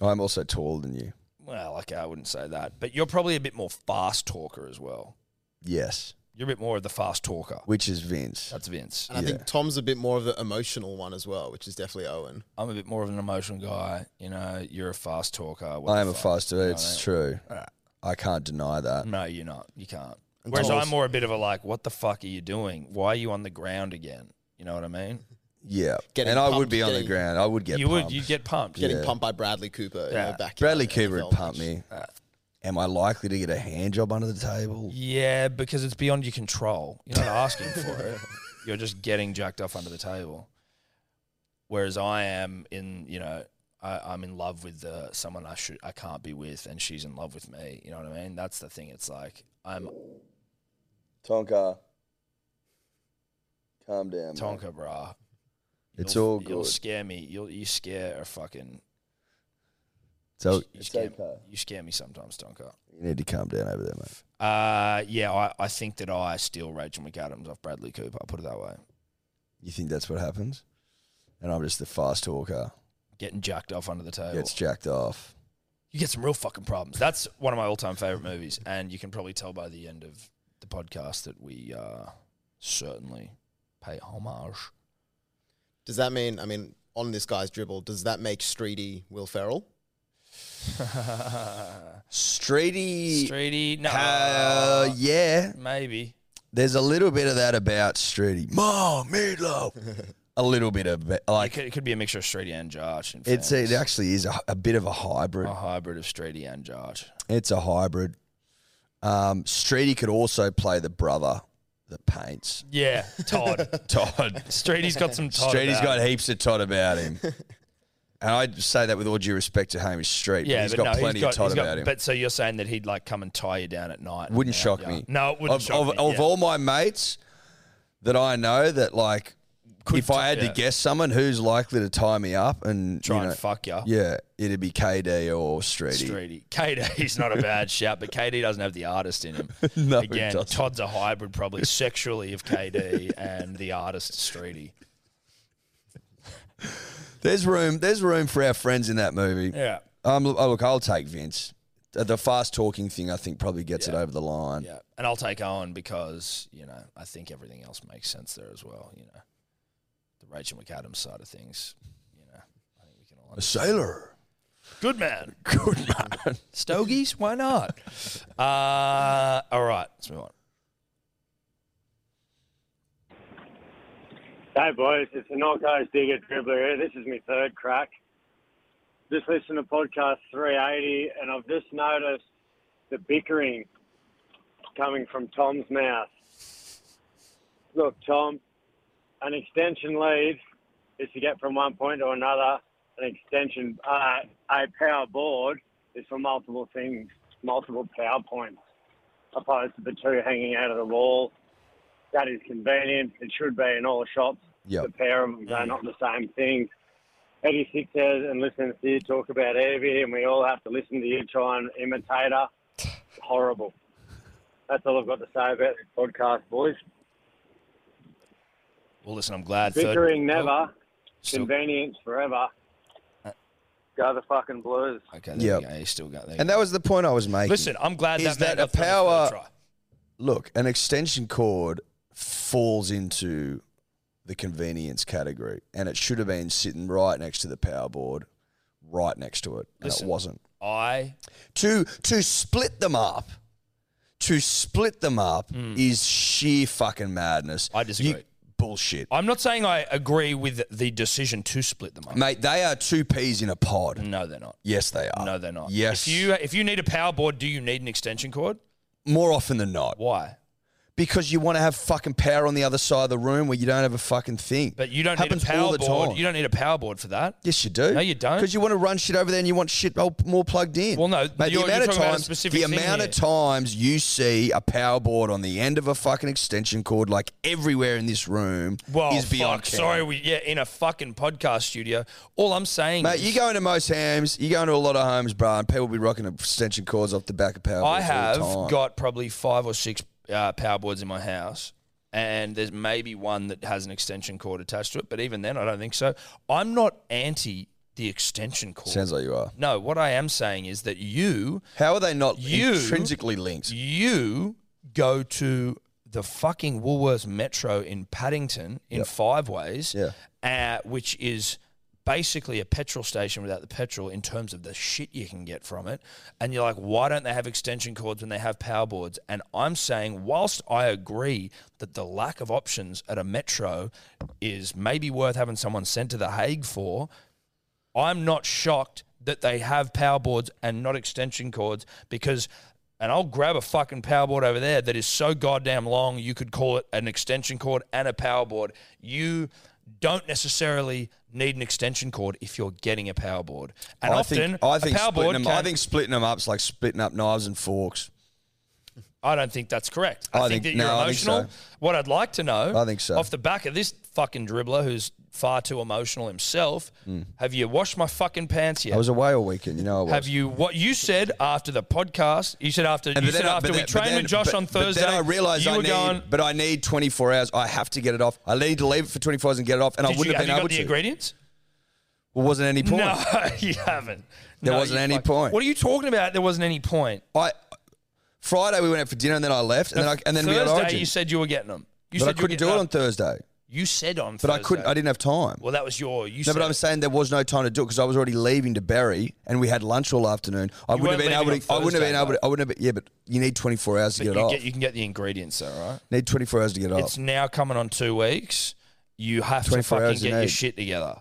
I'm also taller than you. well, okay, I wouldn't say that, but you're probably a bit more fast talker as well. Yes, You're a bit more of the fast talker. which is Vince. That's Vince. And I Yeah. think Tom's a bit more of the emotional one as well, which is definitely Owen. I'm a bit more of an emotional guy. You know, you're a fast talker. what I the am a fuck, faster. you know it's what true. Alright. I can't deny I that. mean? No, you're not. You can't. And Whereas Tom's- I'm more a bit of a like, what the fuck are you doing? Why are you on the ground again? You know what I mean? Yeah, Getting and I would pumped, be on the getting- ground. I would get you pumped. would. You'd get pumped. Getting Yeah. pumped by Bradley Cooper in Yeah. the back. Bradley in the Cooper NFL would pump match. me. Am I likely to get a hand job under the table? Yeah, because it's beyond your control. You're not asking for it. You're just getting jacked off under the table. Whereas I am in, you know, I, I'm in love with uh, someone I should, I can't be with, and she's in love with me. You know what I mean? That's the thing. It's like I'm Tonka, calm down. Tonka, brah. It's You'll- all You'll good. scare me. You'll you scare a fucking. So you it's scare, okay. You scare me sometimes, Tonka. You need to calm down over there, mate. Uh, yeah, I, I think that I steal Rachel McAdams off Bradley Cooper. I'll put it that way. You think that's what happens? And I'm just the fast talker. Getting jacked off under the table. Gets jacked off. you get some real fucking problems. That's one of my all-time favorite movies, and you can probably tell by the end of the podcast that we uh, certainly pay homage. Does that mean? I mean, on this guy's dribble, does that make Streety Will Ferrell? Streety. Streety, no, Uh, yeah. maybe. There's a little bit of that about Streety. Mom, meatloaf. a little bit of it. It like could, it could be a mixture of Streety and Jarch. in it's a, it fairness. actually is a, a bit of a hybrid. a hybrid of Streety and Jarch. It's a hybrid. Um, Streety could also play the brother that paints. Yeah, Todd. Todd. Streety's got some Todd. Streety's about got him. heaps of Todd about him. and I say that with all due respect to Hamish Street, Yeah, but he's but got no, plenty he's got, of Todd he's got- about him. But so you're saying that he'd like come and tie you down at night? and uh, Wouldn't out- shock yeah. me. No, it wouldn't Of, shock of, me. of yeah. all my mates that I know that like Could if I t- had yeah. to guess someone who's likely to tie me up and try you know, and fuck you. yeah, it'd be KD or Streety. Streety. KD is not a bad shout, but KD doesn't have the artist in him. No, it Again, doesn't. Todd's a hybrid probably sexually of KD and the artist Streety. There's room. There's room for our friends in that movie. Yeah. Um, look, oh, look, I'll take Vince. The- The fast talking thing, I think, probably gets it over the line. Yeah. And I'll take Owen because, you know, I think everything else makes sense there as well, you know. The Rachel McAdams side of things, you know. I think we can all A sailor. Good man. Good man. Stogies, why not? Uh, all right, let's move on. Hey boys, it's the North Coast Digger Dribbler here. This is my third crack. Just listened to podcast 380, and I've just noticed the bickering coming from Tom's mouth. Look, Tom, an extension lead is to get from one point to another. An extension, uh, a power board is for multiple things, multiple power points, opposed to the two hanging out of the wall. That is convenient. It should be in all the shops. Yep. The pair of them, they're not the same thing. Eddie Six says and listens to you talk about Evie, and we all have to listen to you try and imitate her. Horrible. That's all I've got to say about this podcast, boys. Well, listen, I'm glad. third- Bickering never, Still- convenience forever. Go the fucking Blues. Uh, okay, there Yep. you go. You still got there. And that was the point I was making. listen, I'm glad is that, man that a got through the power- third try. look, an extension cord falls into the convenience category, and it should have been sitting right next to the power board, right next to it, and Listen. it wasn't. I To to split them up, to split them up is sheer fucking madness. Hmm. I disagree. bullshit, I'm not saying I agree with the decision to split them up. mate. They are two peas in a pod. No, they're not. Yes, they are. No, they're not. Yes, If you if you need a power board, do you need an extension cord? more often than not, Why? because you want to have fucking power on the other side of the room where you don't have a fucking thing. But you don't Happens need a all power the board. time. You don't need a power board for that. Yes, you do. No, you don't. Because you want to run shit over there and you want shit all- more plugged in. Well, no, Mate, the you're- amount you're of talking about a times, specific the thing amount here. of times you see a power board on the end of a fucking extension cord, like everywhere in this room, Well, is beyond Oh, fuck. count. Sorry, we, yeah, in a fucking podcast studio. All I'm saying, Mate, is you go into most hams, you go into a lot of homes, bro, and people be rocking extension cords off the back of power. I boards all the have time. got probably five or six uh, power boards in my house, and there's maybe one that has an extension cord attached to it. But even then, I don't think so. I'm not anti the extension cord. Sounds like you are. no, what I am saying is that you How are they not You- intrinsically linked? you go to the fucking Woolworths Metro in Paddington in five ways, Yeah. uh, which is basically a petrol station without the petrol in terms of the shit you can get from it. And you're like, why don't they have extension cords when they have power boards? And I'm saying, whilst I agree that the lack of options at a Metro is maybe worth having someone sent to The Hague for, I'm not shocked that they have power boards and not extension cords because, and I'll grab a fucking power board over there that is so goddamn long you could call it an extension cord and a power board. You don't necessarily need an extension cord if you're getting a power board. And I often, think, I think a power splitting board. them. can- I think splitting them up's like splitting up knives and forks. I don't think that's correct. I I, think, think- that you're no, I think emotional. so. What I'd like to know, I think so. off the back of this fucking dribbler who's far too emotional himself, have you washed my fucking pants yet? Hmm. I was away all weekend. You know I was. Have you what you said after the podcast? You said after And you but then said I- after but we then- but trained then- with Josh but- on Thursday. But then I realized you I were need, going. but I need 24 hours. I have to get it off. I need to leave it for 24 hours and get it off, and I did you, wouldn't have have you been got able the to. ingredients? Well, wasn't any point. No, you haven't. There No, wasn't you any fuck- point. What are you talking about? There wasn't any point. I Friday we went out for dinner, and then I left, and then I, and then we had Thursday, origin. you said you were getting them. You but said I you were couldn't do getting it up. on Thursday. You said on. But I couldn't. I didn't have time. Well, that was your. You no, said but I'm it. saying there was no time to do it because I was already leaving to Berry, and we had lunch all afternoon. I wouldn't You weren't have been able leaving to. I on wouldn't have been Thursday, able to. I wouldn't have. Been, yeah, but you need 24 hours to But get it you, off. get, you can get the ingredients though, right? need 24 hours to get it off. It's now coming on two weeks. You have to 24 fucking hours you get your need. shit together.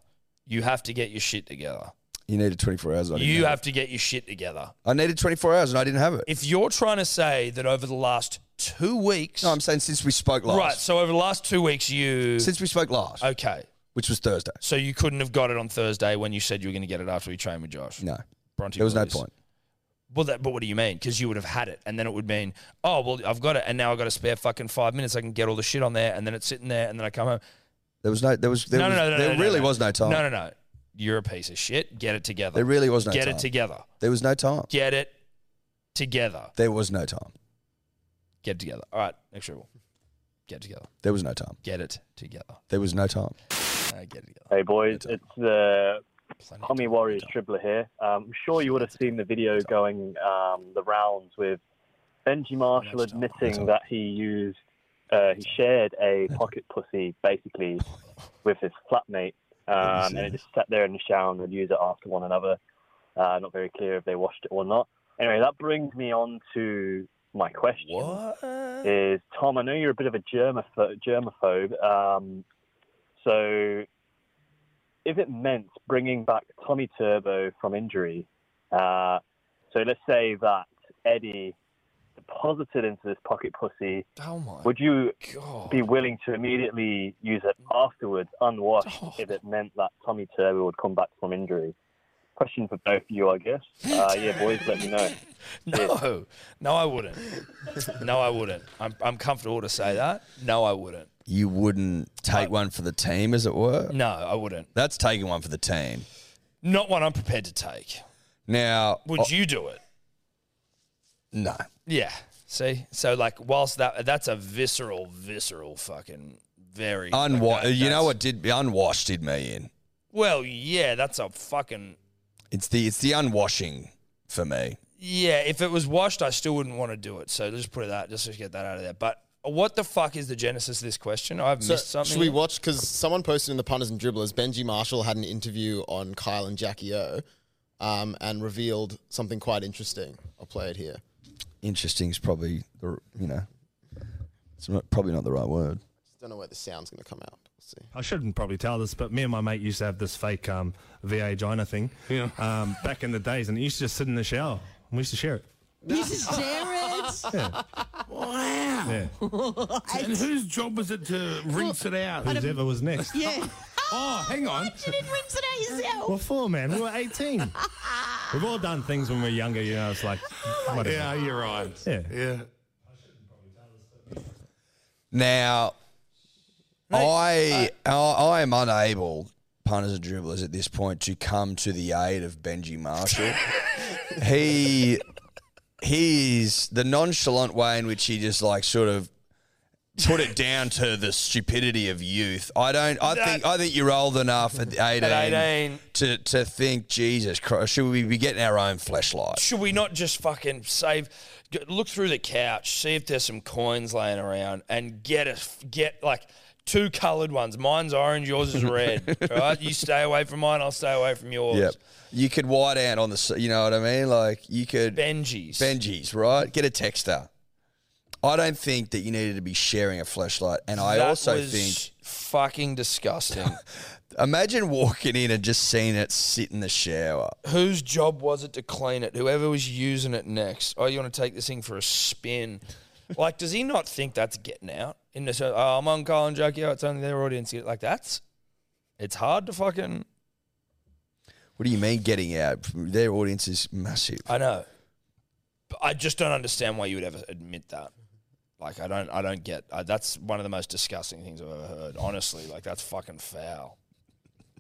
You have to get your shit together. You needed 24 hours. I didn't You have. have to get your shit together. I needed 24 hours, and I didn't have it. if you're trying to say that over the last two weeks, No, I'm saying since we spoke last. right? So over the last two weeks, you Since we spoke last, okay? which was Thursday. So you couldn't have got it on Thursday when you said you were going to get it after we trained with Josh. No, Bronte there was no Willis. point. Well, that, but what do you mean? Because you would have had it, and then it would mean, oh well, I've got it, and now I've got a spare fucking five minutes. I can get all the shit on there, and then it's sitting there, and then I come home. There was no. There was. There, no, was, no, no, no, there no, no, really was no time. No, no, no. You're a piece of shit. Get it together. There really was no Get time. it together. There was no time. Get it together. There was no time. Get it together. All right, next dribble. Get it together. There was no time. Get it together. There was no time. Uh, get it together. Hey boys, it's the Plenty of Tommy time, Warriors plenty dribbler here. Um, I'm sure you would have seen the video going um, the rounds with Benji Marshall That's dumb. admitting that he used, uh, he shared a pocket pussy basically with his flatmate, um, and it just sat there in the shower and would use it after one another. Uh, not very clear if they washed it or not. Anyway, that brings me on to my question of time. What? is Tom. I know you're a bit of a germaphobe. germaphobe um, so, if it meant bringing back Tommy Turbo from injury, uh, so let's say that Eddie, the deposited into this pocket pussy, Oh my would you God. be willing to immediately use it afterwards, unwashed, Oh. if it meant that Tommy Turbo would come back from injury? Question for both of you, I guess. Uh, yeah, boys, let me know. No, no, I wouldn't. No, I wouldn't. I'm, I'm comfortable to say that. No, I wouldn't. You wouldn't take one for the team, as it were? No, I wouldn't. That's taking one for the team. Not one I'm prepared to take. Now, Would oh, you do it? No. Yeah. See, so like, whilst that that's a visceral, visceral fucking very Unwa- like, that- you know what did unwashed did me in? Well, yeah, that's a fucking It's the it's the unwashing for me. yeah. If it was washed, I still wouldn't want to do it. So just put it that, just to get that out of there. But what the fuck is the genesis of this question? I've So missed something. should we here. watch? Because someone posted in the punters and dribblers, Benji Marshall had an interview on Kyle and Jackie O, um, and revealed something quite interesting. I'll play it here. Interesting is probably the r- you know, it's not, probably not the right word. Don't know where the sound's going to come out. We'll see. I shouldn't probably tell this, but me and my mate used to have this fake um, VA Gina thing um, back in the days, and it used to just sit in the shower. And we used to share it. Mrs. Jared. Wow. Yeah. And whose job was it to rinse it out? Whoever was next. Yeah. Oh, hang on. You didn't rinse it out yourself. We're four, man. We were 18. We've all done things when we were younger, you know, it's like, whatever. Yeah, you're right. Yeah. Yeah. Now, I, I I am unable, punters and dribblers at this point, to come to the aid of Benji Marshall. he he's the nonchalant way in which he just like sort of put it down to the stupidity of youth. I don't. I think I think you're old enough at 18, At 18. to to think Jesus Christ. Should we be getting our own flashlight? Should we not just fucking save? g- Look through the couch, see if there's some coins laying around, and get a f- get like two coloured ones. Mine's orange, yours is red. right? You stay away from mine, I'll stay away from yours. Yep. You could white out on the, s- you know what I mean? Like you could Benji's, Benji's, right? Get a texter. I don't think that you needed to be sharing a flashlight, and I That also was think fucking disgusting. imagine walking in and just seeing it sit in the shower. Whose job was it to clean it? Whoever was using it next. Oh, you want to take this thing for a spin? like, does he not think that's getting out? In the show, oh, I'm on Carl and Jackie. Oh, it's only their audience. Like that's, it's hard to fucking. What do you mean getting out? Their audience is massive. I know. But I just don't understand why you would ever admit that. Like I don't, I don't get. I, that's one of the most disgusting things I've ever heard. Honestly, like that's fucking foul.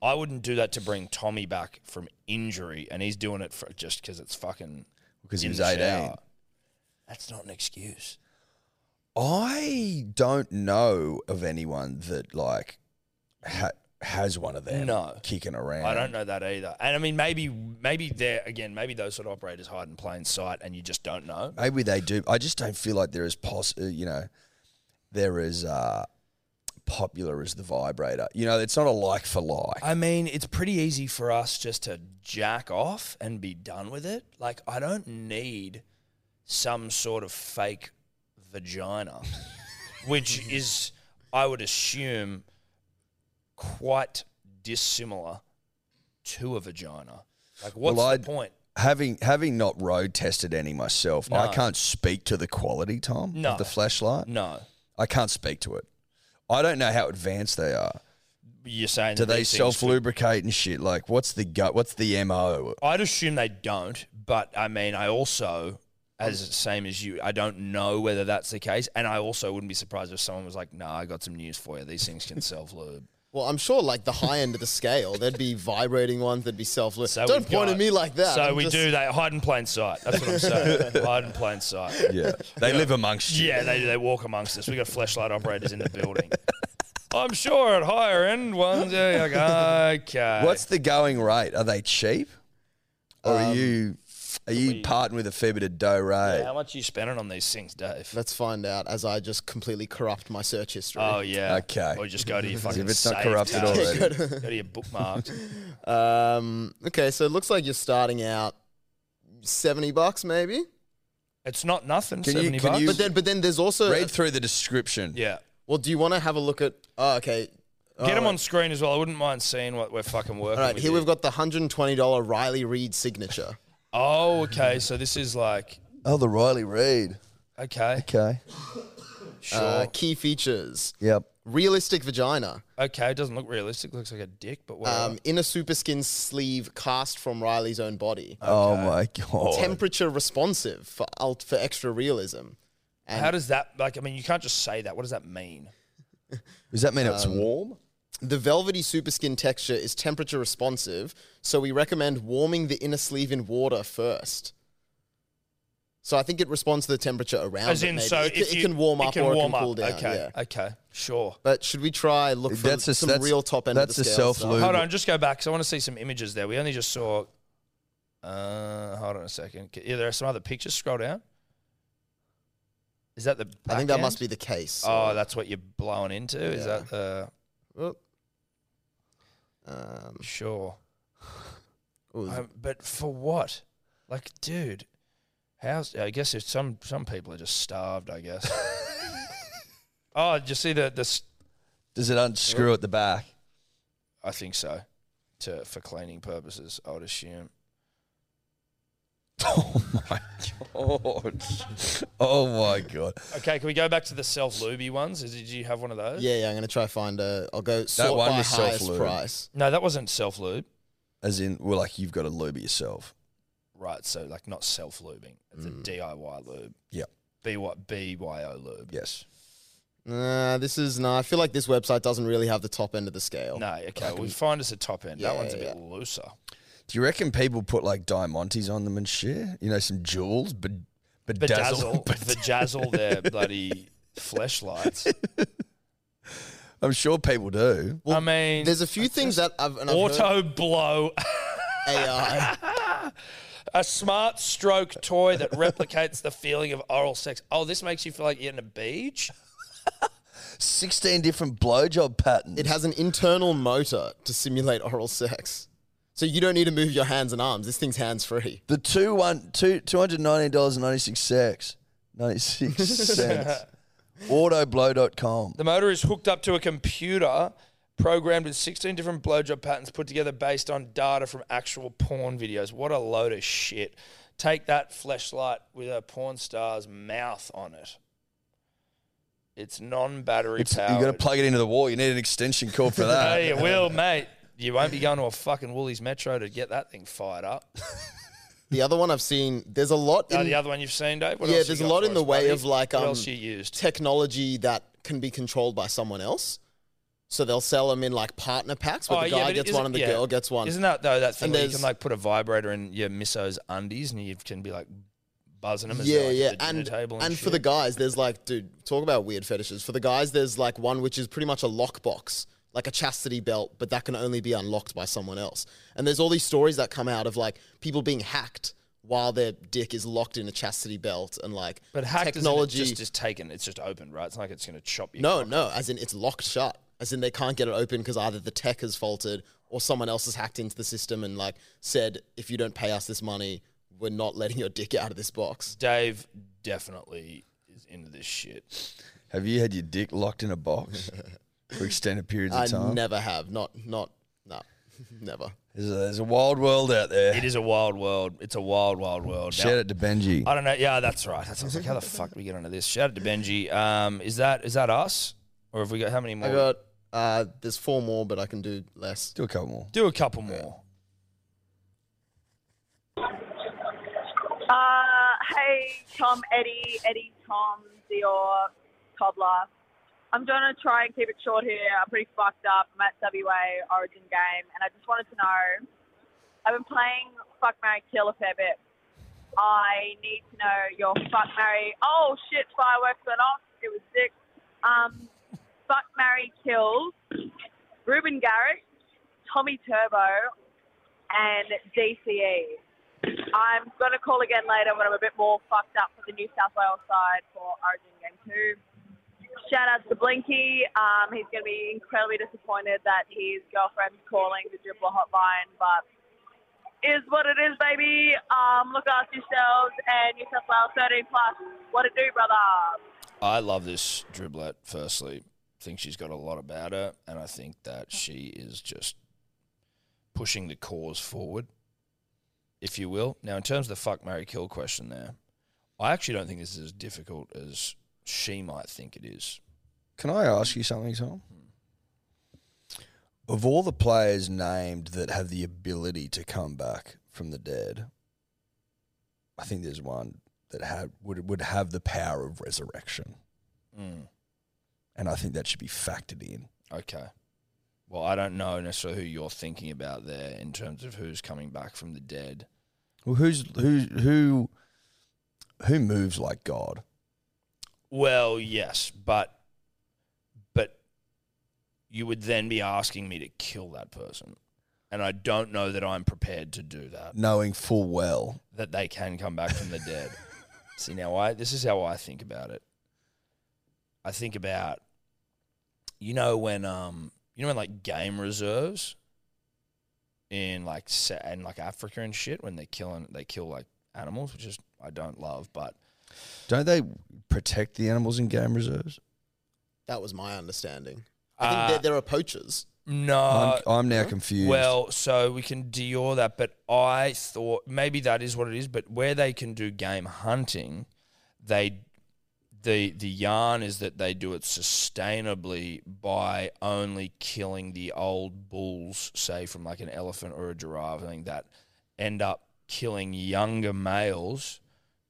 I wouldn't do that to bring Tommy back from injury, and he's doing it for just because it's fucking. 'Cause he in was the 18. shower. That's not an excuse. I don't know of anyone that like ha- has one of them No. kicking around. I don't know that either. And I mean, maybe, maybe there again, maybe those sort of operators hide in plain sight, and you just don't know. Maybe they do. I just don't feel like they're as pos- uh, you know, they're as uh, popular as the vibrator. You know, it's not a like for like. I mean, it's pretty easy for us just to jack off and be done with it. Like, I don't need some sort of fake vagina, which is, I would assume, quite dissimilar to a vagina. Like, what's Well, the I'd- point? Having having not road tested any myself, No. I can't speak to the quality, Tom, No. of the flashlight. No. I can't speak to it. I don't know how advanced they are. You're saying Do that they these things self lubricate and shit? Like, what's the gut? What's the mo? I'd assume they don't, but I mean, I also, as same as you, I don't know whether that's the case, and I also wouldn't be surprised if someone was like, "Nah, I got some news for you. These things can self lube." Well, I'm sure like the high end of the scale, there'd be vibrating ones, there'd be self. So Don't we've point got- at me like that. So I'm we just- do that. Hide in plain sight. That's what I'm saying. hide in plain sight. Yeah, they live amongst you. Yeah, they they walk amongst us. We got flashlight operators in the building. I'm sure at higher end ones. Yeah, you're like, okay. What's the going rate? Are they cheap, or are Um, you are you parting with a fair bit of dough? Right? Yeah, how much are you spending on these things, Dave? Let's find out as I just completely corrupt my search history. Oh yeah. Okay. Or just go to your fucking. if it's not saved corrupted tabs. already. go to your bookmarks. Um, okay, so it looks like you're starting out seventy bucks maybe. It's not nothing. Can you- 70 can bucks. you- But then, but then there's also. Read through the description. yeah. well, do you want to have a look at? Oh, okay. Get them Oh, on screen as well. I wouldn't mind seeing what we're fucking working. All right, with here here. we've got the hundred and twenty dollar Riley Reed signature. Oh, okay. So this is like Oh, the Riley Reid. Okay. Okay. Sure. Uh, key features. Yep. Realistic vagina. Okay, it doesn't look realistic. Looks like a dick, but whatever. Um, inner super skin sleeve cast from Riley's own body. Oh my god. Temperature responsive for alt for extra realism. And- How does that like? I mean, you can't just say that. What does that mean? Does that mean it's Um, warm? The velvety superskin texture is temperature responsive, so we recommend warming the inner sleeve in water first. So I think it responds to the temperature around As it. in, maybe. so it, ca- if it you- can warm it up can or warm it can cool up. down. Okay, yeah. okay, sure. But should we try look for That's a- some that's- real top end? that's a of the scale stuff? self-lube. Hold on, just go back because I want to see some images there. We only just saw. Uh, hold on a second. C- Yeah, there are some other pictures. Scroll down. Is that the? I think back that must be end? the case. Oh, that's what you're blowing into. Is Yeah. that the? Um, sure. Ooh, Um, but for what? Like, dude, how's? I guess if some some people are just starved. I guess. oh, did you see the the? s- Does it unscrew at the back? I think so. To for cleaning purposes, I would assume. Oh, oh my god. Okay, can we go back to the self luby ones? Is, did you have one of those? Yeah, yeah. I'm gonna try find a. I'll go sort by highest price. No, that wasn't self lube. As in, well, like you've got to lube it yourself. Right, so like not self lubing. It's Mm. a DIY lube. Yep. B what BYO lube. Yes. Nah, this is no. I feel like this website doesn't really have the top end of the scale. No, okay. we find us a top end. that Yeah, one's a yeah. bit looser. Do you reckon people put like diamantes on them and shit? You know, some jewels, but bedazzle. Bedazzle, bedazzle their bloody fleshlights. I'm sure people do. I mean, there's a few things that I've, and I've heard- Auto blow AI. A smart stroke toy that replicates the feeling of oral sex. Oh, this makes you feel like you're in a beach? 16 different blowjob patterns. It has an internal motor to simulate oral sex. So you don't need to move your hands and arms. This thing's hands free. The two one two two hundred nineteen dollars and ninety six cents. Ninety six cents. Autoblow.com. The motor is hooked up to a computer programmed with 16 different blowjob patterns put together based on data from actual porn videos. What a load of shit. Take that fleshlight with a porn star's mouth on it. It's non battery It's, you powered. got to plug it into the wall. You need an extension cord for that. Hey, you will, mate. You won't be going to a fucking Woolies Metro to get that thing fired up. The other one I've seen, there's a lot in Oh, the other one you've seen, Dave? What yeah, else you there's a got lot for in the us, way buddy? of like What um, else you used? technology that can be controlled by someone else. So they'll sell them in like partner packs where Oh, the yeah, guy but gets isn't- one and the yeah. girl gets one. Isn't that though that thing And where you there's- can like put a vibrator in your misso's undies and you can be like buzzing them? As yeah, they're, like, at yeah, the dinner and table and, and, for the shit? guys, there's like, dude, talk about weird fetishes. For the guys, there's like one which is pretty much a lockbox, like a chastity belt, but that can only be unlocked by someone else. And there's all these stories that come out of like people being hacked while their dick is locked in a chastity belt, and like But hacked technology. technology is just taken. It's just open, right? It's not like it's going to chop you. no, no, as in it's locked shut. As in they can't get it open because either the tech has faulted or someone else has hacked into the system and like said, if you don't pay us this money, we're not letting your dick out of this box. Dave definitely is into this shit. Have you had your dick locked in a box for extended periods of I time? never have. Not not no. Never. There's a, there's a wild world out there. It is a wild world. It's a wild, wild world. Now- Shout out to Benji. I don't know. Yeah, that's right. That's, I was like, how the fuck do we get onto this? Shout out to Benji. Um, is that is that us, or have we got how many more? I got uh there's four more but I can do less. Do a couple more. Do a couple more. Uh, hey, Tom, Eddie, Eddie, Tom, Dior, Cobbler. I'm going to try and keep it short here. I'm pretty fucked up. I'm at WA Origin game, and I just wanted to know I've been playing Fuck Mary Kill a fair bit. I need to know your Fuck Mary. Oh, shit, fireworks went off. It was sick. Um, fuck Mary Kill, Ruben Garrett, Tommy Turbo, and E. DCE. I'm going to call again later when I'm a bit more fucked up for the New South Wales side for Origin Game 2. Shout out to Blinky. Um, he's going to be incredibly disappointed that his girlfriend's calling the dribbler hotline, but is what it is, baby. Um, look after yourselves and New South Wales 13 plus. What it do, brother? I love this driblet. Firstly, think she's got a lot about her, and I think that she is just pushing the cause forward, if you will. Now, in terms of the fuck Mary kill question, there, I actually don't think this is as difficult as she might think it is. Can I ask you something, Tom? Of all the players named that have the ability to come back from the dead, I think there's one that had would would have the power of resurrection, Mm. and I think that should be factored in. Okay. Well, I don't know necessarily who you're thinking about there in terms of who's coming back from the dead. Well, who's who who who moves like God? Well, yes, but but you would then be asking me to kill that person. And I don't know that I'm prepared to do that. knowing full well That they can come back from the dead. See now I this is how I think about it. I think about you know when um you know when like game reserves in like Sa- in like Africa and shit when they're killing they kill like animals, which is I don't love, but Don't they protect the animals in game reserves? That was my understanding. I think there, Uh, mm, there are poachers. No, I'm- I'm now confused. Well, so we can Dior that, but I thought maybe that is what it is. But where they can do game hunting, they the the yarn is that they do it sustainably by only killing the old bulls, say from like an elephant or a giraffe, I think that end up killing younger males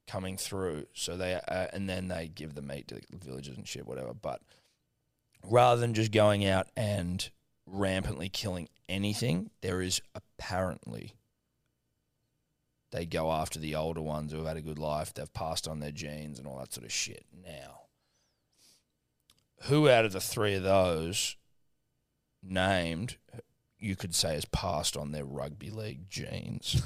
coming through. So they uh, and then they give the meat to the villagers and shit, whatever. But rather than just going out and rampantly killing anything, there is apparently they go after the older ones who have had a good life, they've passed on their genes and all that sort of shit. Now, who out of the three of those named you could say has passed on their rugby league genes?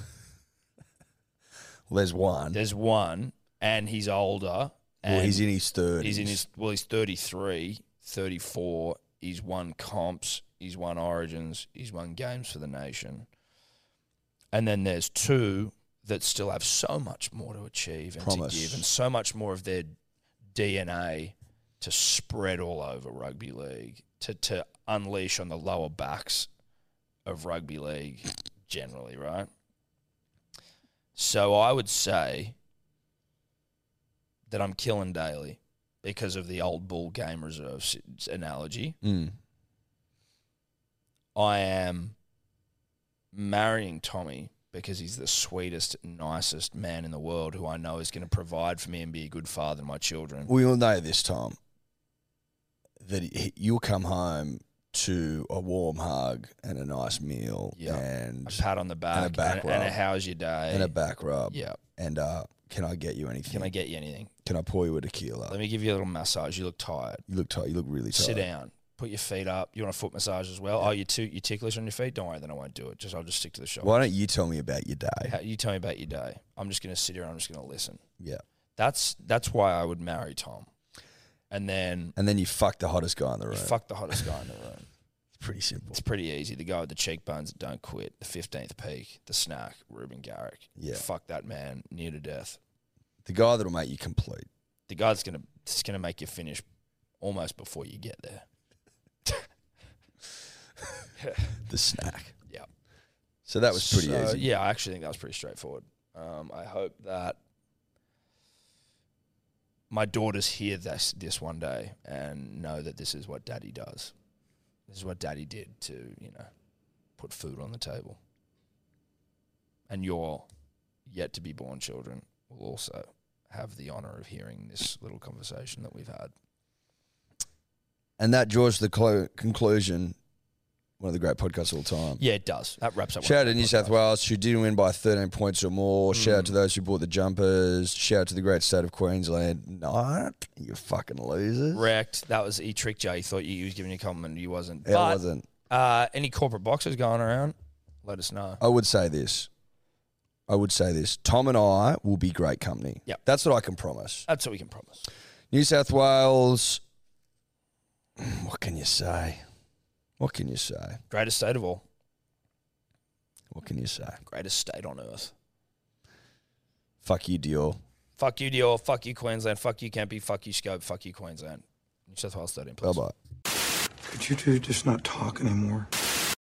Well, there's one. There's one, and he's older. And Well, he's in his 30s. He's in his well, he's 33, 34. He's won comps. He's won Origins. He's won games for the nation. And then there's two that still have so much more to achieve and Promise. to give, and so much more of their DNA to spread all over rugby league, to to unleash on the lower backs of rugby league generally, right? So I would say that I'm killing Daly because of the old bull game reserve s- analogy. Mm. I am marrying Tommy because he's the sweetest, nicest man in the world who I know is going to provide for me and be a good father to my children. We all know this, Tom, that he- you'll come home to a warm hug and a nice meal and a pat on the back and a back and, rub and a how's your day and a back rub. Yeah. And uh, can I get you anything? Can I get you anything? Can I pour you a tequila? Let me give you a little massage. You look tired. You look tired. You look really tired. Sit down. Put your feet up. You want a foot massage as well? Oh, you too. You ticklish on your feet? Don't worry, then I won't do it. Just I'll just stick to the shoulder. Why don't you tell me about your day? How- you tell me about your day. I'm just going to sit here. and I'm just going to listen. Yeah. That's that's why I would marry Tom. And then And then you fuck the hottest guy in the room. you fuck the hottest guy in the room. Pretty simple. It's pretty easy. The guy with the cheekbones that don't quit, the 15th peak, the snack, Ruben Garrick. Yeah. Fuck that man near to death. The guy that'll make you complete. The guy that's going to that's going to make you finish almost before you get there. The snack. Yeah. So that was pretty So, easy. Yeah, I actually think that was pretty straightforward. Um, I hope that my daughters hear this this one day and know that this is what Daddy does. This is what Daddy did to you know put food on the table. And your yet to be born children will also have the honor of hearing this little conversation that we've had. And that draws the clo- conclusion. One of the great podcasts of all time. Yeah, it does. That wraps up. what Shout out I to think. New South Wales who did win by 13 points or more. Hmm. Shout out to those who bought the jumpers. Shout out to the great state of Queensland. Not you fucking losers. Wrecked. That was he tricked you. He thought you, he was giving you a compliment. You wasn't. Yeah, I But, wasn't. Uh, any corporate boxes going around? Let us know. I would say this. I would say this. Tom and I will be great company. Yep. That's what I can promise. That's what we can promise. New South Wales. What can you say? What can you say? Greatest state of all. What can you say? Greatest state on earth. Fuck you, Dior. Fuck you, Dior. Fuck you, Queensland. Fuck you, Kempy. Fuck you, Scope. Fuck you, Queensland. New South Wales 13. Bye bye. Could you two just not talk anymore?